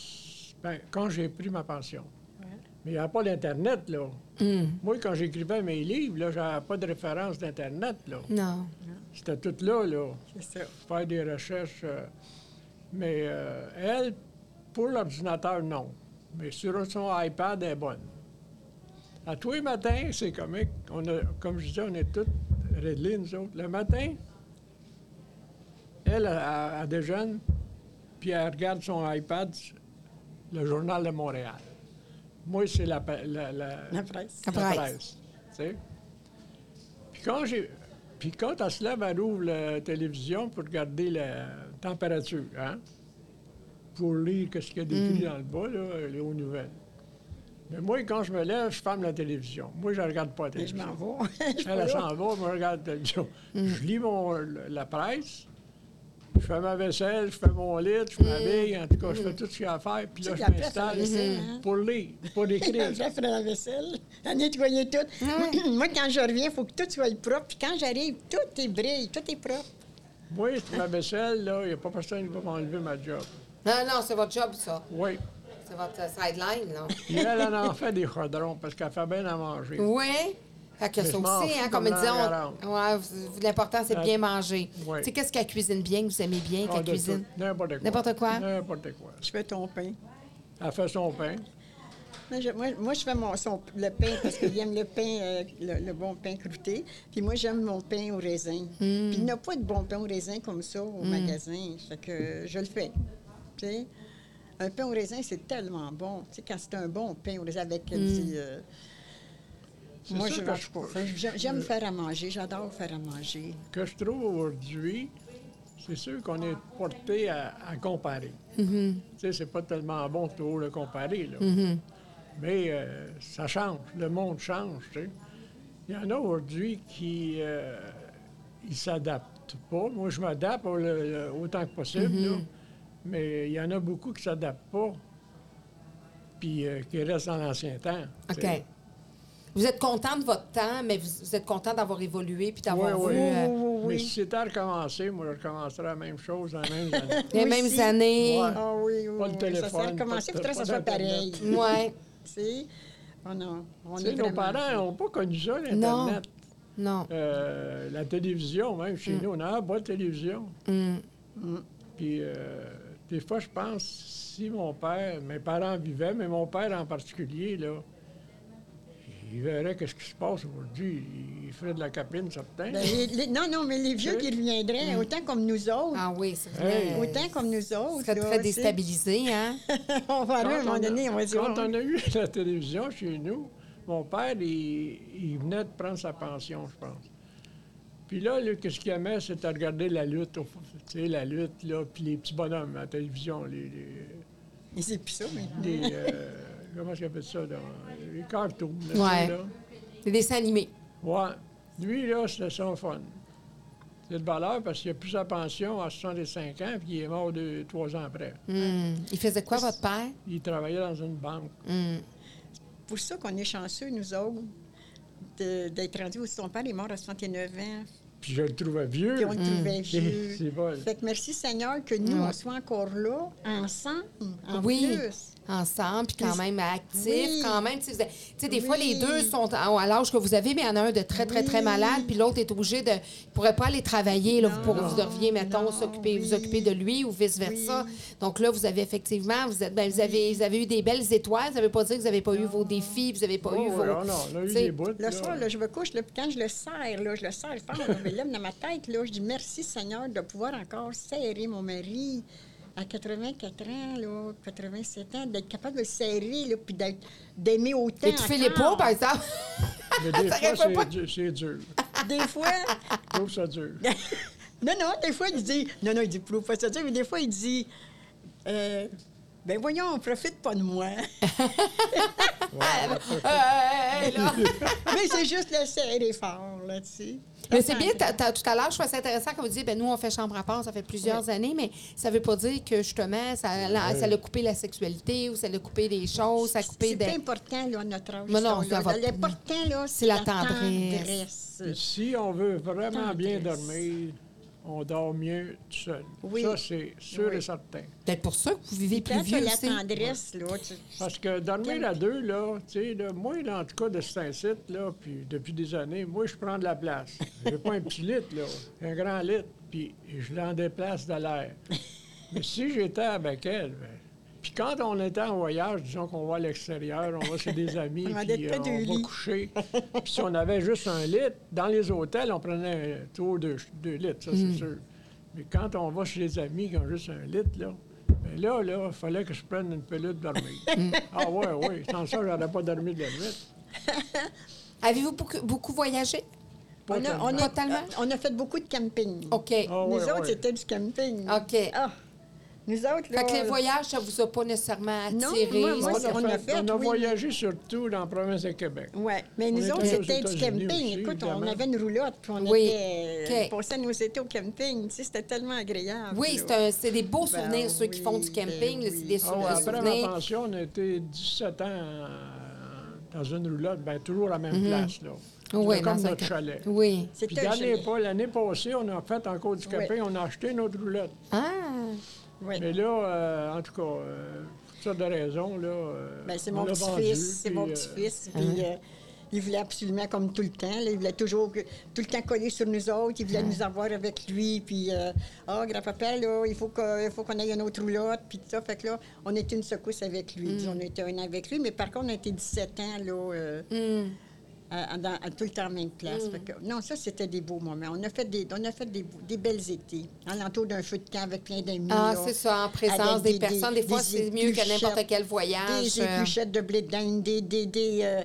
Speaker 3: ben, quand j'ai pris ma pension. Mais il n'y avait pas d'Internet, là. Moi, quand j'écrivais mes livres, là, j'avais pas de référence d'Internet, là.
Speaker 1: Non.
Speaker 3: C'était tout là, là.
Speaker 2: C'est ça.
Speaker 3: Faire des recherches. euh, mais euh, elle, pour l'ordinateur, non. Mais sur son iPad, elle est bonne. À tous les matins, c'est comique. On a, comme je disais, on est tous réglés, nous autres. Le matin, elle, elle, elle déjeune, puis elle regarde son iPad, le journal de Montréal. Moi, c'est la, pa- la- la-
Speaker 2: La presse.
Speaker 1: La
Speaker 3: la
Speaker 1: presse.
Speaker 3: presse, tu sais. Puis quand j'ai. Puis quand elle se lève, elle ouvre la télévision pour regarder la température, hein? Pour lire ce qu'il y a
Speaker 2: Mm.
Speaker 3: d'écrit dans le bas, là, les aux nouvelles. Mais moi, quand je me lève, je ferme la télévision. Moi, je regarde pas la
Speaker 2: Et je
Speaker 3: télévision.
Speaker 2: m'en vais. [LAUGHS] Je Mm. suis
Speaker 3: Elle,
Speaker 2: pas
Speaker 3: elle
Speaker 2: là.
Speaker 3: s'en va, moi, je regarde la télévision. Je lis mon, la presse, je fais ma vaisselle, je fais mon lit, je m'habille, en tout cas, je fais tout ce qu'il y a à faire, puis
Speaker 2: Mm. Tu
Speaker 3: là,
Speaker 2: sais
Speaker 3: je
Speaker 2: que la presse,
Speaker 3: m'installe
Speaker 2: elle essaie, hein?
Speaker 3: pour lire,
Speaker 2: [LAUGHS]
Speaker 3: pour écrire.
Speaker 2: Je faire la vaisselle, à nettoyer tout. [CLEARS THROAT] Moi, quand je reviens, il faut que tout soit propre. Puis quand j'arrive, tout est brille, tout est propre.
Speaker 3: Moi, je fais ma vaisselle, là, il n'y a pas personne qui va m'enlever ma job.
Speaker 1: Non, non, c'est votre job, ça.
Speaker 3: Oui.
Speaker 1: C'est votre euh, sideline,
Speaker 3: [LAUGHS]
Speaker 1: là.
Speaker 3: Puis elle,
Speaker 1: [LAUGHS]
Speaker 3: elle en fait des chaudrons parce qu'elle fait bien à manger.
Speaker 1: Oui. Fait que
Speaker 3: Mais
Speaker 1: ça
Speaker 3: je m'en
Speaker 1: aussi, hein,
Speaker 3: fous
Speaker 1: comme
Speaker 3: de
Speaker 1: ils disent, on-
Speaker 3: l'engrais.
Speaker 1: ouais, vous- vous- l'important, c'est de bien manger.
Speaker 3: Oui.
Speaker 1: Tu sais, qu'est-ce qu'elle cuisine bien, que vous aimez bien,
Speaker 3: Ah,
Speaker 1: qu'elle
Speaker 3: de
Speaker 1: cuisine?
Speaker 3: tout. N'importe quoi.
Speaker 1: N'importe quoi?
Speaker 3: N'importe quoi.
Speaker 2: Je fais ton pain.
Speaker 3: Elle fait son pain.
Speaker 2: Moi, je, moi- moi, je fais mon, son- le pain parce qu'il aime le pain, euh, le, le bon pain croûté. Puis moi, j'aime mon pain au raisin.
Speaker 3: Hmm.
Speaker 2: Puis il n'y a pas de bon pain au raisin comme ça au magasin. Fait que je le fais. Tu sais? Un pain au raisin, c'est tellement bon. Tu sais, quand c'est un bon pain au raisin avec du, euh,
Speaker 3: Hmm. C'est
Speaker 2: Moi,
Speaker 3: ça
Speaker 2: je
Speaker 3: que je
Speaker 2: fait que j'aime- J'aime faire à manger. J'adore faire à manger.
Speaker 3: que je trouve aujourd'hui, c'est sûr qu'on est porté à, à comparer.
Speaker 1: Mm-hmm.
Speaker 3: Tu sais, c'est pas tellement bon toujours de comparer, là. Mais euh, ça change, le monde change, tu sais. Il y en a aujourd'hui qui euh, ils s'adaptent pas. Moi, je m'adapte au- le- le- autant que possible, là.
Speaker 1: Mm-hmm.
Speaker 3: Mais il y en a beaucoup qui s'adaptent pas, puis euh, qui restent dans l'ancien temps. tu
Speaker 1: OK.
Speaker 3: sais.
Speaker 1: Vous êtes content de votre temps, mais vous, vous êtes content d'avoir évolué puis
Speaker 3: Oui,
Speaker 1: d'avoir
Speaker 3: oui.
Speaker 1: vu euh,
Speaker 3: Mais si c'était à recommencer, moi, je recommencerais la même chose dans la même
Speaker 1: [LAUGHS]
Speaker 3: année.
Speaker 1: les
Speaker 2: Oui,
Speaker 1: mêmes
Speaker 2: si.
Speaker 1: années.
Speaker 3: Ouais.
Speaker 2: Ah oui, oui.
Speaker 3: Pas de
Speaker 2: oui. Ça
Speaker 3: téléphone,
Speaker 2: sert à
Speaker 3: pas de-
Speaker 2: commencer, il faudrait que ça
Speaker 3: pas
Speaker 2: soit
Speaker 3: d'Internet.
Speaker 2: pareil.
Speaker 1: Ouais.
Speaker 2: Tu sais? On, a, on
Speaker 3: Tu sais,
Speaker 2: est
Speaker 3: nos
Speaker 2: vraiment-
Speaker 3: parents n'ont pas connu ça, l'Internet.
Speaker 1: Non.
Speaker 3: Euh, la télévision, même chez nous, on a pas de télévision.
Speaker 1: Mm.
Speaker 3: Puis euh, des fois, je pense, si mon père, mes parents vivaient, mais mon père en particulier, là, il verrait qu'est-ce qui se passe aujourd'hui. Il ferait de la capine, certain.
Speaker 2: Ben, les- les- non, non, mais les vieux
Speaker 3: Tu sais?
Speaker 2: qui reviendraient, autant comme nous autres,
Speaker 1: Hum. Ah oui, c'est
Speaker 3: Hey.
Speaker 1: vrai.
Speaker 2: autant comme nous autres.
Speaker 1: Vous serez
Speaker 2: là,
Speaker 1: très
Speaker 2: tu sais.
Speaker 1: déstabilisé, hein?
Speaker 2: [LAUGHS] on va arriver Ah, à un
Speaker 3: Quand
Speaker 2: moment
Speaker 3: on a-
Speaker 2: donné, on va dire.
Speaker 3: Quand
Speaker 2: on-
Speaker 3: on a eu [LAUGHS] la télévision chez nous, mon père, il, il venait de prendre sa pension, je pense. Puis là, là, qu'est-ce qu'il aimait, c'était regarder la lutte, au- tu sais, la lutte, là, puis les petits bonhommes à la télévision, les... les-
Speaker 2: Mais c'est plus ça, mais.
Speaker 3: les, euh, comment est-ce qu'on appelle ça, là? Les cartoons, là, tu
Speaker 1: Ouais.
Speaker 3: sais, là.
Speaker 1: Des dessins animés.
Speaker 3: Ouais. Lui, là, c'était son fun. C'est de valeur parce qu'il a plus sa pension à 65 ans, puis il est mort deux, trois ans après.
Speaker 1: Mm. Il faisait quoi, votre père?
Speaker 3: Il travaillait dans une banque.
Speaker 1: Mm.
Speaker 2: pour ça qu'on est chanceux, nous autres, de- d'être rendus où son père est mort à 69 ans.
Speaker 3: Puis je le trouvais vieux.
Speaker 2: Puis on le trouvait
Speaker 1: [LAUGHS]
Speaker 3: Ben, [LAUGHS] C'est- c'est
Speaker 2: vieux.
Speaker 3: bon.
Speaker 2: Fait que merci Seigneur que nous,
Speaker 1: Hum. Ouais.
Speaker 2: on soit encore là, ensemble, en
Speaker 1: Oui.
Speaker 2: plus.
Speaker 1: Ensemble, puis quand
Speaker 2: Puis-
Speaker 1: même actifs,
Speaker 2: Oui.
Speaker 1: quand même. Tu sais, vous avez- tu sais, des fois, les
Speaker 2: Oui.
Speaker 1: deux sont à à l'âge que vous avez, mais il y en a un de très, très, très
Speaker 2: Oui.
Speaker 1: malade, puis l'autre est obligé de. Il pourrait pas aller travailler, là. vous, pourrez- vous devriez, mettons,
Speaker 2: non,
Speaker 1: s'occuper, vous
Speaker 2: oui.
Speaker 1: occuper de lui ou vice-versa. Donc là, vous avez effectivement, vous, êtes, ben, vous, avez, vous avez eu des belles étoiles. Ça veut pas dire que vous n'avez pas eu vos défis, vous n'avez pas
Speaker 3: Oh,
Speaker 1: eu vos.
Speaker 3: oui, oh non, on a eu
Speaker 1: tu sais,
Speaker 3: des bouts.
Speaker 2: Le soir, là, je me couche, là, puis quand je le serre, là, je le serre fort, là, mais là, dans ma tête, là, je dis merci Seigneur de pouvoir encore serrer mon mari à 84 ans, là, 87 ans, d'être capable de le serrer, là, puis d'être- d'aimer autant.
Speaker 1: Étouffer les peaux,
Speaker 2: encore.
Speaker 1: par
Speaker 3: [LAUGHS]
Speaker 1: exemple.
Speaker 3: Mais des
Speaker 1: Ça
Speaker 3: fois,
Speaker 1: répond pas.
Speaker 3: c'est du- c'est dur.
Speaker 1: hein?
Speaker 2: Des fois, [LAUGHS]
Speaker 3: Je trouve ça dur.
Speaker 2: non, non, des fois, il dit, non, non, il dit, prouve pas ça, mais des fois, il dit, euh, ben voyons, on profite pas de moi. [LAUGHS]
Speaker 1: Hey, là.
Speaker 2: mais c'est juste le serrer fort. là, tu sais.
Speaker 1: Mais c'est bien, t'as- t'as- tout à l'heure, je trouvais ça intéressant quand vous disiez, ben nous, on fait chambre à part, ça fait plusieurs années, mais ça veut pas dire que, justement, ça l'a ça l'a coupé la sexualité ou ça l'a coupé des choses, ça a coupé
Speaker 2: C'est
Speaker 1: des...
Speaker 2: pas important, là, notre âge.
Speaker 1: Mais non,
Speaker 2: ça,
Speaker 1: ça
Speaker 2: là.
Speaker 1: va-
Speaker 2: L'important, là,
Speaker 1: C'est la tendresse.
Speaker 2: tendresse.
Speaker 3: Si on veut vraiment bien
Speaker 2: Tendresse.
Speaker 3: dormir, on dort mieux tout seul.
Speaker 2: Oui.
Speaker 3: Ça, c'est sûr
Speaker 2: Oui.
Speaker 3: et certain.
Speaker 1: Peut-être pour ça que vous vivez plus
Speaker 2: Quand tu as
Speaker 1: vieux
Speaker 2: la
Speaker 1: aussi.
Speaker 2: tendresse, là, tu-
Speaker 3: Parce que dormir à deux, là, tu sais, là, moi, là, en tout cas, de cet site, là, puis depuis des années, moi, je prends de la place. J'ai pas un petit lit, là, un grand lit, puis je l'en déplace de l'air. Mais si j'étais avec elle, ben, puis quand on était en voyage, disons qu'on va à l'extérieur, on va
Speaker 2: [LAUGHS]
Speaker 3: chez des amis,
Speaker 2: On a
Speaker 3: puis
Speaker 2: des
Speaker 3: euh,
Speaker 2: tas de
Speaker 3: on va
Speaker 2: lits. [LAUGHS]
Speaker 3: coucher. Puis si on avait juste un lit, dans les hôtels, on prenait un tour de ch- deux lits, ça,
Speaker 2: Hmm.
Speaker 3: c'est sûr. Mais quand on va chez les amis qui ont juste un lit, là, ben là, là, il fallait que je prenne une pelure de
Speaker 2: [LAUGHS]
Speaker 3: dormir.
Speaker 2: Hmm.
Speaker 3: ah ouais, oui. Sans ça, j'aurais pas dormi de la nuit.
Speaker 1: Avez-vous beaucoup, beaucoup voyagé?
Speaker 3: Pas
Speaker 2: on, a, on,
Speaker 1: Pas
Speaker 2: a,
Speaker 1: tellement?
Speaker 2: ah, on a fait beaucoup de camping.
Speaker 1: OK.
Speaker 3: Ah
Speaker 2: nous
Speaker 3: ouais,
Speaker 2: autres,
Speaker 3: ouais.
Speaker 2: c'était du camping.
Speaker 1: OK.
Speaker 2: Ah, nous autres, là.
Speaker 1: Fait que les voyages, ça vous a pas nécessairement
Speaker 2: Non,
Speaker 1: attiré?
Speaker 2: moi, moi,
Speaker 1: C'est
Speaker 2: ça-
Speaker 1: pas-
Speaker 2: on a fait,
Speaker 3: on a
Speaker 2: oui.
Speaker 3: voyagé surtout dans la province de Québec.
Speaker 2: Oui, mais
Speaker 3: On
Speaker 2: nous
Speaker 3: était
Speaker 2: autres,
Speaker 3: aux
Speaker 2: c'était du
Speaker 3: États-Unis
Speaker 2: camping.
Speaker 3: aussi,
Speaker 2: Écoute, on
Speaker 3: évidemment.
Speaker 2: avait une roulotte, puis on
Speaker 1: Oui.
Speaker 2: était. euh,
Speaker 1: OK.
Speaker 2: On passait nos étés au camping. Tu sais, c'était tellement agréable.
Speaker 1: Oui,
Speaker 2: là.
Speaker 1: c'est un- c'est des beaux
Speaker 2: Ben
Speaker 1: souvenirs, ceux qui
Speaker 2: oui,
Speaker 1: font du
Speaker 2: ben
Speaker 1: camping. là, C'est
Speaker 2: oui.
Speaker 1: des
Speaker 3: Ah
Speaker 1: souvenirs.
Speaker 3: ouais, après ma pension, on a été 17 ans euh, dans une roulotte, ben, toujours à la même place. Là.
Speaker 1: Oui, Mm-hmm.
Speaker 3: comme
Speaker 1: dans un
Speaker 3: notre
Speaker 1: camp.
Speaker 3: chalet.
Speaker 1: Oui.
Speaker 3: Puis
Speaker 2: C'était un
Speaker 3: l'année,
Speaker 2: chalet.
Speaker 3: pas- l'année passée, on a fait encore du
Speaker 2: Oui.
Speaker 3: camping, on a acheté une autre roulotte.
Speaker 1: Ah!
Speaker 2: Oui.
Speaker 3: Mais là, euh, en tout cas, euh, pour toutes sortes de raisons, là. euh,
Speaker 2: Ben, c'est
Speaker 3: on
Speaker 2: mon
Speaker 3: l'a vendu,
Speaker 2: petit-fils, c'est
Speaker 3: puis,
Speaker 2: mon
Speaker 3: euh,
Speaker 2: petit-fils. Puis, euh, il voulait absolument, comme tout le temps, là, il voulait toujours que- tout le temps coller sur nous autres. Il voulait nous avoir avec lui. Puis, euh, ah, grand-papa, là, il faut que- il faut qu'on aille une autre roulotte. Puis tout ça, fait que là, on était une secousse avec lui.
Speaker 1: Mm.
Speaker 2: On était un an avec lui, mais par contre, on a été 17 ans, là, euh,
Speaker 1: Mm.
Speaker 2: à- à- dans- à tout le temps en même place. Fait que- non, ça, c'était des beaux moments. On a fait des, on a fait des, beaux- des belles étés, alentour d'un feu de camp avec plein d'amis.
Speaker 1: Ah,
Speaker 2: là,
Speaker 1: c'est ça, en présence
Speaker 2: avec
Speaker 1: des, personnes. Des, fois, c'est mieux que n'importe
Speaker 2: épluchettes.
Speaker 1: quel voyage.
Speaker 2: Des
Speaker 1: euh,
Speaker 2: épluchettes de blé d'Inde, des. des, des, euh,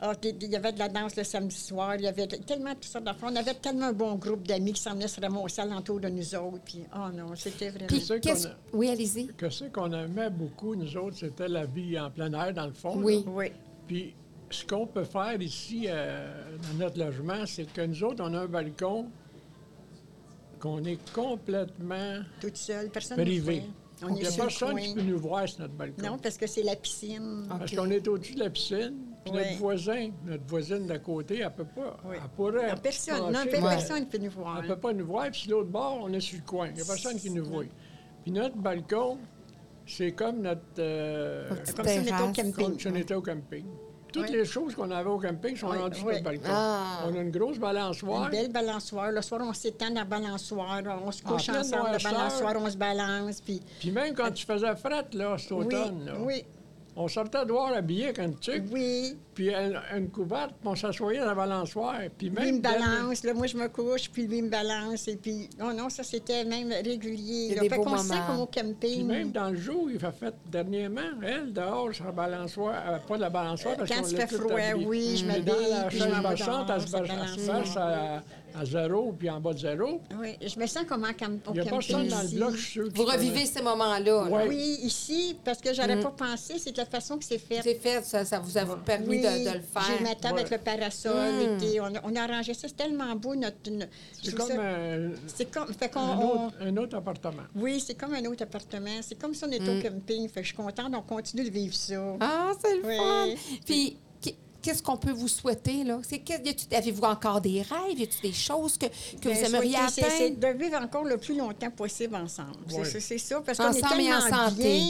Speaker 2: ah, des- des- il y avait de la danse le samedi soir, il y avait tellement tout ça d'affaires. On avait tellement un bon groupe d'amis qui s'en venaient se ramasser alentour de nous autres. Puis, oh non, c'était vraiment.
Speaker 1: Puis,
Speaker 3: C'est ça
Speaker 1: qu'est-ce-
Speaker 3: qu'on a-
Speaker 1: Oui, allez-y.
Speaker 3: euh, que c'est qu'on aimait beaucoup, nous autres, c'était la vie en plein air, dans le fond.
Speaker 1: Oui.
Speaker 3: là.
Speaker 2: Oui.
Speaker 3: Puis ce qu'on peut faire ici, euh, dans notre logement, c'est que nous autres, on a un balcon qu'on est complètement...
Speaker 2: Toute seule, personne
Speaker 3: Privé.
Speaker 2: nous voit.
Speaker 3: Il
Speaker 2: On
Speaker 3: n'y
Speaker 2: est
Speaker 3: a
Speaker 2: sur le
Speaker 3: personne qui peut
Speaker 2: coin.
Speaker 3: nous voir sur notre balcon.
Speaker 2: Non, parce que c'est la piscine.
Speaker 3: Parce
Speaker 1: OK.
Speaker 3: qu'on est au-dessus de la piscine, puis
Speaker 2: Oui.
Speaker 3: notre voisin, notre voisine d'à côté, elle peut pas.
Speaker 2: Oui.
Speaker 3: Elle pourrait.
Speaker 2: Non, personne, non,
Speaker 3: passer,
Speaker 2: pe-
Speaker 3: mais
Speaker 2: personne peut nous voir.
Speaker 3: Elle peut pas nous voir, puis de l'autre bord, on est sur le coin. Il n'y a personne qui nous voit. Puis notre balcon, c'est comme notre. euh,
Speaker 1: Notre
Speaker 2: Comme si on était au
Speaker 1: Terrasse.
Speaker 2: camping.
Speaker 3: comme si on était au camping. Toutes
Speaker 2: Oui.
Speaker 3: les choses qu'on avait au camping sont
Speaker 2: Oui,
Speaker 3: rendues sur
Speaker 2: oui.
Speaker 3: le balcon.
Speaker 1: Ah.
Speaker 3: On a une grosse
Speaker 2: Une
Speaker 3: balançoire.
Speaker 2: belle balançoire. Le soir, on s'étend dans la balançoire. On se
Speaker 3: En
Speaker 2: couche
Speaker 3: pleine
Speaker 2: ensemble, la
Speaker 3: noirceur.
Speaker 2: balançoire, on se balance. Puis...
Speaker 3: Puis même quand tu faisais frette, là, cet automne,
Speaker 2: oui,
Speaker 3: là,
Speaker 2: oui,
Speaker 3: on sortait dehors habillé avec un tuc,
Speaker 2: oui.
Speaker 3: puis un- une couverte, puis on s'assoyait dans la balançoire. Puis même. Ben,
Speaker 2: Lui me balance, là, moi je me couche, puis lui me balance, et puis... Oh non, ça c'était même
Speaker 1: Il y a
Speaker 2: régulier. Là.
Speaker 1: des
Speaker 2: Fait
Speaker 1: beaux
Speaker 2: qu'on sait
Speaker 1: moments.
Speaker 2: qu'on est au
Speaker 3: Puis
Speaker 2: camping.
Speaker 3: même dans le jour, il a fait dernièrement, elle, dehors, sur la balançoire, euh, pas de la balançoire, parce
Speaker 2: Quand
Speaker 3: qu'on
Speaker 2: il
Speaker 3: l'a
Speaker 2: fait
Speaker 3: tout
Speaker 2: froid,
Speaker 3: habillé.
Speaker 2: oui, je
Speaker 3: Mais
Speaker 2: m'habille,
Speaker 3: dans la
Speaker 2: puis je m'en
Speaker 3: chaise
Speaker 2: vais
Speaker 3: baissante, elle se
Speaker 2: dehors,
Speaker 3: baisse- elle se
Speaker 2: sur la
Speaker 3: baisse à, à zéro, puis en bas de zéro.
Speaker 2: Oui, je me sens comme en camp- au
Speaker 3: Il n'y a
Speaker 2: camping
Speaker 3: personne dans le
Speaker 2: ici.
Speaker 3: bloc, je suis sûr. que
Speaker 1: Vous
Speaker 3: tu connais.
Speaker 1: revivez ces moments-là. là.
Speaker 3: Ouais.
Speaker 2: Oui, ici, parce que j'aurais pas pensé, c'est de la façon que c'est fait.
Speaker 1: Mm. C'est fait, ça, ça vous a permis
Speaker 2: Oui,
Speaker 1: de, de le
Speaker 2: J'ai ma
Speaker 1: faire. Mm.
Speaker 2: table avec
Speaker 3: Ouais.
Speaker 2: le parasol, et puis on, a- on a arrangé ça, c'est tellement beau, notre... notre- je
Speaker 3: C'est
Speaker 2: trouve
Speaker 3: comme
Speaker 2: ça-
Speaker 3: un,
Speaker 2: C'est comme... Fait qu'on...
Speaker 3: un
Speaker 2: on-
Speaker 3: autre, un autre appartement.
Speaker 2: Oui, c'est comme un autre appartement. C'est comme si on
Speaker 1: Mm.
Speaker 2: était au camping. Fait que je suis contente, on continue de vivre ça.
Speaker 1: Ah, c'est le
Speaker 2: Oui.
Speaker 1: fun! Puis, qu- qu'est-ce qu'on peut vous souhaiter, là? C'est qu'est- y a-tu- Avez-vous encore des rêves? Y a-tu des choses que, que
Speaker 2: Ben,
Speaker 1: vous aimeriez
Speaker 2: souhaiter, c'est- C'est
Speaker 1: atteindre?
Speaker 2: de vivre encore le plus longtemps possible ensemble. C'est-
Speaker 3: Ouais.
Speaker 2: C'est c'est ça, parce qu'on est
Speaker 1: Ensemble et en
Speaker 2: tellement
Speaker 1: santé.
Speaker 2: bien.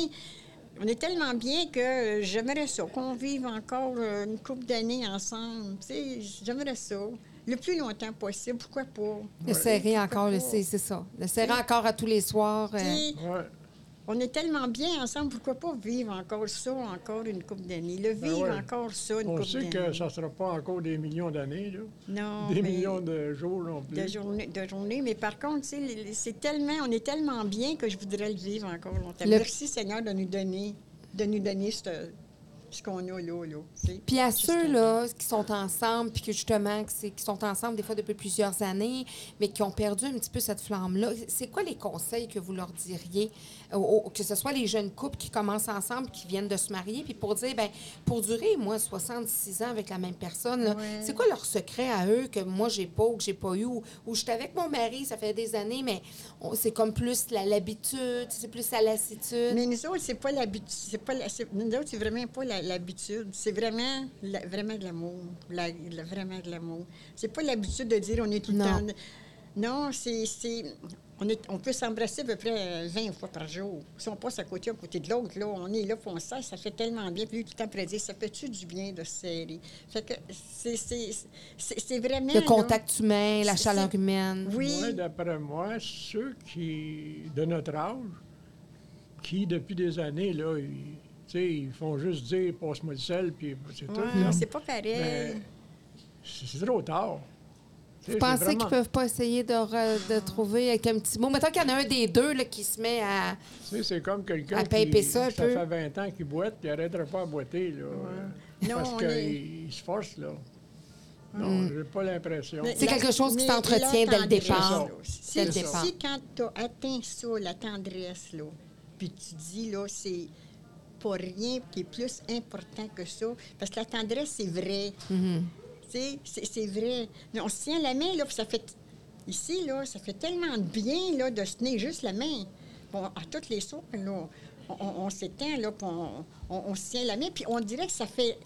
Speaker 2: On est tellement bien que euh, j'aimerais ça, qu'on vive encore euh, une couple d'années ensemble. Tu sais, J'aimerais ça. Le plus longtemps possible, pourquoi pas?
Speaker 1: De serrer encore, le- c'est c'est ça. De serrer encore à tous les soirs. euh,
Speaker 2: Tu sais,
Speaker 3: Ouais.
Speaker 2: On est tellement bien ensemble, pourquoi pas vivre encore ça, encore une couple d'années? Le vivre
Speaker 3: Ben ouais.
Speaker 2: encore ça, une
Speaker 3: On
Speaker 2: couple
Speaker 3: sait
Speaker 2: d'années.
Speaker 3: que ça ne sera pas encore des millions d'années, là.
Speaker 2: Non,
Speaker 3: des
Speaker 2: Ah, mais-
Speaker 3: millions de jours non plus.
Speaker 2: de journée, de journée. Mais par contre, tu sais, les- les- c'est tellement, on est tellement bien que je voudrais le vivre encore longtemps.
Speaker 1: Le-
Speaker 2: Merci Seigneur de nous donner, de nous donner ce, ce qu'on a là, là. tu sais.
Speaker 1: Puis à
Speaker 2: Qu'est-ce
Speaker 1: ceux
Speaker 2: qu'on-
Speaker 1: là, qui sont ensemble, puis que justement, que c'est- qui sont ensemble des fois depuis plusieurs années, mais qui ont perdu un petit peu cette flamme-là, c'est quoi les conseils que vous leur diriez, au- au- que ce soit les jeunes couples qui commencent ensemble, qui viennent de se marier, puis pour dire, ben pour durer, moi, 66 ans avec la même personne, là,
Speaker 2: Ouais.
Speaker 1: c'est quoi leur secret à eux que moi, j'ai pas ou que j'ai pas eu, ou, ou j'étais avec mon mari, ça fait des années, mais on- c'est comme plus la- l'habitude, c'est plus la lassitude.
Speaker 2: Mais nous autres, c'est pas l'habitude. C'est pas la- c'est- nous autres, c'est vraiment pas la- l'habitude. C'est vraiment, la- vraiment de l'amour. La- la- vraiment de l'amour. C'est pas l'habitude de dire on est tout le
Speaker 1: Non.
Speaker 2: temps. Non, c'est. c'est- on, est- on peut s'embrasser à peu près 20 fois par jour. Si on passe à côté, à côté de l'autre, là, on est là, puis on se serre, ça fait tellement bien. Puis lui, tout le temps, après, dire, ça fait-tu du bien de se serrer? Fait que c'est- c'est c'est- c'est vraiment.
Speaker 1: Le
Speaker 2: là,
Speaker 1: contact humain, la
Speaker 2: C'est-
Speaker 1: chaleur
Speaker 2: c'est-
Speaker 1: humaine.
Speaker 2: Oui.
Speaker 3: Moi, d'après moi, ceux qui, de notre âge, qui, depuis des années, là, ils, tu sais, ils font juste dire « passe-moi le sel », puis c'est tout.
Speaker 2: ouais,
Speaker 3: là.
Speaker 2: c'est pas pareil.
Speaker 3: Ben, c'est c'est trop tard. Tu sais,
Speaker 1: Vous
Speaker 3: c'est
Speaker 1: pensez
Speaker 3: vraiment-
Speaker 1: qu'ils peuvent pas essayer de, re- de trouver avec un petit mot? Mettons qu'il y en a un des deux là, qui se met à.
Speaker 3: tu sais, C'est comme quelqu'un
Speaker 1: À pimper
Speaker 3: qui,
Speaker 1: ça un peu.
Speaker 3: fait 20 ans qu'il boite, il n'arrêtera pas à boiter, là.
Speaker 2: Non,
Speaker 3: Parce
Speaker 2: on
Speaker 3: qu'il
Speaker 2: est- Hmm.
Speaker 3: se force, là. Non, j'ai pas l'impression.
Speaker 2: Mais
Speaker 1: C'est
Speaker 2: la-
Speaker 1: quelque chose qui
Speaker 2: mais
Speaker 1: s'entretient
Speaker 2: la
Speaker 1: dès le
Speaker 2: tendresse,
Speaker 1: départ.
Speaker 2: là.
Speaker 1: Dès
Speaker 2: Si,
Speaker 1: le
Speaker 2: si-
Speaker 1: départ.
Speaker 2: si quand tu as atteint ça, la tendresse, là, puis tu dis, là, c'est pas rien qui est plus important que ça, parce que la tendresse, c'est vrai.
Speaker 1: Mhm.
Speaker 2: Tu sais, c'est- c'est vrai. Mais on se tient la main, là, puis ça fait... Ici, là, ça fait tellement de bien, là, de se tenir juste la main. Bon, à toutes les soirs, là, on, on- on s'étend, là, puis on, on- on se tient la main, puis on dirait que ça fait...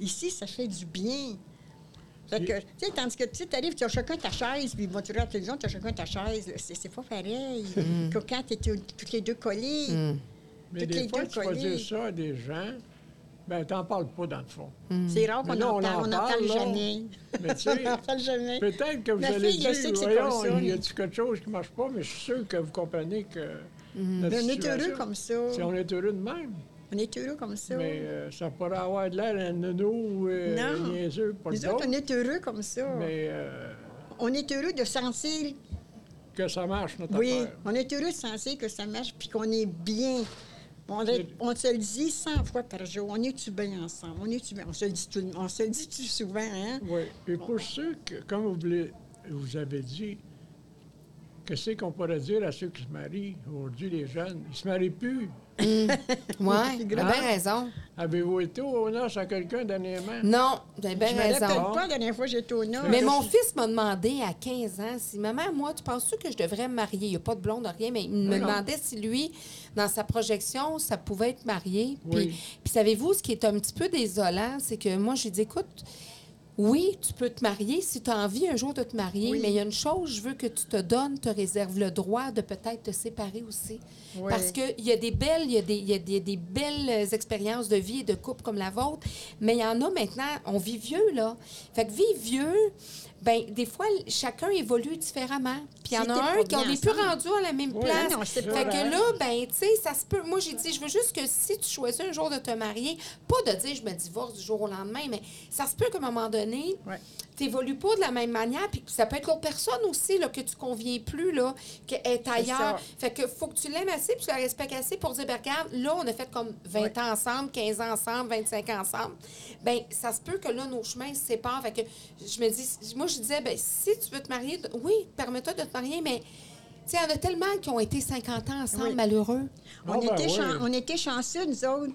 Speaker 2: Ici, ça fait du bien. Fait que, tu sais, tandis que, tu sais, t'arrives, tu as chacun ta chaise, puis bon, tu regardes la télévision, tu as chacun ta chaise. là. C'est c'est pas pareil
Speaker 3: Mm.
Speaker 2: que quand t'es tout- toutes les deux collées.
Speaker 3: Mais
Speaker 2: Toutes
Speaker 3: des
Speaker 2: les
Speaker 3: fois,
Speaker 2: deux
Speaker 3: tu vas
Speaker 2: collées.
Speaker 3: dire ça à des gens, ben t'en parles pas, dans le fond.
Speaker 2: C'est rare qu'on
Speaker 3: Mm. Mais là,
Speaker 2: en
Speaker 3: on
Speaker 2: parle,
Speaker 3: en
Speaker 2: on n'en
Speaker 3: parle,
Speaker 2: parle
Speaker 3: là.
Speaker 2: jamais. [LAUGHS]
Speaker 3: Mais tu sais,
Speaker 2: On n'en parle jamais.
Speaker 3: Peut-être que vous
Speaker 2: Ma
Speaker 3: allez
Speaker 2: fille, elle sait
Speaker 3: dire,
Speaker 2: que c'est comme
Speaker 3: voyons,
Speaker 2: ça,
Speaker 3: il y
Speaker 2: mais-
Speaker 3: a quelque chose qui ne marche pas, mais je suis sûr que vous comprenez que notre
Speaker 2: Hmm. Mais on est
Speaker 3: situation-
Speaker 2: heureux comme ça.
Speaker 3: Si on est heureux de même,
Speaker 2: On est heureux comme ça.
Speaker 3: mais euh, ça pourrait avoir de l'air un nono euh,
Speaker 2: Non.
Speaker 3: niaiseux pour
Speaker 2: Nous autres, on est
Speaker 3: d'autres,
Speaker 2: heureux comme ça.
Speaker 3: mais euh,
Speaker 2: On est heureux de sentir,
Speaker 3: que ça marche, notre
Speaker 2: oui,
Speaker 3: affaire.
Speaker 2: on est heureux de sentir que ça marche puis qu'on est bien. On, est- on se le dit 100 fois par jour. On est-tu bien ensemble? On est-tu bien? On se le dit, tout- on se le dit -tu souvent, hein?
Speaker 3: Oui. Et pour ceux que, comme vous, voulez- vous avez dit, que c'est qu'on pourrait dire à ceux qui se marient, aujourd'hui les jeunes, ils se marient plus.
Speaker 1: Oui,
Speaker 2: c'est
Speaker 1: t'as bien Ben, raison.
Speaker 3: Avez-vous été au noces à quelqu'un dernièrement?
Speaker 1: Non, t'as bien
Speaker 2: Je me rappelle
Speaker 1: raison.
Speaker 2: pas la dernière fois que j'étais au Nord.
Speaker 1: Mais
Speaker 3: Hein?
Speaker 2: Je-
Speaker 1: mon fils m'a demandé à 15 ans si maman, moi, tu penses que je devrais me marier? Il n'y a pas de blonde, rien, mais il me
Speaker 3: Non.
Speaker 1: demandait si lui, dans sa projection, ça pouvait être marié.
Speaker 3: Oui.
Speaker 1: Puis, puis savez-vous, ce qui est un petit peu désolant, c'est que moi, j'ai dit, écoute, oui, tu peux te marier si tu as envie un jour de te marier,
Speaker 2: Oui.
Speaker 1: mais il y a une chose, je veux que tu te donnes, te réserves le droit de peut-être te séparer aussi.
Speaker 2: Oui.
Speaker 1: Parce qu'il y a des belles, il y a des, il y a des- des belles expériences de vie et de couple comme la vôtre, mais il y en a maintenant, on vit vieux, là. Fait que vivre vieux, ben des fois, chacun évolue différemment. Puis il y en
Speaker 2: C'était
Speaker 1: a un
Speaker 2: pas
Speaker 1: qui on
Speaker 2: bien
Speaker 1: n'est plus
Speaker 2: ensemble.
Speaker 1: rendu à la même
Speaker 3: Oui,
Speaker 1: place.
Speaker 2: non, c'est pas
Speaker 1: fait
Speaker 2: vrai.
Speaker 1: que là, ben tu sais, ça se peut. Moi, j'ai dit, je veux juste que si tu choisis un jour de te marier, pas de dire je me divorce du jour au lendemain, mais ça se peut qu'à un moment donné,
Speaker 2: Ouais.
Speaker 1: tu n'évolues pas de la même manière, puis ça peut être l'autre personne aussi, là, que tu conviens plus, là, qu'elle est ailleurs.
Speaker 2: ça.
Speaker 1: Fait que faut que tu l'aimes assez, puis tu la respectes assez pour dire, ben, regarde, là, on a fait comme 20
Speaker 2: Ouais.
Speaker 1: ans ensemble, 15 ans ensemble, 25 ans ensemble. Ben ça se peut que là, nos chemins se séparent. Fait que je me dis, moi, je disais, ben si tu veux te marier, oui, permets-toi de te marier, mais, tu sais, il y en a tellement qui ont été 50 ans ensemble,
Speaker 2: Oui.
Speaker 1: malheureux.
Speaker 2: On,
Speaker 3: Ah, ben
Speaker 2: était chan-
Speaker 3: oui.
Speaker 2: on était chanceux, nous autres,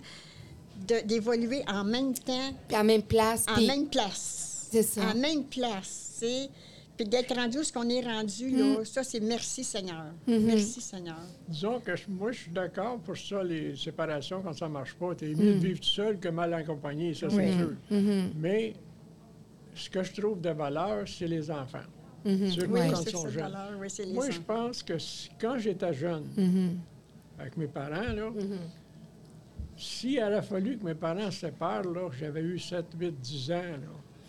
Speaker 2: de- d'évoluer en même temps,
Speaker 1: Puis à la même place.
Speaker 2: en
Speaker 1: puis-
Speaker 2: même place.
Speaker 1: C'est ça.
Speaker 2: En même place, tu sais. Puis d'être rendu où ce qu'on est rendu,
Speaker 1: Hmm.
Speaker 2: là, ça, c'est merci Seigneur.
Speaker 1: Mhm.
Speaker 2: Merci Seigneur.
Speaker 3: Disons que je- moi, je suis d'accord pour ça, les séparations, quand ça ne marche pas. T'es
Speaker 1: Mm.
Speaker 3: mieux de vivre tout seul que mal accompagné, ça, c'est sûr.
Speaker 1: Mhm,
Speaker 3: Mais ce que je trouve de valeur, c'est les enfants.
Speaker 1: mhm,
Speaker 3: Ceux qui,
Speaker 2: Oui,
Speaker 3: quand
Speaker 2: c'est
Speaker 3: ils sont
Speaker 2: ça,
Speaker 3: jeunes.
Speaker 2: valeur, oui, c'est les
Speaker 3: Moi,
Speaker 2: gens.
Speaker 3: je pense que si- quand j'étais jeune,
Speaker 1: Mhm,
Speaker 3: avec mes parents, là, s'il avait fallu que mes parents se séparent, là, j'avais eu 7, 8, 10 ans, là,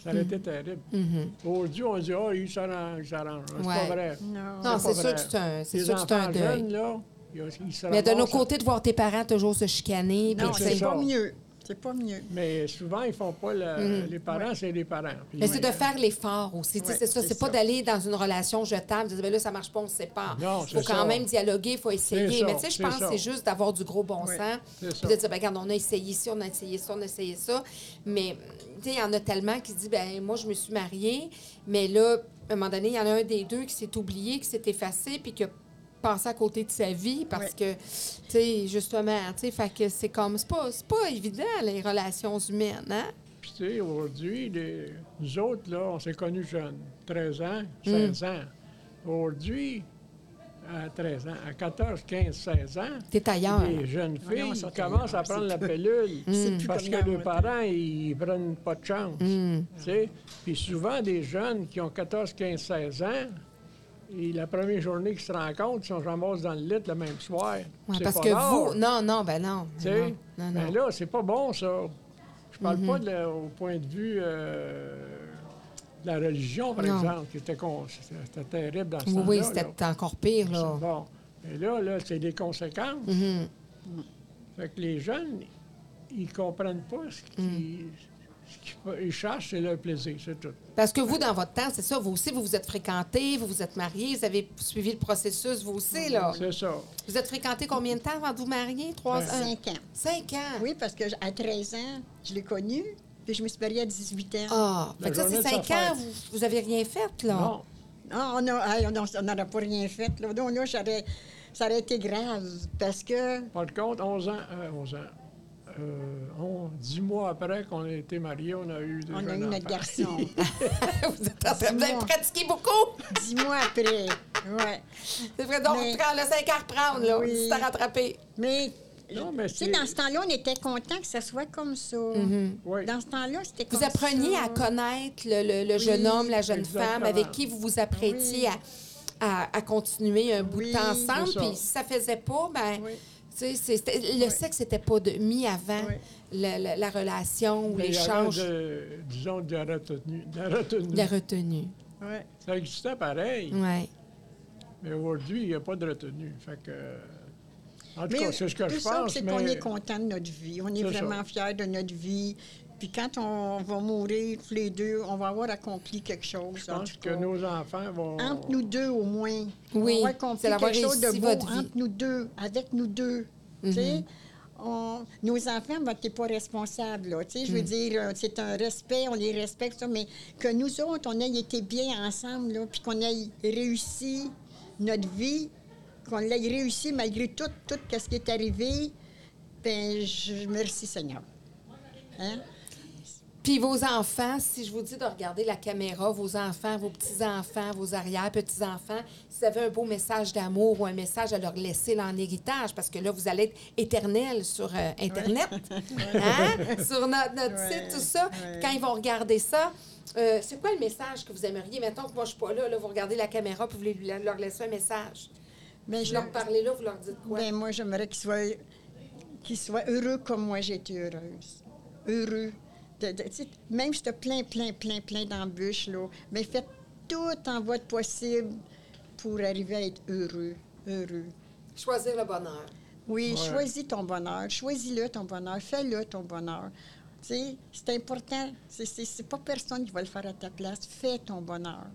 Speaker 3: ça
Speaker 1: Hmm.
Speaker 3: aurait été terrible.
Speaker 1: mhm.
Speaker 3: Aujourd'hui, on dit, oh, ils s'arrangent, ils s'arrangent. C'est
Speaker 1: Ouais.
Speaker 3: pas vrai.
Speaker 2: Non.
Speaker 1: Non,
Speaker 3: pas
Speaker 1: c'est sûr
Speaker 3: vrai.
Speaker 1: que c'est un, c'est
Speaker 3: Les
Speaker 1: sûr que c'est un
Speaker 3: enfants
Speaker 1: deuil.
Speaker 3: jeunes, là, ils- ils se
Speaker 1: Mais de nos
Speaker 3: ramassent à-
Speaker 1: côtés, de voir tes parents toujours se chicaner, puis
Speaker 2: Non,
Speaker 1: tu
Speaker 3: c'est
Speaker 1: sais,
Speaker 2: c'est
Speaker 3: ça.
Speaker 2: pas mieux. C'est pas mieux.
Speaker 3: Mais souvent, ils font pas le- les parents, c'est les parents. Puis-
Speaker 1: Hmm. Mais c'est de faire l'effort aussi. tu sais,
Speaker 2: Ouais,
Speaker 1: c'est ça.
Speaker 2: c'est
Speaker 1: C'est pas
Speaker 2: ça.
Speaker 1: d'aller dans une relation jetable, de dire, ben là, ça marche pas, on se sépare. Il
Speaker 3: Non,
Speaker 1: faut
Speaker 3: c'est
Speaker 1: quand
Speaker 3: ça.
Speaker 1: même dialoguer, il faut essayer.
Speaker 3: ça,
Speaker 1: Mais tu sais, je
Speaker 3: c'est
Speaker 1: pense que
Speaker 3: ça.
Speaker 1: c'est juste d'avoir du gros bon
Speaker 2: Ouais,
Speaker 1: sens.
Speaker 3: c'est
Speaker 1: Puis
Speaker 3: ça.
Speaker 1: de dire, ben regarde, on a essayé ci, on a essayé ça, on a essayé ça. Mais, tu sais, il y en a tellement qui se disent, ben moi, je me suis mariée, mais là, à un moment donné, il y en a un des deux qui s'est oublié, qui s'est effacé, puis qui a passé à côté de sa vie parce que, tu sais, justement, tu sais, fait que c'est comme, c'est pas, c'est pas évident, les relations humaines, hein?
Speaker 3: Puis, tu sais, aujourd'hui, les- nous autres, là, on s'est connus jeunes, 13 ans,
Speaker 1: Hmm.
Speaker 3: 16 ans. Aujourd'hui, à 13 ans, à 14, 15, 16 ans,
Speaker 1: T'es ailleurs.
Speaker 3: les jeunes
Speaker 2: Voyons,
Speaker 3: filles
Speaker 2: ils sont
Speaker 3: commencent à
Speaker 2: ailleurs, c'est
Speaker 3: prendre la
Speaker 2: plus-
Speaker 1: [LAUGHS]
Speaker 2: hein.
Speaker 3: pilule
Speaker 2: c'est plus
Speaker 3: parce
Speaker 2: comme
Speaker 3: que
Speaker 2: dans notre
Speaker 3: leurs parents, ils prennent pas de chance.
Speaker 1: Mm.
Speaker 3: tu sais. Puis souvent, des jeunes qui ont 14, 15, 16 ans, et la première journée qu'ils se rencontrent, ils sont ramassés dans le lit le même soir.
Speaker 1: Ouais,
Speaker 3: C'est
Speaker 1: parce
Speaker 3: pas
Speaker 1: que
Speaker 3: rare.
Speaker 1: vous. Non, non, ben non.
Speaker 3: Tu sais,
Speaker 1: Non, non,
Speaker 3: ben
Speaker 1: non. Mm-hmm.
Speaker 3: là, c'est pas bon, ça. Je parle pas de la- au point de vue euh, de la religion, par
Speaker 1: Non.
Speaker 3: exemple, qui était, con- c'était- c'était terrible dans ce
Speaker 1: oui,
Speaker 3: temps-là.
Speaker 1: oui,
Speaker 3: là.
Speaker 1: c'était encore pire, là. Mhm.
Speaker 3: C'est Bon. Mais là, là c'est des conséquences. Fait que les jeunes, ils comprennent pas ce qu'ils, ce qu'ils pe- ils cherchent, c'est leur plaisir, c'est tout.
Speaker 1: Parce que vous, dans votre temps, c'est ça, vous aussi, vous vous êtes fréquentés, vous vous êtes mariés, vous avez suivi le processus, vous aussi,
Speaker 2: Ah.
Speaker 1: là.
Speaker 3: C'est ça.
Speaker 1: Vous êtes fréquentés combien de temps avant de vous marier? Trois
Speaker 3: Ben,
Speaker 1: ans?
Speaker 2: Cinq ans.
Speaker 1: Cinq ans?
Speaker 2: Oui, parce que j- à 13 ans, je l'ai connu, puis je me suis mariée à 18 ans.
Speaker 1: Ah,
Speaker 3: La
Speaker 1: fait que ça,
Speaker 3: journée
Speaker 1: c'est
Speaker 3: de
Speaker 1: cinq
Speaker 3: sa
Speaker 1: ans,
Speaker 3: fête.
Speaker 1: vous, vous avez rien fait, là.
Speaker 3: Non.
Speaker 2: Ah, on a- hey, on a- on n'aurait pas rien fait. Là, Donc, là, j'aurais- ça aurait été grave parce que
Speaker 3: Par contre, 11 ans, euh, 11 ans, euh, on- 10 mois après qu'on a été mariés, on a eu des
Speaker 2: on a eu
Speaker 3: jeunes
Speaker 2: notre
Speaker 3: enfants.
Speaker 2: garçon.
Speaker 1: [LAUGHS] vous êtes en train de vous avez
Speaker 2: Non.
Speaker 1: pratiqué beaucoup.
Speaker 2: Dix mois après. Ouais.
Speaker 1: C'est vrai, donc,
Speaker 2: Mais-
Speaker 1: prends, là, cinq ans à reprendre, là.
Speaker 2: Oui.
Speaker 1: Tu t'es rattrapé.
Speaker 2: Mais,
Speaker 3: Non, mais
Speaker 2: tu sais,
Speaker 3: c'est- Mm-hmm.
Speaker 2: dans ce temps-là, on était content que ça soit comme ça.
Speaker 3: Oui.
Speaker 2: Dans ce temps-là, c'était comme
Speaker 1: Vous appreniez
Speaker 2: ça.
Speaker 1: à connaître le, le- le jeune homme, la jeune
Speaker 3: exactement.
Speaker 1: femme avec qui vous vous apprêtiez à, à- à continuer un bout de
Speaker 2: Oui,
Speaker 1: temps ensemble.
Speaker 3: c'est ça.
Speaker 1: Puis si ça faisait pas, ben,
Speaker 2: Oui.
Speaker 1: tu sais, c'est- c'était- le sexe n'était pas de, mis avant
Speaker 2: Oui.
Speaker 1: le- le- la relation ou
Speaker 3: Mais il y avait
Speaker 1: l'échange,
Speaker 3: de- disons, de la retenue. de la retenue.
Speaker 1: la retenue.
Speaker 2: Ouais.
Speaker 3: Ça existait pareil,
Speaker 2: Mm.
Speaker 1: Ouais.
Speaker 3: mais aujourd'hui, il n'y a pas de retenue. Fait que... En tout
Speaker 2: Mais
Speaker 3: cas, c'est ce que
Speaker 2: tout
Speaker 3: je
Speaker 2: ça,
Speaker 3: pense,
Speaker 2: c'est
Speaker 3: mais...
Speaker 2: qu'on est content de notre vie. On est,
Speaker 3: C'est ça.
Speaker 2: vraiment fiers de notre vie. Puis quand on va mourir, tous les deux, on va avoir accompli quelque chose.
Speaker 3: Je
Speaker 2: en
Speaker 3: pense
Speaker 2: tout
Speaker 3: que
Speaker 2: cas.
Speaker 3: nos enfants vont...
Speaker 2: Entre nous deux, au moins.
Speaker 1: Oui,
Speaker 2: On va
Speaker 1: c'est
Speaker 2: accomplir
Speaker 1: d'avoir
Speaker 2: quelque chose de
Speaker 1: réussi
Speaker 2: beau
Speaker 1: votre vie. Mm-hmm.
Speaker 2: entre nous deux, avec nous deux. Tu sais, on- nos enfants, ben, t'es pas responsable, là. Tu sais, je
Speaker 1: Mm.
Speaker 2: veux dire, euh, c'est un respect, on les respecte, ça, mais que nous autres, on ait été bien ensemble, là, puis qu'on ait réussi notre vie, qu'on l'ait réussi malgré tout, tout ce qui est arrivé, ben, je merci Seigneur. Hein?
Speaker 1: Puis vos enfants, si je vous dis de regarder la caméra, vos enfants, vos petits-enfants, vos arrière-petits-enfants, si vous avez un beau message d'amour ou un message à leur laisser là en héritage, parce que là, vous allez être éternel sur euh, Internet, hein? sur notre, notre
Speaker 2: Ouais,
Speaker 1: site, tout ça.
Speaker 2: ouais.
Speaker 1: Quand ils vont regarder ça, euh, c'est quoi le message que vous aimeriez? Mettons que moi, je suis pas là, là, vous regardez la caméra puis vous voulez lui- leur laisser un message.
Speaker 2: Ben,
Speaker 1: Je leur parlais là, vous leur dites quoi?
Speaker 2: Ben, moi, j'aimerais qu'ils soient, qu'ils soient heureux comme moi j'ai été heureuse. Heureux. De- de- tu sais, même si tu plein, plein, plein, plein d'embûches, là, mais faites tout en votre possible pour arriver à être heureux, heureux.
Speaker 1: Choisir le bonheur.
Speaker 2: Oui,
Speaker 3: Ouais.
Speaker 2: choisis ton bonheur, choisis-le ton bonheur, fais-le ton bonheur. Tu sais, c'est important. C'est, c'est, c'est pas personne qui va le faire à ta place. Fais ton bonheur.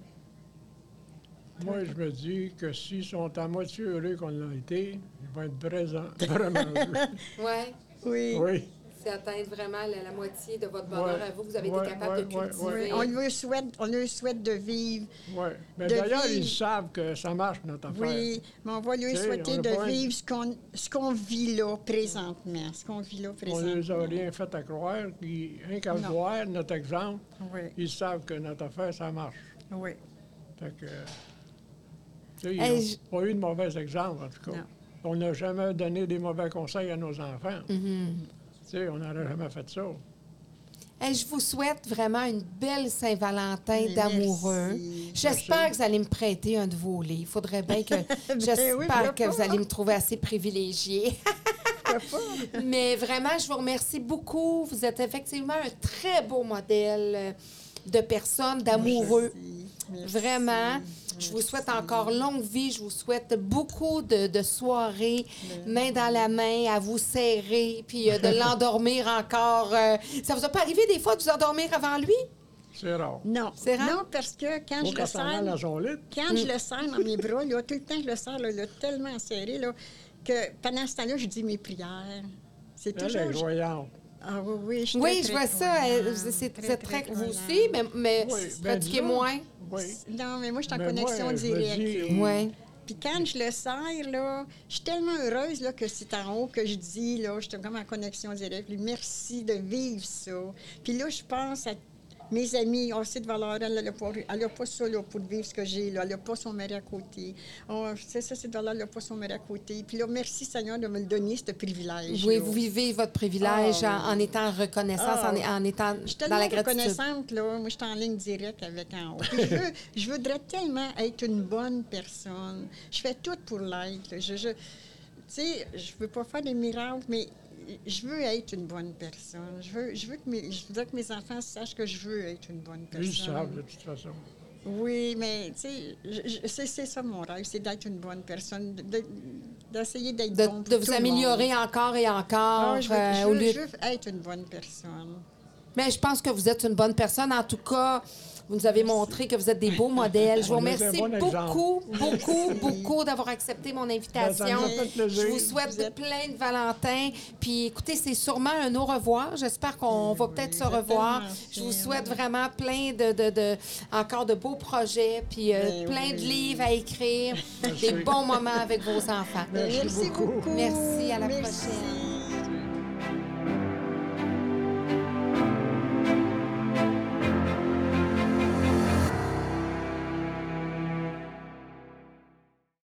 Speaker 3: Moi, je me dis que s'ils sont à moitié heureux qu'on l'a été, ils vont
Speaker 2: [LAUGHS]
Speaker 3: être présents, vraiment heureux.
Speaker 1: Ouais.
Speaker 2: Oui.
Speaker 3: Oui.
Speaker 1: C'est atteindre vraiment la, la moitié de votre bonheur
Speaker 3: Ouais.
Speaker 1: à vous. Vous avez
Speaker 3: Ouais,
Speaker 1: été capable de
Speaker 3: ouais, ouais,
Speaker 1: cultiver.
Speaker 3: ouais.
Speaker 2: On leur souhaite, on leur souhaite de vivre
Speaker 3: Oui. Mais
Speaker 2: De
Speaker 3: d'ailleurs,
Speaker 2: vie.
Speaker 3: ils savent que ça marche, notre affaire.
Speaker 2: Oui, mais on va lui
Speaker 3: Tu sais,
Speaker 2: souhaiter
Speaker 3: on a
Speaker 2: de
Speaker 3: pas un-
Speaker 2: vivre ce qu'on ce qu'on vit là présentement. Ce qu'on vit là
Speaker 3: On ne
Speaker 2: présentement.
Speaker 3: les a rien fait à croire. Ils, rien qu'à
Speaker 2: Non.
Speaker 3: voir notre exemple,
Speaker 2: Oui,
Speaker 3: ils savent que notre affaire, ça marche.
Speaker 2: oui.
Speaker 3: Fait que... tu sais, ils
Speaker 1: Hey,
Speaker 3: n'ont
Speaker 1: je-
Speaker 3: pas eu de mauvais exemple, en tout cas.
Speaker 2: Non.
Speaker 3: On n'a jamais donné des mauvais conseils à nos enfants.
Speaker 2: Mm-hmm.
Speaker 3: Tu sais, on n'aurait jamais fait ça.
Speaker 1: Hey, je vous souhaite vraiment une belle Saint-Valentin
Speaker 2: Mais
Speaker 1: d'amoureux.
Speaker 2: merci.
Speaker 1: J'espère que vous allez me prêter un de vos livres. Il faudrait bien
Speaker 2: [LAUGHS]
Speaker 1: que. J'espère
Speaker 2: Ben oui, pourquoi
Speaker 1: que vous
Speaker 2: pas?
Speaker 1: allez me trouver assez privilégiée. [LAUGHS] Mais vraiment, je vous remercie beaucoup. Vous êtes effectivement un très beau modèle de personne, d'amoureux.
Speaker 2: Merci, merci.
Speaker 1: Vraiment. Je vous souhaite encore longue vie. Je vous souhaite beaucoup de, de soirées, main dans la main, à vous serrer, puis
Speaker 2: [LAUGHS]
Speaker 1: euh, de l'endormir encore. Euh, ça vous a pas arrivé des fois de vous endormir avant lui?
Speaker 3: C'est rare.
Speaker 2: Non.
Speaker 1: C'est rare?
Speaker 2: Non, parce que quand
Speaker 3: Faut
Speaker 2: je le
Speaker 3: qu'elle s'en
Speaker 2: serre,
Speaker 3: aille à son lit.
Speaker 2: quand
Speaker 1: Hmm.
Speaker 2: je le serre dans mes bras, là, tout le temps que je le serre, là, là, tellement serré, là, que pendant ce temps-là, je dis mes prières. C'est
Speaker 3: Elle est
Speaker 2: toujours...
Speaker 3: voyante.
Speaker 2: Ah oui, oui, je suis
Speaker 1: Oui,
Speaker 2: très,
Speaker 1: je
Speaker 2: Ah,
Speaker 1: vois
Speaker 2: très
Speaker 1: ça.
Speaker 2: croyante.
Speaker 1: euh, C'est très, très, vous
Speaker 2: croyante.
Speaker 1: aussi, mais, mais
Speaker 3: Oui, ben,
Speaker 1: pratiquez
Speaker 3: disons,
Speaker 1: moins.
Speaker 3: Oui.
Speaker 2: Non, mais moi, je suis en
Speaker 3: Mais
Speaker 2: connexion
Speaker 3: moi, je me
Speaker 2: directe.
Speaker 3: dis-
Speaker 2: là.
Speaker 1: Oui.
Speaker 2: Puis quand je le serre, là, je suis tellement heureuse là, que c'est en haut que je dis, là, je suis comme en connexion directe. Puis merci de vivre ça. Puis là, je pense à mes amis, on sait de valeur, elle n'a pas, elle a pas ça là, pour vivre ce que j'ai, là. elle n'a pas son mari à côté. Oh, c'est ça, c'est de valeur, elle n'a pas son mari à côté. Puis là, merci Seigneur de me le donner, ce privilège.
Speaker 1: Oui,
Speaker 2: là.
Speaker 1: vous vivez votre privilège en, en étant reconnaissante,
Speaker 2: Ah,
Speaker 1: en- en, étant
Speaker 2: Je suis
Speaker 1: dans
Speaker 2: tellement
Speaker 1: la gratitude.
Speaker 2: reconnaissante, là. Moi, je suis en ligne directe avec en haut. Puis je, veux- je voudrais tellement être une bonne personne. Je fais tout pour l'être. là. Je, je, tu sais, je veux pas faire des miracles, mais je veux être une bonne personne. Je veux, je veux que mes, je voudrais que mes enfants sachent que je veux être une bonne
Speaker 3: Ils le savent, de
Speaker 2: personne.
Speaker 3: toute façon.
Speaker 2: Oui, mais tu sais, je- je- c'est c'est ça mon rêve, c'est d'être une bonne personne, de- de- d'essayer d'être
Speaker 1: De,
Speaker 2: bon pour
Speaker 1: de vous
Speaker 2: tout le monde.
Speaker 1: améliorer encore et encore.
Speaker 2: Ah, je veux-
Speaker 1: euh,
Speaker 2: je
Speaker 1: au
Speaker 2: veux-
Speaker 1: lieu de-
Speaker 2: je veux être une bonne personne.
Speaker 1: Mais je pense que vous êtes une bonne personne. En tout cas, vous nous avez montré que vous êtes des beaux modèles. Je vous
Speaker 3: On est un
Speaker 1: remercie
Speaker 3: bon exemple.
Speaker 1: beaucoup, beaucoup, beaucoup d'avoir accepté mon invitation.
Speaker 3: Ben, ça nous a fait plaisir.
Speaker 1: je vous souhaite
Speaker 2: Vous êtes-
Speaker 1: plein de Valentin. Puis écoutez, c'est sûrement un au revoir. J'espère qu'on va peut-être se
Speaker 2: vous êtes
Speaker 1: revoir.
Speaker 2: tellement
Speaker 1: Je vous
Speaker 2: fine.
Speaker 1: souhaite vraiment plein de, de- de- encore de beaux projets, puis euh,
Speaker 2: Ben
Speaker 1: plein de
Speaker 2: oui.
Speaker 1: livres à écrire,
Speaker 3: Merci.
Speaker 1: des bons moments avec vos enfants.
Speaker 3: Merci
Speaker 2: Merci
Speaker 3: beaucoup.
Speaker 2: beaucoup.
Speaker 1: Merci, à la
Speaker 2: Merci.
Speaker 1: prochaine.